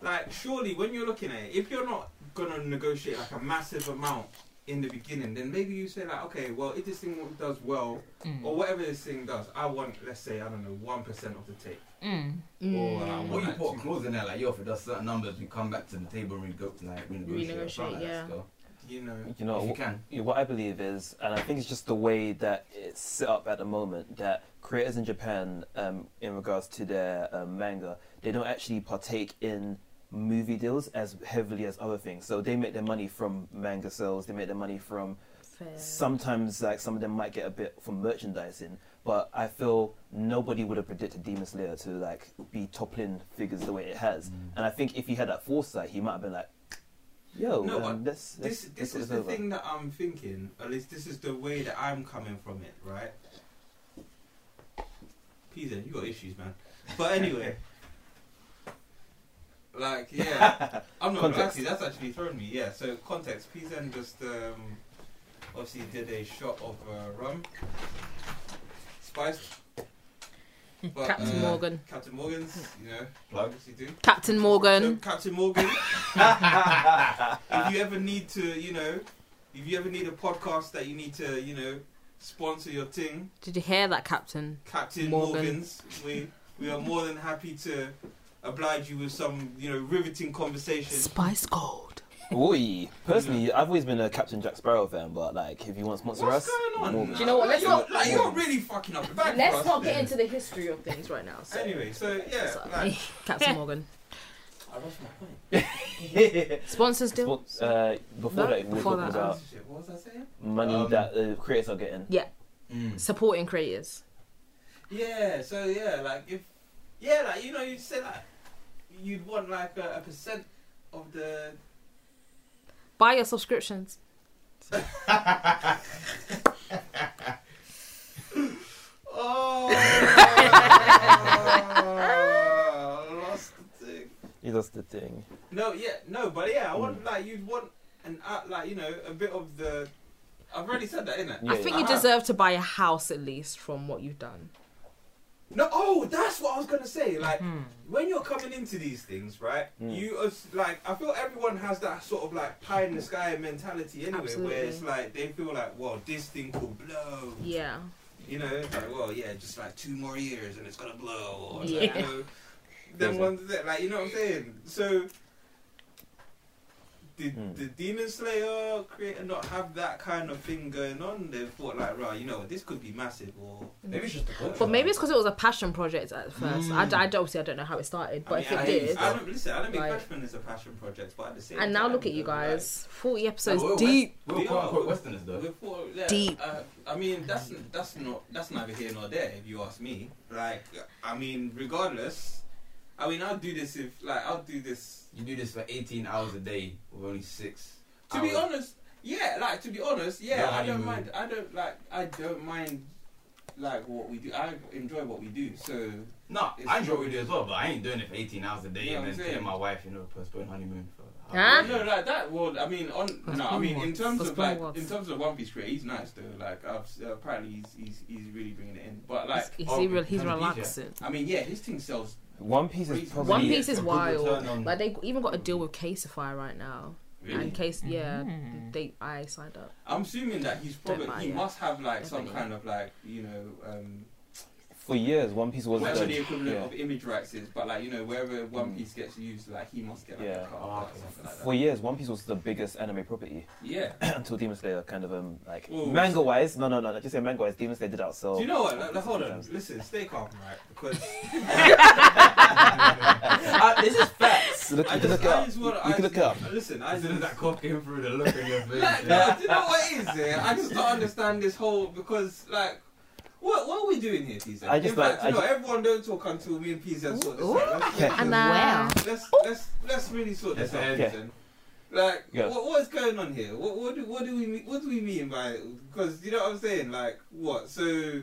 [SPEAKER 2] like surely when you're looking at it, if you're not gonna negotiate like a massive amount in the beginning, then maybe you say like, okay, well if this thing does well or
[SPEAKER 5] Mm.
[SPEAKER 2] whatever this thing does, I want let's say I don't know one percent of the take.
[SPEAKER 5] Mm.
[SPEAKER 4] yeah. Mm.
[SPEAKER 2] Or uh,
[SPEAKER 3] What you
[SPEAKER 2] like
[SPEAKER 3] put a
[SPEAKER 2] two-
[SPEAKER 3] clause in there, like, yo, if it does certain numbers, we come back to the table and we go, like, renegotiate. or
[SPEAKER 4] Renegotiate,
[SPEAKER 3] something like that
[SPEAKER 4] yeah.
[SPEAKER 3] still.
[SPEAKER 2] You know.
[SPEAKER 1] You know,
[SPEAKER 3] if you
[SPEAKER 1] wh-
[SPEAKER 3] can.
[SPEAKER 1] Yeah, what I believe is, and I think it's just the way that it's set up at the moment, that creators in Japan, um, in regards to their um, manga, they don't actually partake in movie deals as heavily as other things. So they make their money from manga sales, they make their money from
[SPEAKER 4] Fair.
[SPEAKER 1] sometimes, like, some of them might get a bit from merchandising. But I feel nobody would have predicted Demon Slayer to like be toppling figures the way it has.
[SPEAKER 2] Mm.
[SPEAKER 1] And I think if he had that foresight, he might have been like, "Yo,
[SPEAKER 2] No, but
[SPEAKER 1] um, let's, let's
[SPEAKER 2] This
[SPEAKER 1] let's
[SPEAKER 2] this
[SPEAKER 1] get
[SPEAKER 2] is the
[SPEAKER 1] over."
[SPEAKER 2] thing that I'm thinking. At least this is the way that I'm coming from it, right? Pisa, you got issues, man. But anyway, like yeah, I'm not
[SPEAKER 1] Context.
[SPEAKER 2] actually. That's actually thrown me. Yeah. So context. Pisa just um, obviously did a shot of uh, rum, spiced. But,
[SPEAKER 4] Hmm.
[SPEAKER 2] uh,
[SPEAKER 4] Captain Morgan.
[SPEAKER 2] Captain Morgan's, you know,
[SPEAKER 3] Plug.
[SPEAKER 2] obviously do.
[SPEAKER 9] Captain Morgan.
[SPEAKER 2] So, Captain
[SPEAKER 1] [LAUGHS]
[SPEAKER 2] Morgan. if you ever need to, you know, if you ever need a podcast that you need to, you know, sponsor your thing,
[SPEAKER 9] Did you hear that, Captain?
[SPEAKER 2] Captain
[SPEAKER 9] Morgan.
[SPEAKER 2] Morgan's, we we are more than happy to oblige you with some, you know, riveting conversation.
[SPEAKER 9] Spice Gold.
[SPEAKER 1] Oi, personally, I've always been a Captain Jack Sparrow fan, but like, if you want to sponsor
[SPEAKER 2] What's
[SPEAKER 1] us,
[SPEAKER 2] going on?
[SPEAKER 1] Morgan.
[SPEAKER 4] Do you know what?
[SPEAKER 2] Like,
[SPEAKER 4] Let's not-
[SPEAKER 2] You're, like, you're really fucking up the back. for
[SPEAKER 4] Let's
[SPEAKER 2] us
[SPEAKER 4] not get
[SPEAKER 2] then.
[SPEAKER 4] into the history of things right now. So.
[SPEAKER 2] Anyway, so yeah,
[SPEAKER 4] So-
[SPEAKER 2] like,
[SPEAKER 4] [LAUGHS]
[SPEAKER 9] Captain Morgan.
[SPEAKER 2] I lost my point.
[SPEAKER 1] [LAUGHS]
[SPEAKER 9] Sponsors deal.
[SPEAKER 1] Spon- uh, before
[SPEAKER 9] No,
[SPEAKER 1] that, we were
[SPEAKER 9] before
[SPEAKER 1] talking
[SPEAKER 9] that,
[SPEAKER 1] about
[SPEAKER 2] Shit, What was I saying?
[SPEAKER 1] money
[SPEAKER 3] Um,
[SPEAKER 1] that uh, creators are getting.
[SPEAKER 3] Mm.
[SPEAKER 9] Supporting creators.
[SPEAKER 2] Yeah, so yeah, like if yeah, like you know, you said like you'd want like a, a percent of the
[SPEAKER 9] Buy your subscriptions.
[SPEAKER 2] oh, lost the thing.
[SPEAKER 1] You lost the thing.
[SPEAKER 2] No, yeah, no, but yeah, I want like you'd want an uh, like you know a bit of the. I've already said that, innit?
[SPEAKER 1] Yeah,
[SPEAKER 9] I think
[SPEAKER 2] yeah.
[SPEAKER 9] you deserve to buy a house at least from what you've done.
[SPEAKER 2] No, oh, that's what I was gonna say. Like
[SPEAKER 5] mm.
[SPEAKER 2] when you're coming into these things, right?
[SPEAKER 1] Mm.
[SPEAKER 2] You are, s- like I feel everyone has that sort of like pie in the sky mentality anyway, where it's
[SPEAKER 9] Mm-hmm. Absolutely.
[SPEAKER 2] like they feel like, well, this thing could blow.
[SPEAKER 9] Yeah.
[SPEAKER 2] You know, it's like, well, yeah, just like two more years and it's gonna blow. Or,
[SPEAKER 4] Yeah.
[SPEAKER 2] Like, you know, then one, that, like you know what I'm saying. So, did
[SPEAKER 1] Hmm.
[SPEAKER 2] the Demon Slayer creator not have that kind of thing going on? They thought like, right, you know, this could be massive. Or
[SPEAKER 3] Maybe it's just the culture.
[SPEAKER 9] But maybe it's because it was a passion project at first. I, d- I d- obviously I don't know how it started, but
[SPEAKER 2] I mean,
[SPEAKER 9] if it
[SPEAKER 2] I,
[SPEAKER 9] did.
[SPEAKER 2] I don't listen. I don't think
[SPEAKER 9] like-
[SPEAKER 2] Freshman is a passion project, but at the same
[SPEAKER 9] and now
[SPEAKER 2] time,
[SPEAKER 9] look at you
[SPEAKER 2] though, like,
[SPEAKER 9] guys, forty episodes
[SPEAKER 3] Oh, wait,
[SPEAKER 9] deep.
[SPEAKER 3] We're quote unquote Westerners though.
[SPEAKER 2] Before, yeah,
[SPEAKER 9] Deep.
[SPEAKER 2] Uh, I mean, that's that's not that's neither here nor there. If you ask me, like, I mean, regardless, I mean, I'll do this if like I'll do this.
[SPEAKER 3] You do this for 18 hours a day with only six.
[SPEAKER 2] To be
[SPEAKER 3] hours.
[SPEAKER 2] honest, yeah, like to be honest, yeah, I
[SPEAKER 3] No,
[SPEAKER 2] don't
[SPEAKER 3] honeymoon.
[SPEAKER 2] mind. I don't like. I don't mind. Like what we do, I enjoy what we do. So
[SPEAKER 3] No,
[SPEAKER 2] It's-
[SPEAKER 3] I enjoy what we do as well, but I ain't doing it for 18 hours a day
[SPEAKER 2] Yeah, I'm
[SPEAKER 3] and then
[SPEAKER 2] saying.
[SPEAKER 3] telling my wife, you know, postpone honeymoon for.
[SPEAKER 4] Huh?
[SPEAKER 2] no, like that. Well, I mean, on no, I
[SPEAKER 5] Postpone
[SPEAKER 2] mean, in
[SPEAKER 5] what?
[SPEAKER 2] terms of
[SPEAKER 5] Postpone
[SPEAKER 2] like,
[SPEAKER 5] what?
[SPEAKER 2] in terms of One Piece creator, he's nice though. Like, I've, apparently he's, he's he's really bringing it in. But like,
[SPEAKER 9] he's
[SPEAKER 3] oh,
[SPEAKER 9] he's real- he's
[SPEAKER 3] One Piece, yeah.
[SPEAKER 9] relaxing.
[SPEAKER 2] I mean, yeah, his thing sells
[SPEAKER 1] One Piece is probably.
[SPEAKER 9] One
[SPEAKER 3] Yeah,
[SPEAKER 9] Piece is
[SPEAKER 3] a good
[SPEAKER 9] wild.
[SPEAKER 3] return on-
[SPEAKER 9] Like they even got a deal with Caseify right now.
[SPEAKER 2] Really?
[SPEAKER 9] And case, yeah,
[SPEAKER 5] Mm.
[SPEAKER 9] they I signed up.
[SPEAKER 2] I'm assuming that he's probably
[SPEAKER 9] buy
[SPEAKER 2] he
[SPEAKER 9] it.
[SPEAKER 2] must have like
[SPEAKER 9] Don't
[SPEAKER 2] some
[SPEAKER 9] buy it.
[SPEAKER 2] kind of like you know um,
[SPEAKER 1] For years, One Piece was.
[SPEAKER 2] whatever the
[SPEAKER 1] the
[SPEAKER 2] equivalent
[SPEAKER 1] yeah.
[SPEAKER 2] of image rights is, but like you know wherever One
[SPEAKER 1] Mm.
[SPEAKER 2] Piece gets used, like he must get like
[SPEAKER 1] Yeah.
[SPEAKER 2] a cut
[SPEAKER 3] Ah,
[SPEAKER 2] or
[SPEAKER 3] okay.
[SPEAKER 2] something like that.
[SPEAKER 1] For years, One Piece was the biggest anime property [LAUGHS]
[SPEAKER 2] yeah.
[SPEAKER 1] until Demon Slayer kind of um like
[SPEAKER 2] Well-
[SPEAKER 1] manga wise. No, no, no, no. Just say manga wise. Demon Slayer did out so.
[SPEAKER 2] Do you know what? Like, like, hold on, listen, stay calm, right? Because
[SPEAKER 1] Ah, this is facts. Look,
[SPEAKER 2] I
[SPEAKER 1] [LAUGHS] you can
[SPEAKER 2] just,
[SPEAKER 1] look it
[SPEAKER 2] I
[SPEAKER 1] up.
[SPEAKER 2] just want
[SPEAKER 1] You can look it up.
[SPEAKER 2] Listen, I
[SPEAKER 3] As soon as
[SPEAKER 2] just. [LAUGHS]
[SPEAKER 3] that [LAUGHS] cough came through, the look in your face.
[SPEAKER 2] Like,
[SPEAKER 3] yeah.
[SPEAKER 2] no, do you know what it is? Yeah? I just don't understand this whole because like. What, what are we doing here, Pizza?
[SPEAKER 1] I just
[SPEAKER 2] In fact,
[SPEAKER 1] like-
[SPEAKER 2] you
[SPEAKER 1] I
[SPEAKER 2] know, everyone don't talk until me and Pizza sort this
[SPEAKER 5] Ooh.
[SPEAKER 2] out. Let's-
[SPEAKER 1] Yeah.
[SPEAKER 5] And uh,
[SPEAKER 9] Wow.
[SPEAKER 5] wow.
[SPEAKER 2] let's let's let's really sort this
[SPEAKER 3] Let's
[SPEAKER 2] out.
[SPEAKER 3] end.
[SPEAKER 1] Yeah.
[SPEAKER 2] then. Like,
[SPEAKER 1] Yeah.
[SPEAKER 2] what, what's going on here? What what do, what do we mean- what do we mean by? Because you know what I'm saying. Like, what? So,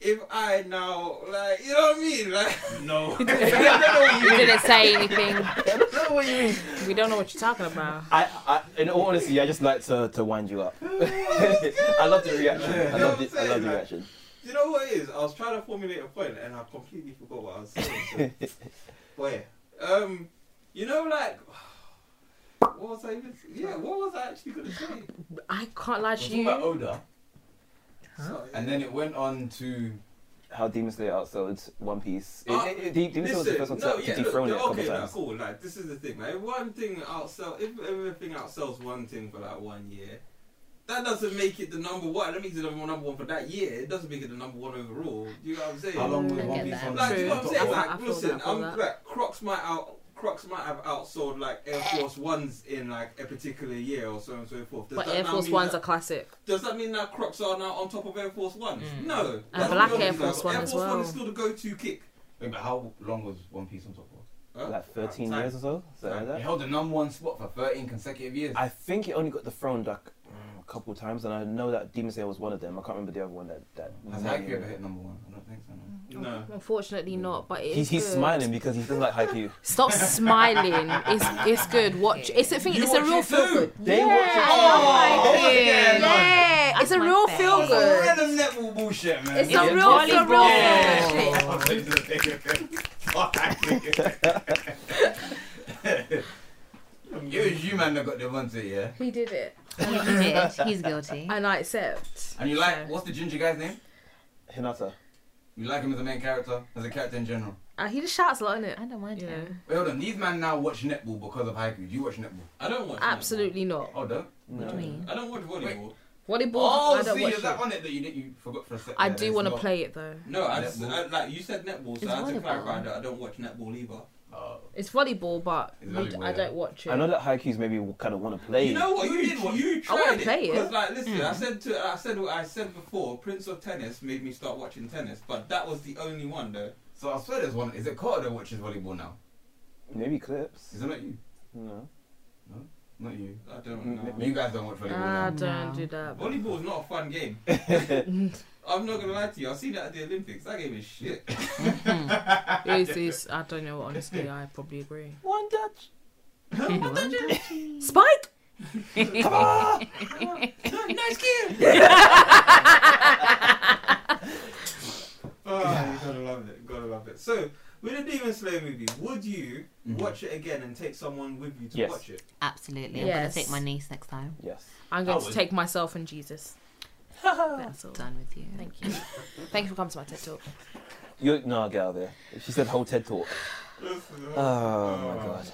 [SPEAKER 2] if I now like, you know what I mean? [LAUGHS] Like,
[SPEAKER 3] No.
[SPEAKER 9] You didn't say anything.
[SPEAKER 1] [LAUGHS] I don't know what you mean.
[SPEAKER 9] We don't know what you're talking about.
[SPEAKER 1] I, I, in all honesty, I just like to, to wind you up. [LAUGHS]
[SPEAKER 2] Oh
[SPEAKER 1] I love the reaction. I love the, I love the reaction.
[SPEAKER 2] you know what it is? I was trying to formulate a point and I completely forgot what I was
[SPEAKER 3] [LAUGHS]
[SPEAKER 2] saying. So. but yeah, um, you know, like, [SIGHS] what was I even? Yeah, what was I actually gonna say?
[SPEAKER 9] I can't lie
[SPEAKER 3] We're
[SPEAKER 9] to
[SPEAKER 3] talking about
[SPEAKER 9] you.
[SPEAKER 3] Oda,
[SPEAKER 2] Sorry.
[SPEAKER 3] and then it went on to.
[SPEAKER 1] [LAUGHS] how Demon Slayer outsold One Piece. It,
[SPEAKER 2] Ah,
[SPEAKER 1] it, it, Demon Slayer was the
[SPEAKER 2] listen,
[SPEAKER 1] first one to,
[SPEAKER 2] no,
[SPEAKER 1] to
[SPEAKER 2] yeah, look,
[SPEAKER 1] dethrone it a couple
[SPEAKER 2] okay, no,
[SPEAKER 1] times.
[SPEAKER 2] cool. Like this is the thing. Like if one thing outsells if everything outsells one thing for like one year, that doesn't make it the number one. That makes it the number one for that year. It doesn't make it the number one overall. Do you know what I'm saying?
[SPEAKER 3] How long will
[SPEAKER 5] I
[SPEAKER 3] One
[SPEAKER 5] get
[SPEAKER 3] Piece
[SPEAKER 5] that.
[SPEAKER 3] on
[SPEAKER 2] Like, do you know what I'm saying?
[SPEAKER 4] I-
[SPEAKER 2] Like,
[SPEAKER 4] I feel
[SPEAKER 2] listen,
[SPEAKER 4] that, I feel
[SPEAKER 2] I'm
[SPEAKER 4] that.
[SPEAKER 2] like Crocs might out. Crocs might have outsold like Air Force Ones in like a particular year or so on and so forth. Does
[SPEAKER 4] But
[SPEAKER 2] that
[SPEAKER 4] Air
[SPEAKER 2] now
[SPEAKER 4] Force
[SPEAKER 2] mean
[SPEAKER 4] One's
[SPEAKER 2] that,
[SPEAKER 4] a classic.
[SPEAKER 2] Does that mean that Crocs are now on top of Air Force Ones?
[SPEAKER 5] Mm.
[SPEAKER 2] No. That's
[SPEAKER 4] black
[SPEAKER 2] the
[SPEAKER 4] Air
[SPEAKER 2] only thing.
[SPEAKER 4] Force One
[SPEAKER 2] Air
[SPEAKER 4] as
[SPEAKER 2] Force One
[SPEAKER 4] well.
[SPEAKER 2] is still the go-to kick.
[SPEAKER 3] Wait, but how long was One Piece on top for?
[SPEAKER 2] Huh?
[SPEAKER 1] Like 13
[SPEAKER 2] Time.
[SPEAKER 1] years or so? something like
[SPEAKER 3] Time.
[SPEAKER 1] that.
[SPEAKER 11] It held the number one spot for 13 consecutive years.
[SPEAKER 1] I think it only got dethroned like a couple of times, and I know that Demon Slayer was one of them. I can't remember the other one that. that
[SPEAKER 3] Has Haikyuu ever hit number one? I don't think so. No.
[SPEAKER 2] No.
[SPEAKER 4] Unfortunately, not. But it's
[SPEAKER 1] He's, he's
[SPEAKER 4] good.
[SPEAKER 1] smiling because he doesn't like Haikyuu.
[SPEAKER 4] Stop smiling. It's it's good. Watch. It's a thing.
[SPEAKER 2] You
[SPEAKER 4] it's a
[SPEAKER 2] watch
[SPEAKER 4] real
[SPEAKER 2] it
[SPEAKER 4] feel
[SPEAKER 2] too?
[SPEAKER 4] good.
[SPEAKER 1] They
[SPEAKER 4] yeah.
[SPEAKER 1] watch it
[SPEAKER 3] [LAUGHS] Oh,
[SPEAKER 4] yeah.
[SPEAKER 3] yeah.
[SPEAKER 4] Yeah. It's
[SPEAKER 5] That's
[SPEAKER 4] a
[SPEAKER 5] my
[SPEAKER 4] real
[SPEAKER 5] fave.
[SPEAKER 4] feel good.
[SPEAKER 3] Random netball bullshit, man.
[SPEAKER 4] It's
[SPEAKER 5] Yeah.
[SPEAKER 4] a real. It's a real.
[SPEAKER 5] Yeah.
[SPEAKER 4] feel good.
[SPEAKER 3] [LAUGHS] It was [LAUGHS] you, man, that got the one to yeah.
[SPEAKER 4] We did it,
[SPEAKER 5] He's- He's guilty.
[SPEAKER 4] and I accept.
[SPEAKER 3] And you like what's the ginger guy's name?
[SPEAKER 1] Hinata.
[SPEAKER 3] You like him as a main character, as a character in general.
[SPEAKER 4] Uh, he just shouts a lot in it.
[SPEAKER 5] I don't mind
[SPEAKER 4] Yeah.
[SPEAKER 5] him.
[SPEAKER 3] Wait, hold on. These man now watch netball because of haiku. Do you watch netball?
[SPEAKER 2] I don't watch.
[SPEAKER 4] Absolutely not.
[SPEAKER 3] Oh, don't.
[SPEAKER 5] What do you mean?
[SPEAKER 2] I don't watch volleyball.
[SPEAKER 4] Volleyball.
[SPEAKER 3] Oh,
[SPEAKER 4] I don't
[SPEAKER 3] see,
[SPEAKER 4] watch
[SPEAKER 3] is that
[SPEAKER 4] it.
[SPEAKER 3] on it that you did, you forgot for a second?
[SPEAKER 4] I do want to play it though.
[SPEAKER 2] No, I just
[SPEAKER 3] Netball.
[SPEAKER 2] I, like you said netball, so
[SPEAKER 5] It's
[SPEAKER 2] I had to
[SPEAKER 5] volleyball.
[SPEAKER 2] clarify that I don't watch netball either.
[SPEAKER 3] Oh,
[SPEAKER 4] It's volleyball, but
[SPEAKER 3] It's
[SPEAKER 4] we d-
[SPEAKER 3] volleyball,
[SPEAKER 4] I
[SPEAKER 3] yeah.
[SPEAKER 4] don't watch it.
[SPEAKER 1] I know that Haikyuu's maybe kind of want to play.
[SPEAKER 2] You know what? You,
[SPEAKER 3] You
[SPEAKER 2] did
[SPEAKER 3] did watch-
[SPEAKER 2] you
[SPEAKER 4] I wanna
[SPEAKER 2] tried
[SPEAKER 4] play it.
[SPEAKER 2] because like listen,
[SPEAKER 1] Hmm.
[SPEAKER 2] I said to I said what I said before. Prince of Tennis made me start watching tennis, but that was the only one though.
[SPEAKER 3] so I swear there's one. Is it Carter that watches volleyball now?
[SPEAKER 1] Maybe clips.
[SPEAKER 3] Is it not you?
[SPEAKER 2] [LAUGHS]
[SPEAKER 1] No.
[SPEAKER 3] Not you.
[SPEAKER 2] I
[SPEAKER 1] Hmm,
[SPEAKER 2] don't know.
[SPEAKER 3] You guys don't watch volleyball now.
[SPEAKER 4] I don't
[SPEAKER 5] No.
[SPEAKER 4] do that.
[SPEAKER 2] Volleyball's not a fun game. I'm not gonna lie to you. I seen that at the Olympics. That game is
[SPEAKER 1] [LAUGHS]
[SPEAKER 2] shit.
[SPEAKER 4] It's- it's- I don't know. Honestly, I
[SPEAKER 3] [LAUGHS]
[SPEAKER 4] probably agree.
[SPEAKER 1] [LAUGHS]
[SPEAKER 2] [LAUGHS]
[SPEAKER 1] One Dutch. [LAUGHS]
[SPEAKER 4] Spike.
[SPEAKER 2] nice game. [LAUGHS] oh, you gotta love it. Gotta love it. So, with a Demon Slayer movie, would you watch it again and take someone with you to
[SPEAKER 1] Mm-hmm. Yes.
[SPEAKER 2] watch it?
[SPEAKER 5] Absolutely. I'm
[SPEAKER 4] Yes.
[SPEAKER 5] gonna take my niece next time.
[SPEAKER 1] Yes.
[SPEAKER 4] I'm going
[SPEAKER 3] I
[SPEAKER 4] to
[SPEAKER 3] would.
[SPEAKER 4] take myself and Jesus. That's all.
[SPEAKER 5] Done with you. [LAUGHS]
[SPEAKER 4] Thank you. Thank you for coming to my TED talk.
[SPEAKER 1] You no, get out of there. She said whole TED talk. Oh, my god.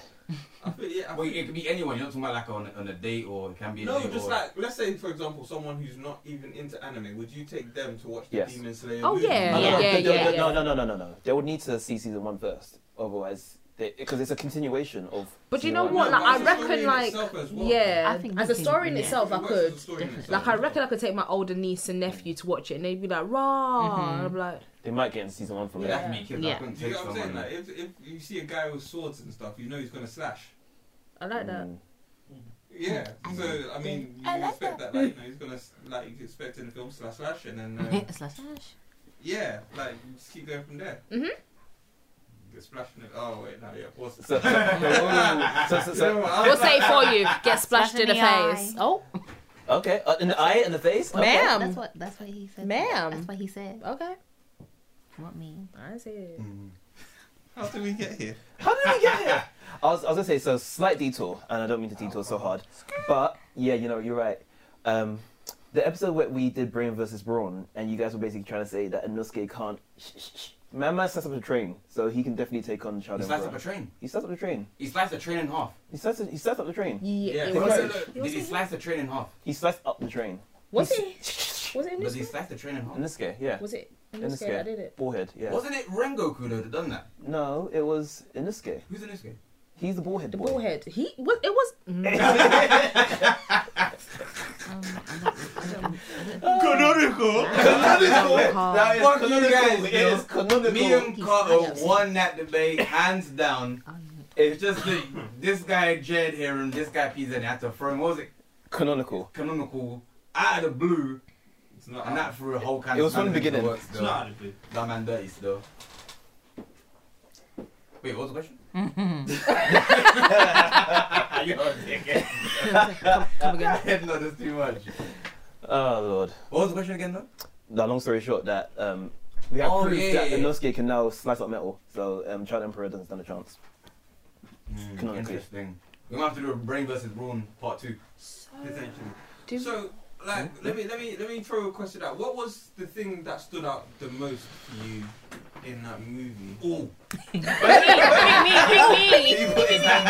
[SPEAKER 2] I feel, yeah, I
[SPEAKER 3] Wait,
[SPEAKER 2] feel-
[SPEAKER 3] it could be anyone. You're not talking about like on, on a date or it can be a
[SPEAKER 2] no,
[SPEAKER 3] date
[SPEAKER 2] just
[SPEAKER 3] or...
[SPEAKER 2] like let's say for example, someone who's not even into anime. Would you take them to watch the
[SPEAKER 1] Yes.
[SPEAKER 2] Demon Slayer?
[SPEAKER 4] Oh,
[SPEAKER 2] movie?
[SPEAKER 1] No,
[SPEAKER 4] yeah,
[SPEAKER 1] no,
[SPEAKER 5] yeah,
[SPEAKER 1] no,
[SPEAKER 5] yeah,
[SPEAKER 1] they- they-
[SPEAKER 5] yeah,
[SPEAKER 1] they- no, no, no, no, no, no. They would need to see season one first, otherwise, because it's a continuation of.
[SPEAKER 4] But you
[SPEAKER 1] season
[SPEAKER 4] know
[SPEAKER 1] one.
[SPEAKER 4] what?
[SPEAKER 2] No,
[SPEAKER 4] Like,
[SPEAKER 2] but
[SPEAKER 4] I
[SPEAKER 2] it's a story
[SPEAKER 4] reckon,
[SPEAKER 2] in
[SPEAKER 4] like,
[SPEAKER 2] itself as well.
[SPEAKER 4] yeah,
[SPEAKER 5] I think
[SPEAKER 4] as
[SPEAKER 5] we
[SPEAKER 4] a
[SPEAKER 5] can-
[SPEAKER 4] story in
[SPEAKER 5] yeah.
[SPEAKER 4] itself, I
[SPEAKER 2] It works as a
[SPEAKER 4] could.
[SPEAKER 2] story in
[SPEAKER 5] Definitely.
[SPEAKER 2] itself
[SPEAKER 4] Like, I
[SPEAKER 2] as well.
[SPEAKER 4] reckon I could take my older niece and nephew to watch it, and they'd be like, "Rah!" And I'm like,
[SPEAKER 1] They might get in season one from
[SPEAKER 3] Yeah,
[SPEAKER 1] there.
[SPEAKER 3] that can be kids. I
[SPEAKER 5] Yeah.
[SPEAKER 3] couldn't
[SPEAKER 2] Do you
[SPEAKER 3] take
[SPEAKER 2] get what I'm saying?
[SPEAKER 3] someone.
[SPEAKER 2] Like, if, if you see a guy with swords and stuff, you know he's gonna slash.
[SPEAKER 4] "I like that."
[SPEAKER 1] Mm.
[SPEAKER 2] Yeah.
[SPEAKER 5] I
[SPEAKER 2] So I mean, you expect that. like you know he's gonna s- like you expect in the film slash slash and then
[SPEAKER 4] [LAUGHS]
[SPEAKER 2] uh,
[SPEAKER 5] Slash, slash.
[SPEAKER 2] yeah, like you just keep going from there.
[SPEAKER 4] Mhm.
[SPEAKER 2] Get splashing it. Oh wait, no, yeah, pause. [LAUGHS]
[SPEAKER 1] So, [LAUGHS] so, so, so,
[SPEAKER 2] You know [LAUGHS]
[SPEAKER 1] so,
[SPEAKER 2] what, I-
[SPEAKER 4] We'll say it for you. Get splashed
[SPEAKER 5] Splash
[SPEAKER 4] in
[SPEAKER 5] in
[SPEAKER 4] the
[SPEAKER 5] the eye.
[SPEAKER 4] face. Oh,
[SPEAKER 1] okay, uh, in the eye and the face. Okay.
[SPEAKER 4] Ma'am.
[SPEAKER 5] That's what. That's what he said.
[SPEAKER 4] Ma'am.
[SPEAKER 5] That's what he said.
[SPEAKER 4] okay.
[SPEAKER 5] Not [LAUGHS] me.
[SPEAKER 4] I see it.
[SPEAKER 2] How did we get here?
[SPEAKER 1] How did we get here? [LAUGHS] I was, I was gonna say so slight detour, and I don't mean to detour so hard, but yeah, you know you're right. Um, the episode where we did Brain versus Brawn, and you guys were basically trying to say that Inosuke can't. Sh- sh- sh- Man, man sets up a train, so he can definitely take on
[SPEAKER 3] He
[SPEAKER 1] Shadow.
[SPEAKER 3] sliced
[SPEAKER 1] Emperor.
[SPEAKER 3] up a train.
[SPEAKER 1] He sets up the train.
[SPEAKER 3] He sliced a train in half.
[SPEAKER 1] He sets it, he sets up the train.
[SPEAKER 4] Yeah,
[SPEAKER 2] Yeah.
[SPEAKER 4] it
[SPEAKER 1] Take
[SPEAKER 3] No,
[SPEAKER 1] a
[SPEAKER 4] was.
[SPEAKER 1] look.
[SPEAKER 3] no, no, Mm. Did he slice the train in half?
[SPEAKER 1] He sliced up the train.
[SPEAKER 4] Was
[SPEAKER 1] He
[SPEAKER 4] it? Was it in
[SPEAKER 3] But
[SPEAKER 4] this?
[SPEAKER 3] he
[SPEAKER 4] one?
[SPEAKER 3] sliced the train in half.
[SPEAKER 1] Inosuke, yeah.
[SPEAKER 4] Was it in
[SPEAKER 1] In
[SPEAKER 4] this?
[SPEAKER 1] the
[SPEAKER 4] game? I
[SPEAKER 1] scale.
[SPEAKER 4] did it.
[SPEAKER 1] Borehead, yeah.
[SPEAKER 3] Wasn't it Rengoku though that done that?
[SPEAKER 1] No, it was Inosuke.
[SPEAKER 3] Who's in this game?
[SPEAKER 1] He's the borehead
[SPEAKER 4] The
[SPEAKER 1] boy.
[SPEAKER 4] ball head. He was. It was. Mm.
[SPEAKER 5] Um, I don't, I don't,
[SPEAKER 3] Canonical!
[SPEAKER 1] That is
[SPEAKER 3] Fuck you
[SPEAKER 1] canonical.
[SPEAKER 3] guys,
[SPEAKER 1] It
[SPEAKER 3] yo.
[SPEAKER 1] is canonical.
[SPEAKER 3] Me and
[SPEAKER 5] He's
[SPEAKER 3] Carter
[SPEAKER 5] high up.
[SPEAKER 3] won that debate hands down. It's just [LAUGHS] that this guy Jed here and this guy Pizza had to throw him. What was it?
[SPEAKER 1] Canonical.
[SPEAKER 3] Canonical out of the blue
[SPEAKER 2] It's not.
[SPEAKER 3] and that threw a whole kind
[SPEAKER 1] It
[SPEAKER 3] of
[SPEAKER 1] was from the
[SPEAKER 3] sand into
[SPEAKER 1] beginning.
[SPEAKER 3] works,
[SPEAKER 2] it's
[SPEAKER 3] though.
[SPEAKER 2] not out of [LAUGHS] it.
[SPEAKER 3] That man dirty still. Wait, what was the [LAUGHS] question? You're a
[SPEAKER 2] [LAUGHS]
[SPEAKER 3] dickhead.
[SPEAKER 4] Come again.
[SPEAKER 3] no, that's too much.
[SPEAKER 1] Oh lord.
[SPEAKER 3] What was the question again though?
[SPEAKER 1] Now, long story short, that um, we have
[SPEAKER 3] Oh,
[SPEAKER 1] proof
[SPEAKER 3] yeah,
[SPEAKER 1] that
[SPEAKER 3] yeah, yeah.
[SPEAKER 1] Inosuke can now slice up metal, so um, Child Emperor doesn't stand a chance. Canonically.
[SPEAKER 3] Interesting. We might have to do a brain versus brawn part two.
[SPEAKER 2] Potentially.
[SPEAKER 4] Do-
[SPEAKER 2] So, like let me let me let me throw a question out. What was the thing that stood out the most for you in that movie? [LAUGHS]
[SPEAKER 12] Ooh.
[SPEAKER 2] He put his hand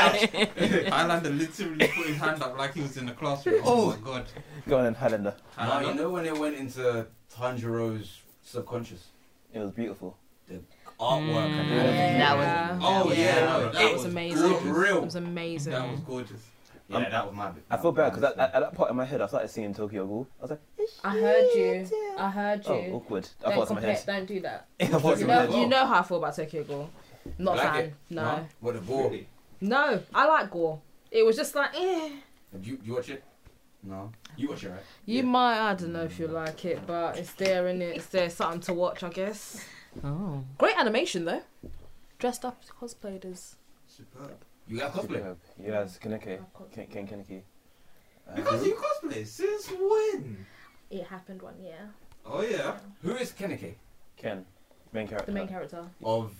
[SPEAKER 3] [LAUGHS]
[SPEAKER 2] up. Highlander literally put his hand up like he was in the classroom. Oh, my god.
[SPEAKER 1] Go on, then, Highlander.
[SPEAKER 2] Highlander.
[SPEAKER 3] you know when it went into Tanjiro's subconscious
[SPEAKER 1] It was beautiful.
[SPEAKER 12] Artwork and
[SPEAKER 5] Mm,
[SPEAKER 12] everything.
[SPEAKER 5] that
[SPEAKER 13] was-
[SPEAKER 2] Oh yeah,
[SPEAKER 5] Yeah.
[SPEAKER 2] no, that
[SPEAKER 13] It was amazing.
[SPEAKER 2] good, Real.
[SPEAKER 13] It was amazing.
[SPEAKER 2] That was gorgeous.
[SPEAKER 12] Yeah, that was my bit.
[SPEAKER 1] Um, I feel bad because at, at that part in my head, I started singing Tokyo Ghoul. I was like,
[SPEAKER 4] I heard you. I heard you.
[SPEAKER 1] oh, awkward. I thought
[SPEAKER 4] don't
[SPEAKER 1] it's my
[SPEAKER 4] compare-
[SPEAKER 1] head.
[SPEAKER 4] Don't do that.
[SPEAKER 1] [LAUGHS] I thought it's
[SPEAKER 4] You
[SPEAKER 1] my
[SPEAKER 4] know,
[SPEAKER 1] head.
[SPEAKER 4] you know how I feel about Tokyo Gore. Not a
[SPEAKER 3] Like
[SPEAKER 4] fan.
[SPEAKER 3] it?
[SPEAKER 4] No.
[SPEAKER 3] Huh? What a bore.
[SPEAKER 2] Really?
[SPEAKER 4] No, I like Gore. It was just like, eh.
[SPEAKER 3] Did you, you watch it? No. You watch it, right?
[SPEAKER 4] You might, I don't know if you like it, but it's there in it. It's there, something to watch, I guess.
[SPEAKER 5] Oh.
[SPEAKER 13] Great animation though. Dressed up as cosplayed as.
[SPEAKER 2] Superb.
[SPEAKER 3] You got cosplay.
[SPEAKER 1] Superb. Yes, Kaneki. Ken Ken Kaneki. Uh,
[SPEAKER 2] Because you cosplay since when?
[SPEAKER 4] It happened one year.
[SPEAKER 2] Oh yeah.
[SPEAKER 3] Who is Kenneke?
[SPEAKER 1] Ken, main character.
[SPEAKER 4] The main character,
[SPEAKER 3] Of.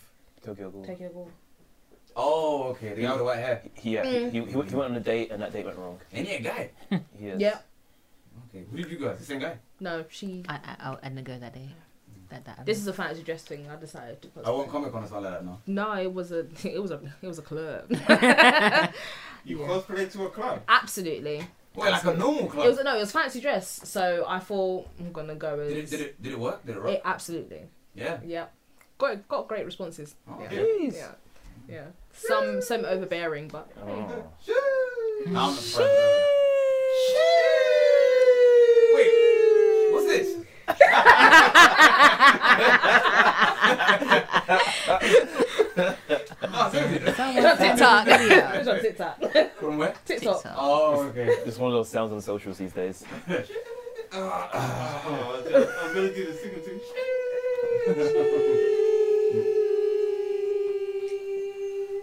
[SPEAKER 1] Tokyo Ghoul.
[SPEAKER 4] Tokyo Gore.
[SPEAKER 3] Oh, okay. The guy with the white hair.
[SPEAKER 1] He, yeah, he, he, he went on a date and that date went wrong.
[SPEAKER 3] And yeah, guy.
[SPEAKER 1] He is.
[SPEAKER 4] Yep.
[SPEAKER 3] Okay. Who did you guys? The same guy?
[SPEAKER 4] No, she.
[SPEAKER 5] I, I, I, I didn't go that day. That, that
[SPEAKER 4] This is a fantasy dress thing. I decided to.
[SPEAKER 3] I won't Comic Con or something like that, no.
[SPEAKER 4] No, it was a, [LAUGHS] it was a, it was
[SPEAKER 1] [LAUGHS]
[SPEAKER 4] a club.
[SPEAKER 2] You cosplay to a club.
[SPEAKER 4] Absolutely.
[SPEAKER 3] Well, like a normal club.
[SPEAKER 4] It was no, it was fancy dress. So I thought I'm gonna go as.
[SPEAKER 3] did, it, did, it, did it work? Did it rock?
[SPEAKER 4] It- absolutely.
[SPEAKER 3] yeah.
[SPEAKER 4] Yeah. Got got great responses.
[SPEAKER 3] Oh,
[SPEAKER 4] yeah.
[SPEAKER 3] okay.
[SPEAKER 4] Yeah. Yeah. Some some
[SPEAKER 1] [LAUGHS]
[SPEAKER 4] overbearing, but
[SPEAKER 1] Oh.
[SPEAKER 3] I'm surprised. though. Wait. What's this?
[SPEAKER 2] Oh,
[SPEAKER 3] no, seriously.
[SPEAKER 4] it's on [LAUGHS] TikTok. it's on TikTok.
[SPEAKER 3] From where?
[SPEAKER 4] TikTok.
[SPEAKER 3] Oh, okay.
[SPEAKER 1] It's one of those sounds on socials these days. [LAUGHS]
[SPEAKER 2] Oh, I'm gonna do the single thing.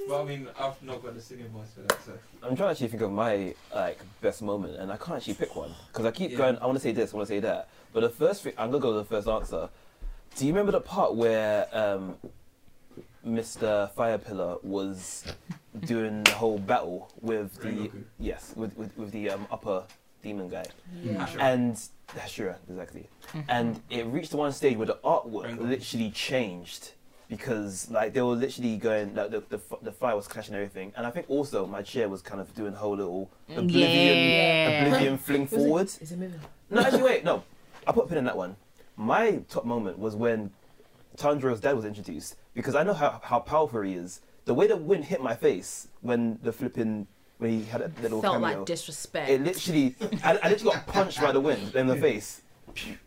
[SPEAKER 2] But I mean, I've not got the singing voice for that, so.
[SPEAKER 1] I'm trying to actually think of my like best moment, and I can't actually pick one because I keep
[SPEAKER 2] Yeah.
[SPEAKER 1] going. I want to say this. I want to say that. But the first thing, I'm gonna go with the first answer. Do you remember the part where um, Mr. Firepillar was doing the whole battle with the
[SPEAKER 2] Rengoku.
[SPEAKER 1] yes, with with, with the um, upper demon guy
[SPEAKER 2] Hashtag
[SPEAKER 1] and Hashira exactly, and it reached one stage where the artwork
[SPEAKER 2] Rengoku.
[SPEAKER 1] literally changed because like they were literally going like the, the f- the fire was clashing and everything, and I think also my chair was kind of doing a whole little oblivion
[SPEAKER 5] Yeah.
[SPEAKER 4] [LAUGHS]
[SPEAKER 1] oblivion fling forward.
[SPEAKER 4] Is it moving?
[SPEAKER 1] No, actually wait, no, I put a pin in that one. My top moment was when Tanjiro's dad was introduced because I know how how powerful he is. The way the wind hit my face when the flipping when he had that little
[SPEAKER 4] Felt
[SPEAKER 1] cameo.
[SPEAKER 4] like disrespect.
[SPEAKER 1] It literally, I, I literally got punched by the wind in the face.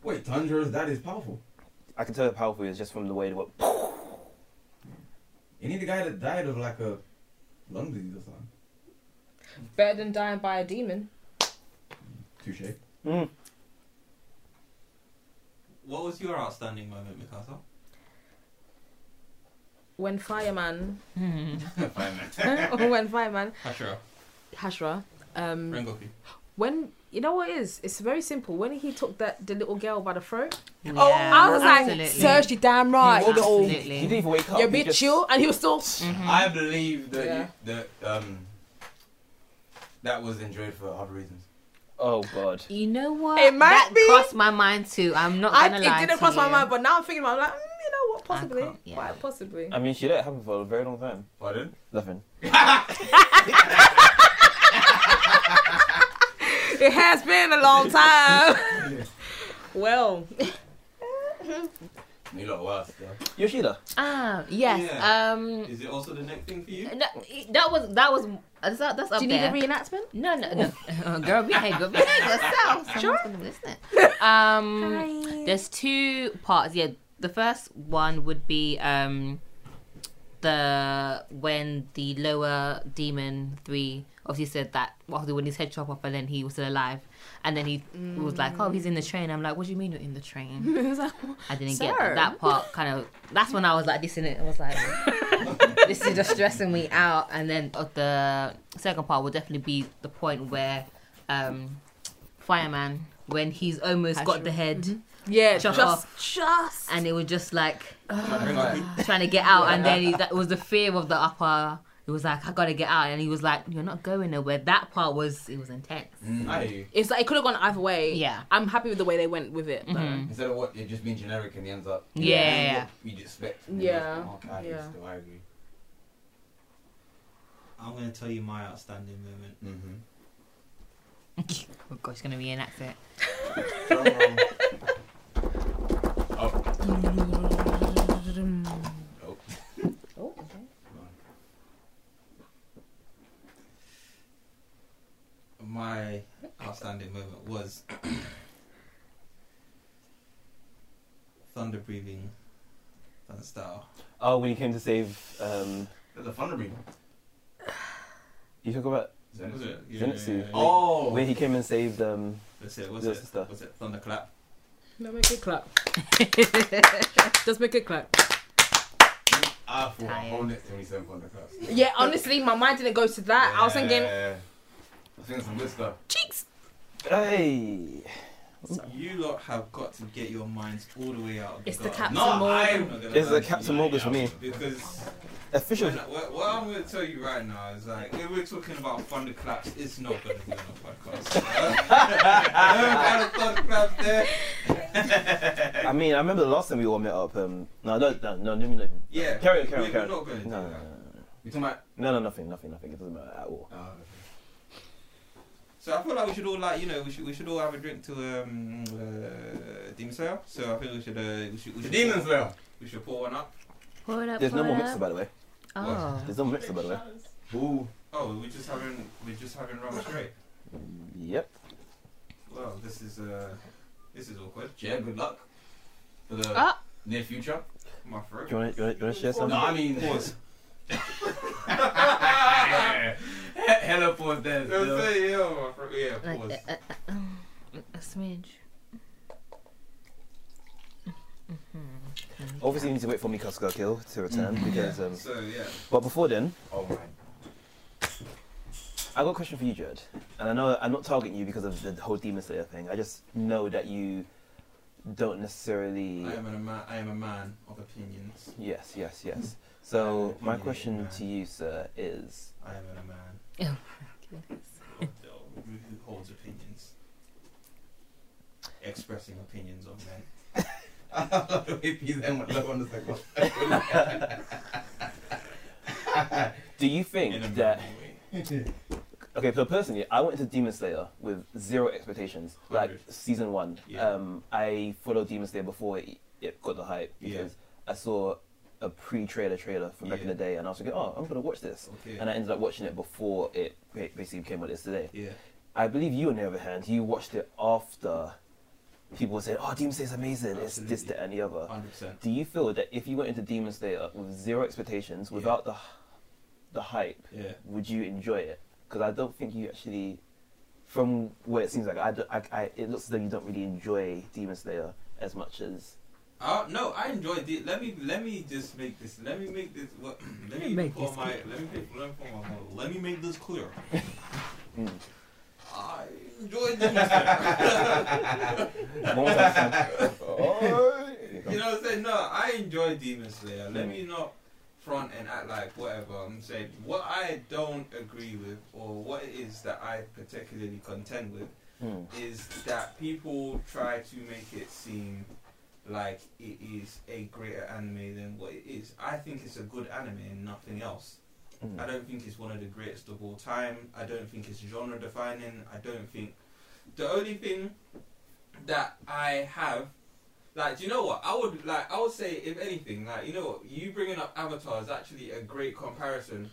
[SPEAKER 3] Wait, Tanjiro's dad is powerful.
[SPEAKER 1] I can tell how powerful he is just from the way it went.
[SPEAKER 3] You need a guy that died of like a lung disease or something.
[SPEAKER 4] Better than dying by a demon.
[SPEAKER 3] Touche. [LAUGHS]
[SPEAKER 1] Mm.
[SPEAKER 2] What was your outstanding moment, Mikasa?
[SPEAKER 4] When fireman, [LAUGHS]
[SPEAKER 5] Hmm.
[SPEAKER 3] Fireman.
[SPEAKER 4] when fireman
[SPEAKER 2] Hashira,
[SPEAKER 4] Hashra, um,
[SPEAKER 2] Rengoku.
[SPEAKER 4] when you know what it is, it's very simple. When he took that the little girl by the throat,
[SPEAKER 5] Oh,
[SPEAKER 4] I was like, Serge, you damn right.
[SPEAKER 1] He woke up-
[SPEAKER 5] Absolutely.
[SPEAKER 1] He didn't even wake up.
[SPEAKER 4] You're a
[SPEAKER 1] he
[SPEAKER 4] bit
[SPEAKER 1] just-
[SPEAKER 4] chill, and he
[SPEAKER 2] [LAUGHS]
[SPEAKER 4] was still.
[SPEAKER 3] I believe that
[SPEAKER 4] Yeah.
[SPEAKER 3] you, that um that was enjoyed for other reasons.
[SPEAKER 1] Oh god.
[SPEAKER 5] You know what?
[SPEAKER 4] It might
[SPEAKER 5] that
[SPEAKER 4] be.
[SPEAKER 5] crossed my mind too. I'm not
[SPEAKER 4] I,
[SPEAKER 5] gonna lie.
[SPEAKER 4] it didn't
[SPEAKER 5] to
[SPEAKER 4] cross my
[SPEAKER 5] you.
[SPEAKER 4] mind, but now I'm thinking about. It, I'm like, mm, you know what? Possibly.
[SPEAKER 5] can't- yeah.
[SPEAKER 4] Why possibly?
[SPEAKER 1] I mean, she let it happen for a very long time.
[SPEAKER 3] Pardon?
[SPEAKER 1] Nothing.
[SPEAKER 4] It has been a long time. well,
[SPEAKER 3] You lot worse [LAUGHS] though.
[SPEAKER 1] Yoshida.
[SPEAKER 5] [LAUGHS] Ah, yes.
[SPEAKER 2] Yeah.
[SPEAKER 5] Um,
[SPEAKER 2] Is it also the next thing for you?
[SPEAKER 5] no, that was that was that's up, that's up
[SPEAKER 4] do you need
[SPEAKER 5] there.
[SPEAKER 4] a reenactment?
[SPEAKER 5] no, no, no, [LAUGHS] Oh, girl, behave, girl, behave
[SPEAKER 4] [LAUGHS]
[SPEAKER 5] yourself. Someone's gonna listen. Um, there's two parts. Yeah, the first one would be um, the when the lower demon three obviously said that well, when his head chopped off and then he was still alive, and then he was like, "Oh, he's in the train." I'm like, "What do you mean you're in the train?" I didn't get
[SPEAKER 4] Sir.
[SPEAKER 5] that, that part. Kind of. That's when I was like, this in it. I was like, this is just stressing me out. And then uh, the second part will definitely be the point where um, fireman, when he's almost got the head,
[SPEAKER 4] yeah,
[SPEAKER 5] Shut
[SPEAKER 4] just,
[SPEAKER 5] up.
[SPEAKER 4] just.
[SPEAKER 5] Mm-hmm. and it was just like
[SPEAKER 1] [LAUGHS]
[SPEAKER 3] Rengoku.
[SPEAKER 5] trying to get out, and then he, that was the fear of the upper He was like, I gotta get out, and he was like, You're not going nowhere. That part was it was intense.
[SPEAKER 3] I,
[SPEAKER 4] It's like it could have gone either way.
[SPEAKER 5] Yeah.
[SPEAKER 4] I'm happy with the way they went with it. Though.
[SPEAKER 5] [LAUGHS] Mhm.
[SPEAKER 3] instead of what it just being generic and it ends up
[SPEAKER 5] Yeah.
[SPEAKER 3] you just expect and
[SPEAKER 4] Yeah.
[SPEAKER 3] it's like, okay,
[SPEAKER 4] Yeah.
[SPEAKER 3] still, I agree
[SPEAKER 2] I'm going to tell you my outstanding moment.
[SPEAKER 3] mm-hmm.
[SPEAKER 5] Oh gosh, gonna reenact it.
[SPEAKER 3] Oh.
[SPEAKER 4] Oh,
[SPEAKER 2] My outstanding moment was [COUGHS] thunder breathing, thunder style.
[SPEAKER 1] Oh, when you came to save, um,
[SPEAKER 3] There's a thunder beam.
[SPEAKER 1] you talk about
[SPEAKER 2] Was it?
[SPEAKER 1] Zenitsu.
[SPEAKER 3] Oh,
[SPEAKER 1] where he came and saved. Um,
[SPEAKER 2] That's it. Was
[SPEAKER 1] That's
[SPEAKER 2] it?
[SPEAKER 1] the stuff.
[SPEAKER 2] Was it thunderclap?
[SPEAKER 4] No, make it [LAUGHS] clap. Just make it clap.
[SPEAKER 3] I thought
[SPEAKER 5] Tired.
[SPEAKER 3] whole next 27 thunder claps.
[SPEAKER 4] Yeah, honestly, my mind didn't go to that. Ah, I was thinking
[SPEAKER 3] Yeah. I think that's some good stuff.
[SPEAKER 4] cheeks.
[SPEAKER 1] hey,
[SPEAKER 2] You lot have got to get your minds all the way out. Of
[SPEAKER 4] It's the
[SPEAKER 2] gutter.
[SPEAKER 4] Captain
[SPEAKER 2] No,
[SPEAKER 4] Morgan.
[SPEAKER 2] I'm not gonna
[SPEAKER 1] it's
[SPEAKER 2] lie
[SPEAKER 1] the
[SPEAKER 2] to
[SPEAKER 1] Captain
[SPEAKER 2] you.
[SPEAKER 1] Morgan for me.
[SPEAKER 2] Because
[SPEAKER 1] Official.
[SPEAKER 2] when I- what, what I'm going to tell you right now is like when we're talking about thunderclaps, it's not going to be on a podcast.
[SPEAKER 3] [LAUGHS]
[SPEAKER 2] no kind of thunderclaps there.
[SPEAKER 1] I mean, I remember the last time we all met up. Um, no, no, no, no, no, no.
[SPEAKER 2] Yeah,
[SPEAKER 1] Carry on, carry
[SPEAKER 2] we're, we're
[SPEAKER 1] on, carry
[SPEAKER 2] not
[SPEAKER 1] on.
[SPEAKER 2] going to
[SPEAKER 1] No,
[SPEAKER 2] do
[SPEAKER 1] no, no,
[SPEAKER 2] that.
[SPEAKER 3] You talking about?
[SPEAKER 1] no, no, nothing, nothing, nothing. It doesn't matter at all.
[SPEAKER 3] Oh, okay.
[SPEAKER 2] So I feel like we should all like you know we should we should all have a drink to um uh, Demon Slayer. So I think we should uh, we should we
[SPEAKER 3] the
[SPEAKER 2] should
[SPEAKER 3] demon slayer.
[SPEAKER 2] we should pour one up.
[SPEAKER 5] Pour it up,
[SPEAKER 1] There's no
[SPEAKER 5] pour
[SPEAKER 1] more
[SPEAKER 5] it
[SPEAKER 1] mixer,
[SPEAKER 5] up.
[SPEAKER 1] by the way.
[SPEAKER 5] Oh.
[SPEAKER 1] There's no more mixer, by the way.
[SPEAKER 3] Ooh,
[SPEAKER 2] Oh, we're just having we're just having rum straight.
[SPEAKER 1] Yep.
[SPEAKER 2] Well, this is uh this is awkward.
[SPEAKER 3] yeah. Good luck for the
[SPEAKER 5] Ah.
[SPEAKER 3] near future.
[SPEAKER 2] My throat. [LAUGHS]
[SPEAKER 3] [LAUGHS]
[SPEAKER 1] Do you want to, you want to share
[SPEAKER 3] No,
[SPEAKER 1] some?
[SPEAKER 3] I mean [LAUGHS]
[SPEAKER 2] Pause.
[SPEAKER 3] Hello, pause there.
[SPEAKER 2] Yeah,
[SPEAKER 3] still.
[SPEAKER 2] yeah, my throat. yeah,
[SPEAKER 5] Like,
[SPEAKER 2] pause.
[SPEAKER 5] uh, uh, uh, um, a smidge.
[SPEAKER 1] Obviously, you need to wait for Mikosuka Kill to return because.
[SPEAKER 5] uh.
[SPEAKER 1] Um,
[SPEAKER 2] So yeah.
[SPEAKER 1] but before then,
[SPEAKER 3] Oh my.
[SPEAKER 1] I got a question for you, Jared. And I know I'm not targeting you because of the whole Demon Slayer thing. I just know that you don't necessarily.
[SPEAKER 2] I am a man. I am a man of opinions.
[SPEAKER 1] Yes, yes, yes. So my
[SPEAKER 2] Yeah,
[SPEAKER 1] question
[SPEAKER 2] yeah.
[SPEAKER 1] to you, sir, is
[SPEAKER 2] I am a man
[SPEAKER 5] Oh,
[SPEAKER 2] who holds opinions, expressing opinions of men.
[SPEAKER 3] I love [LAUGHS] the way you then went low on the second one.
[SPEAKER 1] do you
[SPEAKER 2] In a
[SPEAKER 1] think that
[SPEAKER 2] manly way. [LAUGHS]
[SPEAKER 1] okay? So personally, I went into Demon Slayer with zero expectations. Like
[SPEAKER 2] Hundred.
[SPEAKER 1] season one,
[SPEAKER 2] Yeah.
[SPEAKER 1] um, I followed Demon Slayer before it, it got the hype
[SPEAKER 2] Yeah.
[SPEAKER 1] because I saw a pre-trailer trailer from back in
[SPEAKER 2] Yeah.
[SPEAKER 1] the day, and I was thinking, oh, I'm gonna watch this,
[SPEAKER 2] Okay.
[SPEAKER 1] and I ended up watching it before it ba- basically became what it is today.
[SPEAKER 2] yeah.
[SPEAKER 1] I believe you, on the other hand, you watched it after people said, "Oh, Demon Slayer's amazing. It's this,
[SPEAKER 2] Absolutely.
[SPEAKER 1] that, and the other."
[SPEAKER 2] Hundred percent.
[SPEAKER 1] Do you feel that if you went into Demon Slayer with zero expectations, without the the hype,
[SPEAKER 2] Yeah.
[SPEAKER 1] would you enjoy it? Because I don't think you actually, from where it seems like I, don't- I, I- it looks as though you don't really enjoy Demon Slayer as much as
[SPEAKER 2] Uh, no, I enjoyed it. Let me let me just make this. Let me make this. What? [CLEARS THROAT] Let me
[SPEAKER 4] Make
[SPEAKER 2] make
[SPEAKER 4] this
[SPEAKER 2] my. Let me make, let, me put my, let me make this clear.
[SPEAKER 3] [LAUGHS]
[SPEAKER 1] Mm.
[SPEAKER 2] I enjoyed [LAUGHS] Demon Slayer.
[SPEAKER 1] One more time.
[SPEAKER 3] [LAUGHS]
[SPEAKER 1] Oh,
[SPEAKER 2] You know what I'm saying? No, I enjoy Demon Slayer. Let me not front and act like whatever I'm saying. What I don't agree with, or what it is that I particularly contend with,
[SPEAKER 1] Hmm.
[SPEAKER 2] is that people try to make it seem like it is a greater anime than what it is. I think it's a good anime and nothing else.
[SPEAKER 1] Hmm.
[SPEAKER 2] I don't think it's one of the greatest of all time. I don't think it's genre defining. I don't think the only thing that I have, like, do you know what? I would like. I would say, if anything, like, you know what? You bringing up Avatar is actually a great comparison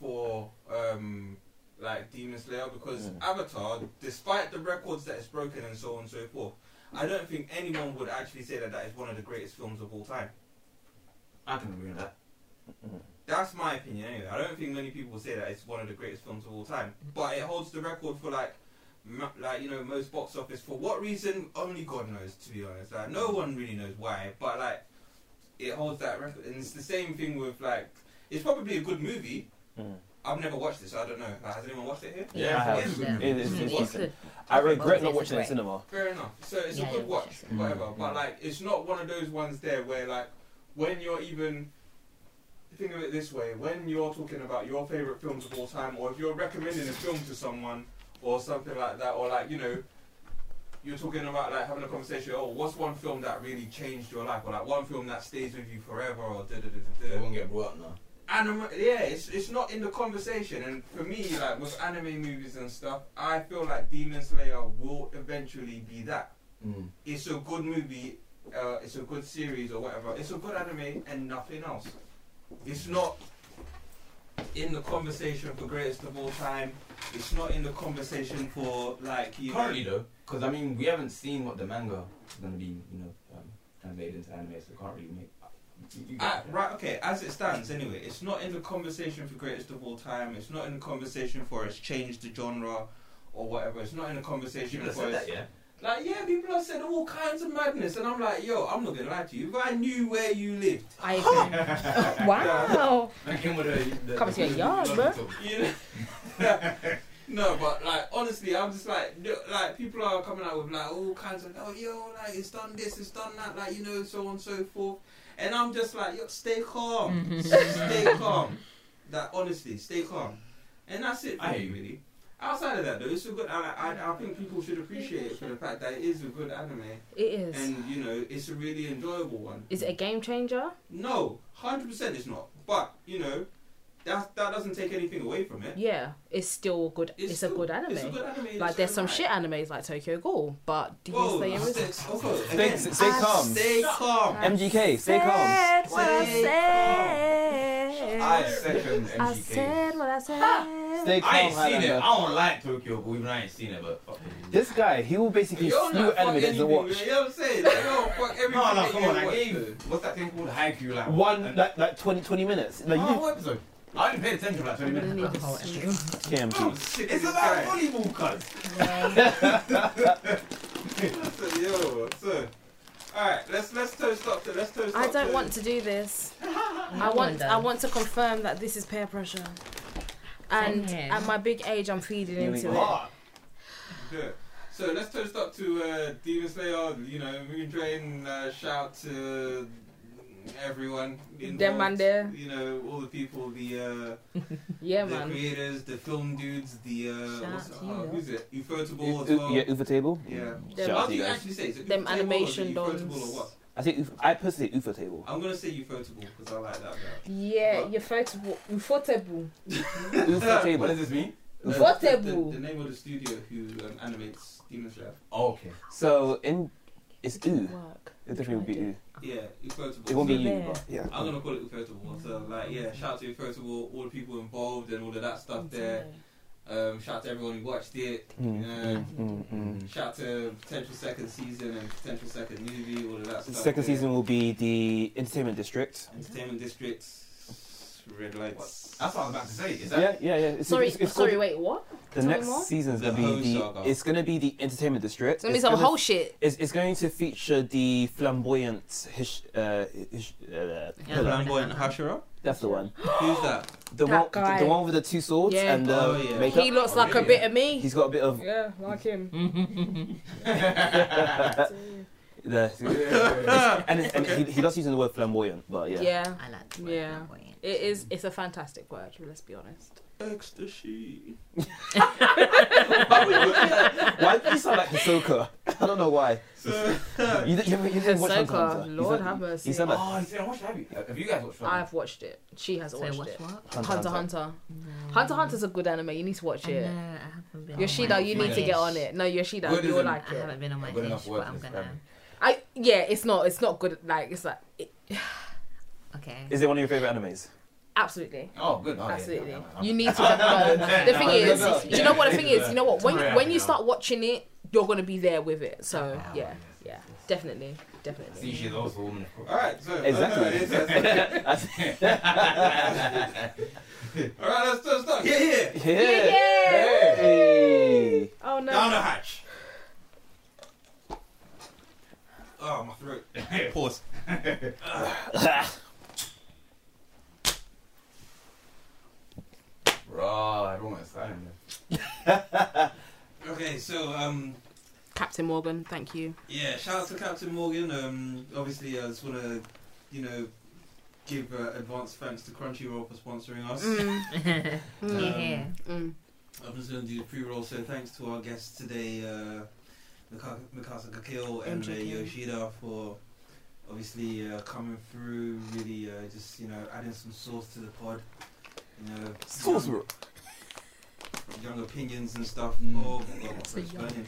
[SPEAKER 2] for um like Demon Slayer because
[SPEAKER 1] Mm.
[SPEAKER 2] Avatar, despite the records that it's broken and so on and so forth, I don't think anyone would actually say that that is one of the greatest films of all time.
[SPEAKER 3] I can agree with that.
[SPEAKER 2] That's my opinion anyway. I don't think many people say that it's one of the greatest films of all time, but it holds the record for like, m- like you know, most box office. For what reason? Only God knows. To be honest, like no one really knows why. But like, it holds that record, and it's the same thing with like, it's probably a good movie.
[SPEAKER 1] Mm.
[SPEAKER 2] I've never watched it, so I don't know. Like, has anyone watched it here?
[SPEAKER 1] Yeah,
[SPEAKER 2] it
[SPEAKER 1] I
[SPEAKER 2] is
[SPEAKER 1] have.
[SPEAKER 2] a good movie.
[SPEAKER 1] It is,
[SPEAKER 5] Mm,
[SPEAKER 1] it's
[SPEAKER 5] it's
[SPEAKER 1] decent.
[SPEAKER 5] good.
[SPEAKER 1] I regret
[SPEAKER 5] It's
[SPEAKER 1] not
[SPEAKER 5] a
[SPEAKER 1] watching it in
[SPEAKER 5] great- [LAUGHS]
[SPEAKER 1] cinema.
[SPEAKER 2] Fair enough. So it's
[SPEAKER 5] Yeah,
[SPEAKER 2] a
[SPEAKER 5] yeah,
[SPEAKER 2] good watch,
[SPEAKER 5] watch
[SPEAKER 2] whatever.
[SPEAKER 1] Mm.
[SPEAKER 2] But like, it's not one of those ones there where like, when you're even think of it this way: when you're talking about your favorite films of all time, or if you're recommending a film to someone or something like that, or like you know, you're talking about like having a conversation. Oh, what's one film that really changed your life, or like one film that stays with you forever, or da da da da.
[SPEAKER 3] It won't get brought up now.
[SPEAKER 2] Anime, yeah, it's, it's not in the conversation. And for me, like with anime movies and stuff, I feel like Demon Slayer will eventually be that.
[SPEAKER 3] Mm.
[SPEAKER 2] It's a good movie, uh, it's a good series or whatever. It's a good anime and nothing else. It's not in the conversation for greatest of all time. It's not in the conversation for like you. know-
[SPEAKER 3] Currently though, because I mean we haven't seen what the manga is gonna be, you know, um, translated into anime, so we can't really make. you- you
[SPEAKER 2] Uh,
[SPEAKER 3] get-
[SPEAKER 2] right, okay, as it stands anyway, it's not in the conversation for greatest of all time, it's not in the conversation for it's changed the genre or whatever, it's not in the conversation
[SPEAKER 3] People have
[SPEAKER 2] for
[SPEAKER 3] said
[SPEAKER 2] it's.
[SPEAKER 3] that,
[SPEAKER 2] [LAUGHS]
[SPEAKER 3] yeah. [LAUGHS]
[SPEAKER 2] Like, yeah, people have said all kinds of madness, and I'm like, yo, I'm not gonna lie to you, if I knew where you lived,
[SPEAKER 14] I wow.
[SPEAKER 3] Back in with the, the,
[SPEAKER 14] Come to your
[SPEAKER 3] the-
[SPEAKER 14] yard,
[SPEAKER 3] the-
[SPEAKER 14] bruh.
[SPEAKER 3] the-
[SPEAKER 2] you know. [LAUGHS] no, but like honestly, I'm just like no, like people are coming out with like all kinds of oh yo like it's done this, it's done that, like you know so on so forth, and I'm just like yo stay calm, stay calm, like honestly stay calm, and that's it. for
[SPEAKER 3] I
[SPEAKER 2] me,
[SPEAKER 3] hear you.
[SPEAKER 2] really. Outside of that though, it's a good. I, I I think people should appreciate it for the fact that it is a good anime,
[SPEAKER 4] It is.
[SPEAKER 2] and you know it's a really enjoyable one.
[SPEAKER 4] Is it a game changer?
[SPEAKER 2] No, hundred percent it's not. But you know, that that doesn't take anything away from it.
[SPEAKER 4] Yeah, it's still good. It's, a
[SPEAKER 2] still-
[SPEAKER 4] good anime.
[SPEAKER 2] It's a good anime.
[SPEAKER 4] like there's some shit
[SPEAKER 2] shit.
[SPEAKER 4] animes like Tokyo Ghoul, but Demon
[SPEAKER 2] Whoa,
[SPEAKER 4] Slayer
[SPEAKER 2] stay,
[SPEAKER 4] is
[SPEAKER 2] [LAUGHS] okay,
[SPEAKER 1] Stay,
[SPEAKER 2] again,
[SPEAKER 1] stay calm.
[SPEAKER 2] stay calm.
[SPEAKER 1] MGK, stay calm.
[SPEAKER 2] Stay calm.
[SPEAKER 3] I second MGK. I
[SPEAKER 4] what I said.
[SPEAKER 1] Stay calm,
[SPEAKER 3] ain't seen it.
[SPEAKER 1] Highlander.
[SPEAKER 3] I don't like Tokyo, but even I ain't seen it. But fuck it.
[SPEAKER 1] This guy, he will basically
[SPEAKER 2] You're
[SPEAKER 1] slew
[SPEAKER 2] not fuck
[SPEAKER 1] anime that
[SPEAKER 2] anything,
[SPEAKER 1] doesn't
[SPEAKER 2] man,
[SPEAKER 1] watch.
[SPEAKER 2] you know what I'm saying? Like, you don't fuck everything.
[SPEAKER 3] no, no,
[SPEAKER 2] that
[SPEAKER 3] come
[SPEAKER 2] you
[SPEAKER 3] on. I
[SPEAKER 2] watch.
[SPEAKER 3] gave what's that thing called Haiku? Like
[SPEAKER 1] One,
[SPEAKER 3] and-
[SPEAKER 1] like, like 20, 20 minutes. Like, you
[SPEAKER 3] oh, what episode? I only paid attention for like twenty minutes. Oh,
[SPEAKER 1] didn't
[SPEAKER 2] I'm
[SPEAKER 1] KMG.
[SPEAKER 2] sick of this
[SPEAKER 3] It's about
[SPEAKER 2] guy.
[SPEAKER 3] volleyball, cuz.
[SPEAKER 2] So, yo, so. Alright, let's let's toast up to let's toast
[SPEAKER 4] I
[SPEAKER 2] up
[SPEAKER 4] don't
[SPEAKER 2] to-
[SPEAKER 4] want to do this. I
[SPEAKER 5] one
[SPEAKER 4] want.
[SPEAKER 5] does.
[SPEAKER 4] I want to confirm that this is peer pressure. And
[SPEAKER 5] Same here.
[SPEAKER 4] at my big age, I'm feeding
[SPEAKER 1] Here we
[SPEAKER 4] into
[SPEAKER 1] go.
[SPEAKER 4] it.
[SPEAKER 3] Ah,
[SPEAKER 2] Yeah. So let's toast up to uh, Demon Slayer. You know, Moon Drain. Uh, shout to everyone. involved,
[SPEAKER 4] Them man there.
[SPEAKER 2] You know, all the people, the uh,
[SPEAKER 4] Yeah,
[SPEAKER 2] the
[SPEAKER 4] man.
[SPEAKER 2] creators, the film dudes, the uh,
[SPEAKER 5] Shout
[SPEAKER 2] what's,
[SPEAKER 5] to
[SPEAKER 2] uh,
[SPEAKER 5] you lot.
[SPEAKER 2] who's it? Ufotable
[SPEAKER 1] U-
[SPEAKER 2] as
[SPEAKER 1] U-
[SPEAKER 2] well.
[SPEAKER 1] yeah, Ufa table.
[SPEAKER 2] Yeah.
[SPEAKER 1] Shout
[SPEAKER 2] How
[SPEAKER 1] out to
[SPEAKER 2] do
[SPEAKER 1] you
[SPEAKER 2] you
[SPEAKER 1] guys.
[SPEAKER 2] actually say? Is it
[SPEAKER 4] Them
[SPEAKER 2] Ufotable or is it Ufotable
[SPEAKER 4] animation dons.
[SPEAKER 2] or what?
[SPEAKER 1] I think Uf- I personally say Ufa table.
[SPEAKER 2] I'm gonna say Ufotable because I like that. Guy.
[SPEAKER 4] Yeah, you're photable. You're photable.
[SPEAKER 1] [LAUGHS] Ufa
[SPEAKER 3] What
[SPEAKER 1] table.
[SPEAKER 3] does this mean?
[SPEAKER 2] Uh,
[SPEAKER 4] Ufotable.
[SPEAKER 2] [LAUGHS] The, the name of the studio who um, animates Demon Slayer.
[SPEAKER 3] Oh, okay.
[SPEAKER 1] So in it's U.
[SPEAKER 4] Work.
[SPEAKER 1] It definitely will be U.
[SPEAKER 2] Yeah, Ufotable.
[SPEAKER 1] It won't be
[SPEAKER 2] So-
[SPEAKER 1] U, but yeah.
[SPEAKER 2] I'm gonna call it Ufotable. So like, yeah, shout out to Ufotable, all the people involved and all of that stuff there.
[SPEAKER 1] Mm-hmm.
[SPEAKER 2] Um, shout out to everyone who watched it.
[SPEAKER 1] Mm,
[SPEAKER 2] Um,
[SPEAKER 1] mm, mm.
[SPEAKER 2] shout out to potential second season and potential second movie, all of that
[SPEAKER 1] The
[SPEAKER 2] stuff.
[SPEAKER 1] second
[SPEAKER 2] there.
[SPEAKER 1] season will be the entertainment district.
[SPEAKER 2] entertainment districts, red lights.
[SPEAKER 3] That's what I was about to say. Is that
[SPEAKER 1] Yeah, yeah, yeah. It's,
[SPEAKER 4] Sorry,
[SPEAKER 1] it's, it's
[SPEAKER 4] sorry.
[SPEAKER 1] called-
[SPEAKER 4] Wait, what?
[SPEAKER 1] the
[SPEAKER 4] tell me
[SPEAKER 1] next
[SPEAKER 4] more.
[SPEAKER 1] season's
[SPEAKER 2] The
[SPEAKER 1] gonna be
[SPEAKER 2] whole
[SPEAKER 1] the.
[SPEAKER 2] saga.
[SPEAKER 1] It's gonna be the entertainment district.
[SPEAKER 4] It's gonna be some whole shit.
[SPEAKER 1] It's, it's going to feature the flamboyant Hish. Uh, hish uh, pillar.
[SPEAKER 2] Flamboyant Hashira.
[SPEAKER 1] [LAUGHS] That's the one.
[SPEAKER 2] Who's that? [LAUGHS]
[SPEAKER 1] The
[SPEAKER 4] That
[SPEAKER 1] one,
[SPEAKER 4] guy.
[SPEAKER 1] the one with the two swords
[SPEAKER 4] Yeah.
[SPEAKER 1] and the
[SPEAKER 2] Oh, yeah.
[SPEAKER 1] makeup.
[SPEAKER 4] He looks like a
[SPEAKER 3] really?
[SPEAKER 4] bit of me.
[SPEAKER 1] He's got a bit
[SPEAKER 4] [LAUGHS]
[SPEAKER 1] of [LAUGHS]
[SPEAKER 4] Yeah, like him.
[SPEAKER 1] Uh, the. and and he, he loves using the word flamboyant, but yeah.
[SPEAKER 4] Yeah,
[SPEAKER 5] I like
[SPEAKER 4] word Yeah. it is. It's a fantastic word. Let's be honest.
[SPEAKER 2] Ecstasy.
[SPEAKER 1] Why do you sound like Hisoka? [LAUGHS] I don't know why.
[SPEAKER 2] [LAUGHS] So,
[SPEAKER 1] You, didn't- you, haven't- you didn't watch Hunter x
[SPEAKER 4] Hisoka,
[SPEAKER 1] Hunter. You
[SPEAKER 4] Lord
[SPEAKER 1] sound-
[SPEAKER 4] have
[SPEAKER 1] you
[SPEAKER 4] mercy.
[SPEAKER 1] sound like
[SPEAKER 3] [LAUGHS] Oh, you see, I watched. Have you? Have you guys watched? Fucking-
[SPEAKER 4] I've watched it. She has
[SPEAKER 5] So
[SPEAKER 4] watched
[SPEAKER 5] watch
[SPEAKER 4] it.
[SPEAKER 5] what?
[SPEAKER 4] Hunter Hunter.
[SPEAKER 5] Mm.
[SPEAKER 4] Hunter Hunter's a good anime. You need to watch
[SPEAKER 5] I
[SPEAKER 4] it.
[SPEAKER 5] know, I haven't been.
[SPEAKER 4] Yoshida,
[SPEAKER 5] on Oh my
[SPEAKER 4] you need to
[SPEAKER 5] dish.
[SPEAKER 4] get on it. No, Yoshida,
[SPEAKER 3] Good
[SPEAKER 4] you'll
[SPEAKER 3] isn't-
[SPEAKER 5] I
[SPEAKER 4] like it.
[SPEAKER 5] haven't been on my
[SPEAKER 3] Good
[SPEAKER 5] dish,
[SPEAKER 3] enough work
[SPEAKER 5] but I'm
[SPEAKER 3] this
[SPEAKER 5] gonna.
[SPEAKER 3] time.
[SPEAKER 4] I yeah, it's not. It's not good. Like it's like it,
[SPEAKER 5] Okay.
[SPEAKER 1] Is it one of your favorite [LAUGHS] animes?
[SPEAKER 4] absolutely.
[SPEAKER 3] Oh, good. Oh, yeah.
[SPEAKER 4] Absolutely,
[SPEAKER 3] Yeah, yeah, yeah.
[SPEAKER 4] you need to. Get on. The thing is, do you know what the thing is? You know what? When
[SPEAKER 3] Yeah.
[SPEAKER 4] when you start watching it, you're gonna be there with it. So
[SPEAKER 3] Ah,
[SPEAKER 4] yeah,
[SPEAKER 3] yes,
[SPEAKER 4] yeah,
[SPEAKER 3] yes, yes.
[SPEAKER 4] definitely,
[SPEAKER 3] See,
[SPEAKER 4] definitely.
[SPEAKER 3] she's also a woman. of course.
[SPEAKER 2] all
[SPEAKER 3] [LAUGHS]
[SPEAKER 2] right. So
[SPEAKER 1] Exactly.
[SPEAKER 2] all
[SPEAKER 1] [LAUGHS]
[SPEAKER 2] right. Let's just start. Yeah, yeah.
[SPEAKER 1] yeah. Hey.
[SPEAKER 4] Oh
[SPEAKER 2] Down
[SPEAKER 4] no.
[SPEAKER 2] the hatch. Oh, my throat.
[SPEAKER 3] Pause. Bro, everyone is silent.
[SPEAKER 2] Okay, so um,
[SPEAKER 4] Captain Morgan, thank you.
[SPEAKER 2] Yeah, shout out to Captain Morgan. Um, obviously, I just want to, you know, give uh, advance thanks to Crunchyroll for sponsoring us.
[SPEAKER 4] Mm,
[SPEAKER 5] [LAUGHS]
[SPEAKER 4] yeah.
[SPEAKER 2] Yeah.
[SPEAKER 15] Mm.
[SPEAKER 2] I'm just going to do the pre-roll. So thanks to our guests today, uh, Mika- Mikasa Kakil and uh,
[SPEAKER 15] MJK.
[SPEAKER 2] Yoshida for obviously uh, coming through. Really, uh, just you know, adding some sauce to the pod. You know, young, young opinions and stuff.
[SPEAKER 1] Mm.
[SPEAKER 2] Oh, my God, my
[SPEAKER 4] So
[SPEAKER 2] throat's
[SPEAKER 4] young.
[SPEAKER 2] burning.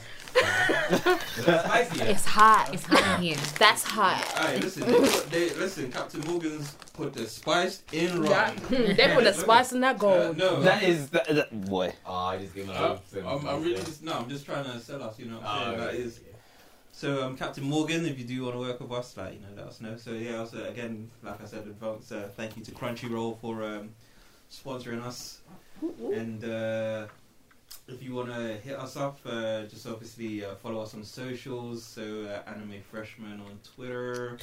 [SPEAKER 3] spicy.
[SPEAKER 4] [LAUGHS]
[SPEAKER 3] yeah.
[SPEAKER 4] It's hot. It's hot in [LAUGHS] here.
[SPEAKER 5] That's hot.
[SPEAKER 2] Hey, listen, they, put- they, listen. Captain Morgan's put the spice in rum.
[SPEAKER 15] That- hmm, they put the spice in that
[SPEAKER 2] Uh,
[SPEAKER 15] gold.
[SPEAKER 2] no,
[SPEAKER 1] That is that, that boy.
[SPEAKER 3] Ah, I just give him
[SPEAKER 2] Uh,
[SPEAKER 3] a
[SPEAKER 2] I'm, I'm really just no. I'm just trying to sell us. You know, what I'm saying? Ah, that is. So um, Captain Morgan, if you do want to work with us, like you know, let us know. So yeah, also again, like I said, advance uh, thank you to Crunchyroll for um, sponsoring us. And uh, if you want to hit us up, uh, just obviously uh, follow us on socials. So uh, Anime Freshman on Twitter,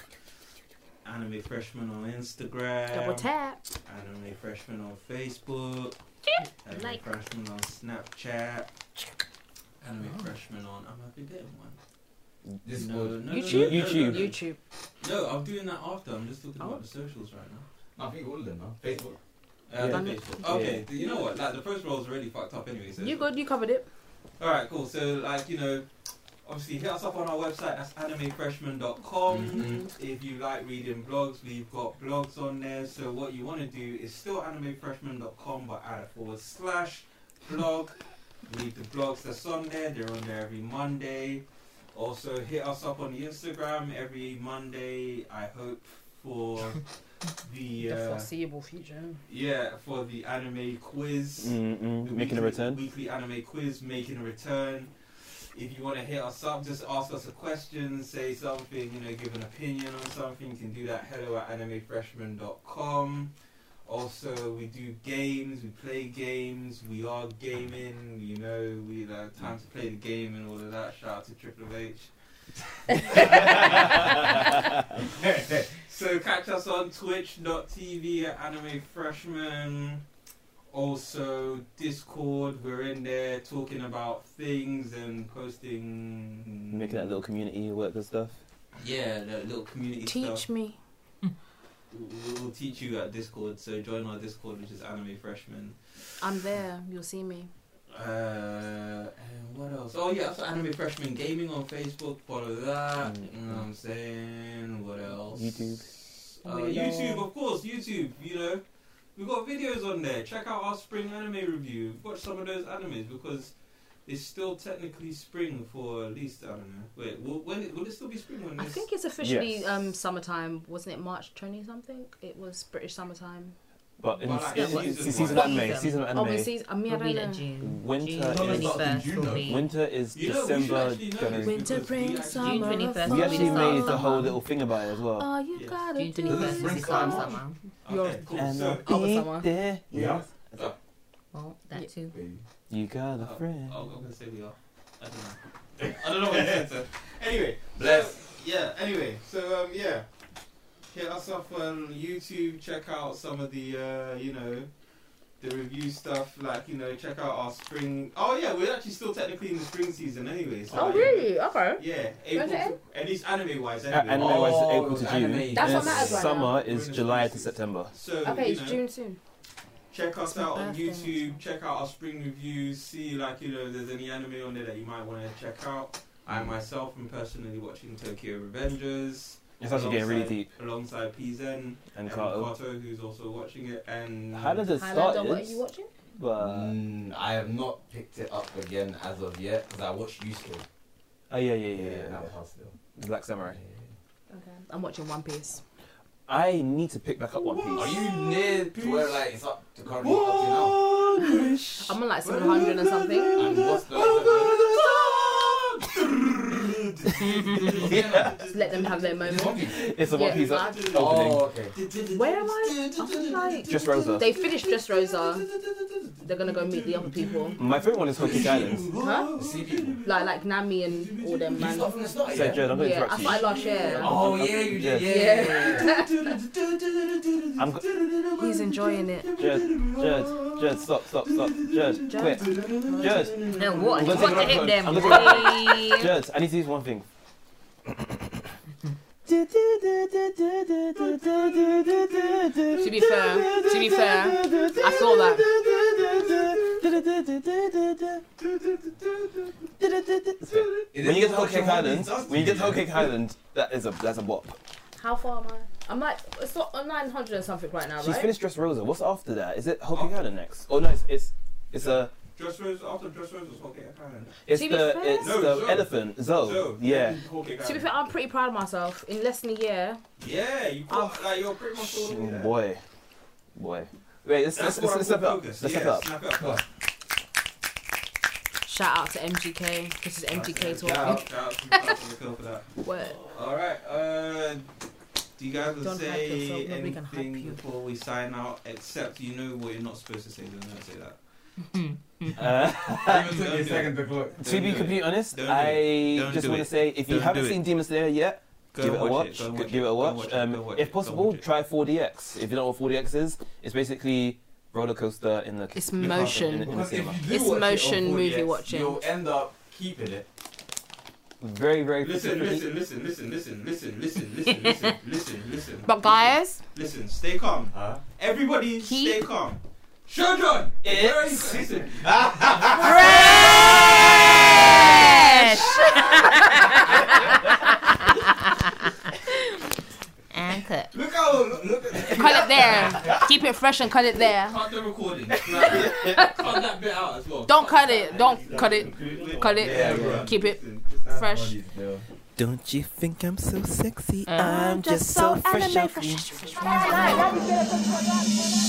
[SPEAKER 2] Anime Freshman on Instagram,
[SPEAKER 4] Double tap.
[SPEAKER 2] Anime Freshman on Facebook. Anime
[SPEAKER 4] Like.
[SPEAKER 2] Freshman on Snapchat. Anime Freshman on. I'm a forgetting one.
[SPEAKER 3] This
[SPEAKER 2] no,
[SPEAKER 3] was-
[SPEAKER 2] no,
[SPEAKER 1] YouTube?
[SPEAKER 2] No, no, no, no.
[SPEAKER 15] YouTube.
[SPEAKER 2] No, I'm doing that after. I'm just talking
[SPEAKER 15] Oh.
[SPEAKER 2] about the socials right now.
[SPEAKER 3] I think all of them, huh? Facebook.
[SPEAKER 2] Uh,
[SPEAKER 1] Yeah.
[SPEAKER 2] the Facebook. Okay, you know what? Like the first roll's already fucked up anyway. So
[SPEAKER 15] You good? You covered it.
[SPEAKER 2] All right, cool. So like you know, obviously hit us up on our website. That's animefreshman.com. If you like reading blogs, we've got blogs on there. So what you want to do is still animefreshman.com, but add a forward slash blog. Read the blogs that's on there. They're on there every Monday. Also hit us up on the Instagram every Monday. I hope for the
[SPEAKER 16] The
[SPEAKER 2] uh,
[SPEAKER 16] foreseeable future.
[SPEAKER 2] yeah for the anime quiz.
[SPEAKER 1] Mm-mm.
[SPEAKER 2] The
[SPEAKER 1] Making a
[SPEAKER 2] weekly-
[SPEAKER 1] return.
[SPEAKER 2] Weekly anime quiz, making a return. If you want to hit us up, just ask us a question, say something, you know, give an opinion on something. You can do that. Hello at animefreshman.com. Also, we do games, we play games, we are gaming, you know, we like time to play the game and all of that. Shout out to Triple H. so catch us on twitch.tv at anime freshman also discord we're in there talking about things and posting
[SPEAKER 1] Making that little community work and stuff.
[SPEAKER 2] yeah that little community
[SPEAKER 5] Teach
[SPEAKER 2] stuff
[SPEAKER 5] me.
[SPEAKER 2] We- we'll teach you at discord so join our discord which is anime freshman
[SPEAKER 5] I'm there. You'll see me.
[SPEAKER 2] uh and what else oh yeah so anime freshman gaming on facebook follow that you know what i'm saying what else
[SPEAKER 1] YouTube.
[SPEAKER 2] uh,
[SPEAKER 16] We
[SPEAKER 2] youtube
[SPEAKER 16] love-
[SPEAKER 2] of course youtube you know We've got videos on there. Check out our spring anime review. Watch some of those animes because it's still technically spring for at least I don't know. Wait, will, when, will it still be spring when
[SPEAKER 4] I
[SPEAKER 2] this?
[SPEAKER 4] think it's officially
[SPEAKER 1] Yes.
[SPEAKER 4] um summertime. Wasn't it March twenty something? It was British summertime.
[SPEAKER 1] But in
[SPEAKER 2] Well,
[SPEAKER 1] s-
[SPEAKER 2] like, season
[SPEAKER 1] se- se- season
[SPEAKER 2] one.
[SPEAKER 1] anime, season anime.
[SPEAKER 4] Oh, we see. I mean, I
[SPEAKER 5] We'll be
[SPEAKER 4] don't know.
[SPEAKER 5] in
[SPEAKER 4] June.
[SPEAKER 1] Winter
[SPEAKER 4] June
[SPEAKER 1] is-
[SPEAKER 4] twenty first
[SPEAKER 3] June,
[SPEAKER 4] will
[SPEAKER 3] though.
[SPEAKER 4] be.
[SPEAKER 1] Winter is
[SPEAKER 2] you know, we should
[SPEAKER 1] December,
[SPEAKER 2] actually know this
[SPEAKER 1] January.
[SPEAKER 5] Winter
[SPEAKER 2] because we
[SPEAKER 5] brings
[SPEAKER 2] actually-
[SPEAKER 5] summer.
[SPEAKER 4] June twenty first.
[SPEAKER 1] We
[SPEAKER 5] We
[SPEAKER 1] actually made the
[SPEAKER 5] summer.
[SPEAKER 1] whole little thing about it as well.
[SPEAKER 5] Oh, you
[SPEAKER 2] Yes.
[SPEAKER 5] gotta
[SPEAKER 4] June
[SPEAKER 5] do
[SPEAKER 4] twenty
[SPEAKER 2] This
[SPEAKER 4] first
[SPEAKER 2] is
[SPEAKER 5] it.
[SPEAKER 4] is
[SPEAKER 2] spring
[SPEAKER 4] Islam
[SPEAKER 2] summer.
[SPEAKER 4] summer.
[SPEAKER 2] Okay, cool.
[SPEAKER 1] And I'll
[SPEAKER 2] So,
[SPEAKER 16] Oh,
[SPEAKER 1] be
[SPEAKER 16] summer.
[SPEAKER 1] there.
[SPEAKER 3] Yeah.
[SPEAKER 4] Well, that too.
[SPEAKER 1] You got a friend. Uh,
[SPEAKER 2] oh, I'm gonna say we are. I don't know. I don't know what it said.
[SPEAKER 4] [LAUGHS]
[SPEAKER 2] so- Anyway, so, yeah. Anyway, so um, yeah. Hit us up on YouTube. Check out some of the uh, you know, the review stuff. Like you know, check out our spring. Oh yeah, we're actually still technically in the spring season anyway. So
[SPEAKER 16] Oh
[SPEAKER 2] like,
[SPEAKER 16] really? Okay.
[SPEAKER 2] Yeah, April
[SPEAKER 16] Does it
[SPEAKER 2] to, at least Oh. anime wise.
[SPEAKER 1] A- Anime was April to June.
[SPEAKER 3] anime.
[SPEAKER 1] And
[SPEAKER 16] That's what matters right now.
[SPEAKER 1] summer
[SPEAKER 2] We're
[SPEAKER 1] is
[SPEAKER 2] in a
[SPEAKER 1] July to
[SPEAKER 2] crisis.
[SPEAKER 1] September.
[SPEAKER 2] So
[SPEAKER 16] Okay,
[SPEAKER 2] you
[SPEAKER 16] it's
[SPEAKER 2] know,
[SPEAKER 16] June soon.
[SPEAKER 2] check us
[SPEAKER 5] It's my
[SPEAKER 2] out on
[SPEAKER 5] birthday next
[SPEAKER 2] YouTube.
[SPEAKER 5] month.
[SPEAKER 2] Check out our spring reviews. See like you know if there's any anime on there that you might want to check out. I myself am personally watching Tokyo Revengers.
[SPEAKER 1] It's actually getting really
[SPEAKER 2] alongside- Alongside
[SPEAKER 1] deep.
[SPEAKER 2] PZen
[SPEAKER 1] And
[SPEAKER 2] and
[SPEAKER 1] Carter.
[SPEAKER 2] Kato, who's also watching it. And
[SPEAKER 1] Highlander
[SPEAKER 16] Highlander, what are you
[SPEAKER 1] started,
[SPEAKER 16] watching?
[SPEAKER 1] but
[SPEAKER 3] Mm, I have not picked it up again as of yet because I watched you still.
[SPEAKER 1] oh yeah, yeah, yeah, yeah,
[SPEAKER 3] that
[SPEAKER 1] yeah.
[SPEAKER 3] was hard still.
[SPEAKER 1] Black Samurai.
[SPEAKER 4] Okay. I'm watching One Piece.
[SPEAKER 1] I need to pick back up One
[SPEAKER 3] Are
[SPEAKER 1] Piece.
[SPEAKER 3] you near to where like it's up to currently up to now?
[SPEAKER 2] One wish.
[SPEAKER 4] I'm on like 700 and something.
[SPEAKER 3] And what's the-
[SPEAKER 4] Just let them have their moment.
[SPEAKER 1] It's a One
[SPEAKER 4] Yeah,
[SPEAKER 1] Piece
[SPEAKER 4] I-
[SPEAKER 1] [LAUGHS] opening.
[SPEAKER 3] Oh, okay.
[SPEAKER 4] Where am I? I feel like
[SPEAKER 1] Just Rosa.
[SPEAKER 4] they finished Dress Rosa. They're gonna go meet the other people.
[SPEAKER 1] My favorite one is Hooky Island.
[SPEAKER 4] Huh?
[SPEAKER 3] The sea people.
[SPEAKER 4] Like like Nami and all them
[SPEAKER 3] You
[SPEAKER 4] man.
[SPEAKER 3] stopped from the start,
[SPEAKER 1] Say,
[SPEAKER 3] yeah?
[SPEAKER 1] Jared, I'm gonna
[SPEAKER 4] Yeah, I
[SPEAKER 1] interrupt you.
[SPEAKER 4] started last year.
[SPEAKER 3] Oh yeah, you did.
[SPEAKER 1] Yeah.
[SPEAKER 3] Yeah. yeah, yeah, yeah.
[SPEAKER 1] I'm go-
[SPEAKER 5] He's enjoying it.
[SPEAKER 1] Jared, Jared, Jared, stop, stop, stop. Jared,
[SPEAKER 4] Jared.
[SPEAKER 1] quit. Jared,
[SPEAKER 4] No, what?
[SPEAKER 1] I'm
[SPEAKER 4] What
[SPEAKER 1] gonna
[SPEAKER 4] to
[SPEAKER 1] take
[SPEAKER 4] hit
[SPEAKER 1] another
[SPEAKER 4] them?
[SPEAKER 1] one. I'm
[SPEAKER 4] Hey.
[SPEAKER 1] Jared, I need to do one thing. To
[SPEAKER 4] be fair, to be fair, I saw that.
[SPEAKER 1] When you get to Whole Cake Island, when you get to Whole Cake Island, that is a that's a bop.
[SPEAKER 17] How far am I? I'm like, it's not I'm 900 and something right now,
[SPEAKER 1] She's
[SPEAKER 17] right?
[SPEAKER 1] finished Dress Rosa. What's after that? Is it Whole Cake Island next? Oh no, it's it's it's a
[SPEAKER 2] Dress Rose, after Dress Rose was Hawkeye Island.
[SPEAKER 1] it's
[SPEAKER 17] To be
[SPEAKER 1] the
[SPEAKER 17] fair-
[SPEAKER 1] it's
[SPEAKER 2] No,
[SPEAKER 1] the
[SPEAKER 2] Zoe.
[SPEAKER 1] elephant Zoe.
[SPEAKER 2] So,
[SPEAKER 1] Oh, Yeah.
[SPEAKER 2] Hawkeye
[SPEAKER 17] To be
[SPEAKER 2] Island.
[SPEAKER 17] fair, I'm pretty proud of myself. In less than a year,
[SPEAKER 2] Yeah, you got, like, you're pretty much all the way there.
[SPEAKER 1] Oh, Mm, Boy, boy. Wait, let's let's
[SPEAKER 2] That's what
[SPEAKER 1] let's
[SPEAKER 2] I'm
[SPEAKER 1] step up.
[SPEAKER 2] focused.
[SPEAKER 1] Let's step
[SPEAKER 2] Yeah,
[SPEAKER 1] up.
[SPEAKER 2] snap it
[SPEAKER 17] [LAUGHS]
[SPEAKER 2] up.
[SPEAKER 5] Shout out to MGK. This is MGK
[SPEAKER 2] Shout out,
[SPEAKER 5] talking.
[SPEAKER 2] shout out to Michael Michael for that.
[SPEAKER 5] Word.
[SPEAKER 2] Alright, uh, do you guys
[SPEAKER 17] Don't
[SPEAKER 2] want to
[SPEAKER 17] hype yourself,
[SPEAKER 2] say
[SPEAKER 17] nobody can hype
[SPEAKER 2] anything
[SPEAKER 17] you.
[SPEAKER 2] before we sign out? Except you know what you're not supposed to say, so don't say
[SPEAKER 1] [LAUGHS]
[SPEAKER 2] that.
[SPEAKER 1] Uh,
[SPEAKER 2] Don't do it.
[SPEAKER 1] to
[SPEAKER 2] Don't
[SPEAKER 1] be
[SPEAKER 2] do it.
[SPEAKER 1] completely honest,
[SPEAKER 2] Don't do
[SPEAKER 1] I
[SPEAKER 2] it. Don't
[SPEAKER 1] just
[SPEAKER 2] do
[SPEAKER 1] want to
[SPEAKER 2] it.
[SPEAKER 1] say if you
[SPEAKER 2] Don't
[SPEAKER 1] haven't
[SPEAKER 2] do it.
[SPEAKER 1] seen Demon Slayer yet,
[SPEAKER 2] Go
[SPEAKER 1] give it a
[SPEAKER 2] watch it,
[SPEAKER 1] watch.
[SPEAKER 2] go
[SPEAKER 1] G-
[SPEAKER 2] watch it,
[SPEAKER 1] Give it a
[SPEAKER 2] go
[SPEAKER 1] watch.
[SPEAKER 2] watch it, go
[SPEAKER 1] Um,
[SPEAKER 2] watch it,
[SPEAKER 1] if
[SPEAKER 2] go
[SPEAKER 1] possible,
[SPEAKER 2] watch it.
[SPEAKER 1] try 4DX. If you don't know what 4DX is, it's basically roller coaster in the
[SPEAKER 5] It's
[SPEAKER 1] in the in-
[SPEAKER 5] motion.
[SPEAKER 1] in the
[SPEAKER 3] Because
[SPEAKER 1] cinema.
[SPEAKER 3] if you do
[SPEAKER 5] It's
[SPEAKER 3] watch it on
[SPEAKER 5] motion
[SPEAKER 3] 4DX,
[SPEAKER 5] movie watching.
[SPEAKER 3] You'll end up keeping it.
[SPEAKER 1] Very very.
[SPEAKER 2] Listen,
[SPEAKER 1] particularly-
[SPEAKER 2] listen, listen, listen, listen, listen, listen, listen, listen, listen, listen.
[SPEAKER 4] But guys,
[SPEAKER 2] listen, stay calm.
[SPEAKER 3] Huh? [LAUGHS]
[SPEAKER 2] Everybody, stay calm. Shogun, where are you? Listen,
[SPEAKER 4] [LAUGHS]
[SPEAKER 5] [LAUGHS] And cut.
[SPEAKER 2] look how look at
[SPEAKER 4] cut it there. Keep it fresh and cut it there.
[SPEAKER 2] cut the recording. Like, cut that bit out as well.
[SPEAKER 4] Don't cut it. Don't cut it. Cut it. Keep it fresh.
[SPEAKER 1] Don't you think I'm so sexy?
[SPEAKER 5] I'm
[SPEAKER 1] I'm just so fresh.
[SPEAKER 4] anime
[SPEAKER 1] off
[SPEAKER 4] fresh,
[SPEAKER 1] you.
[SPEAKER 4] fresh, fresh, fresh.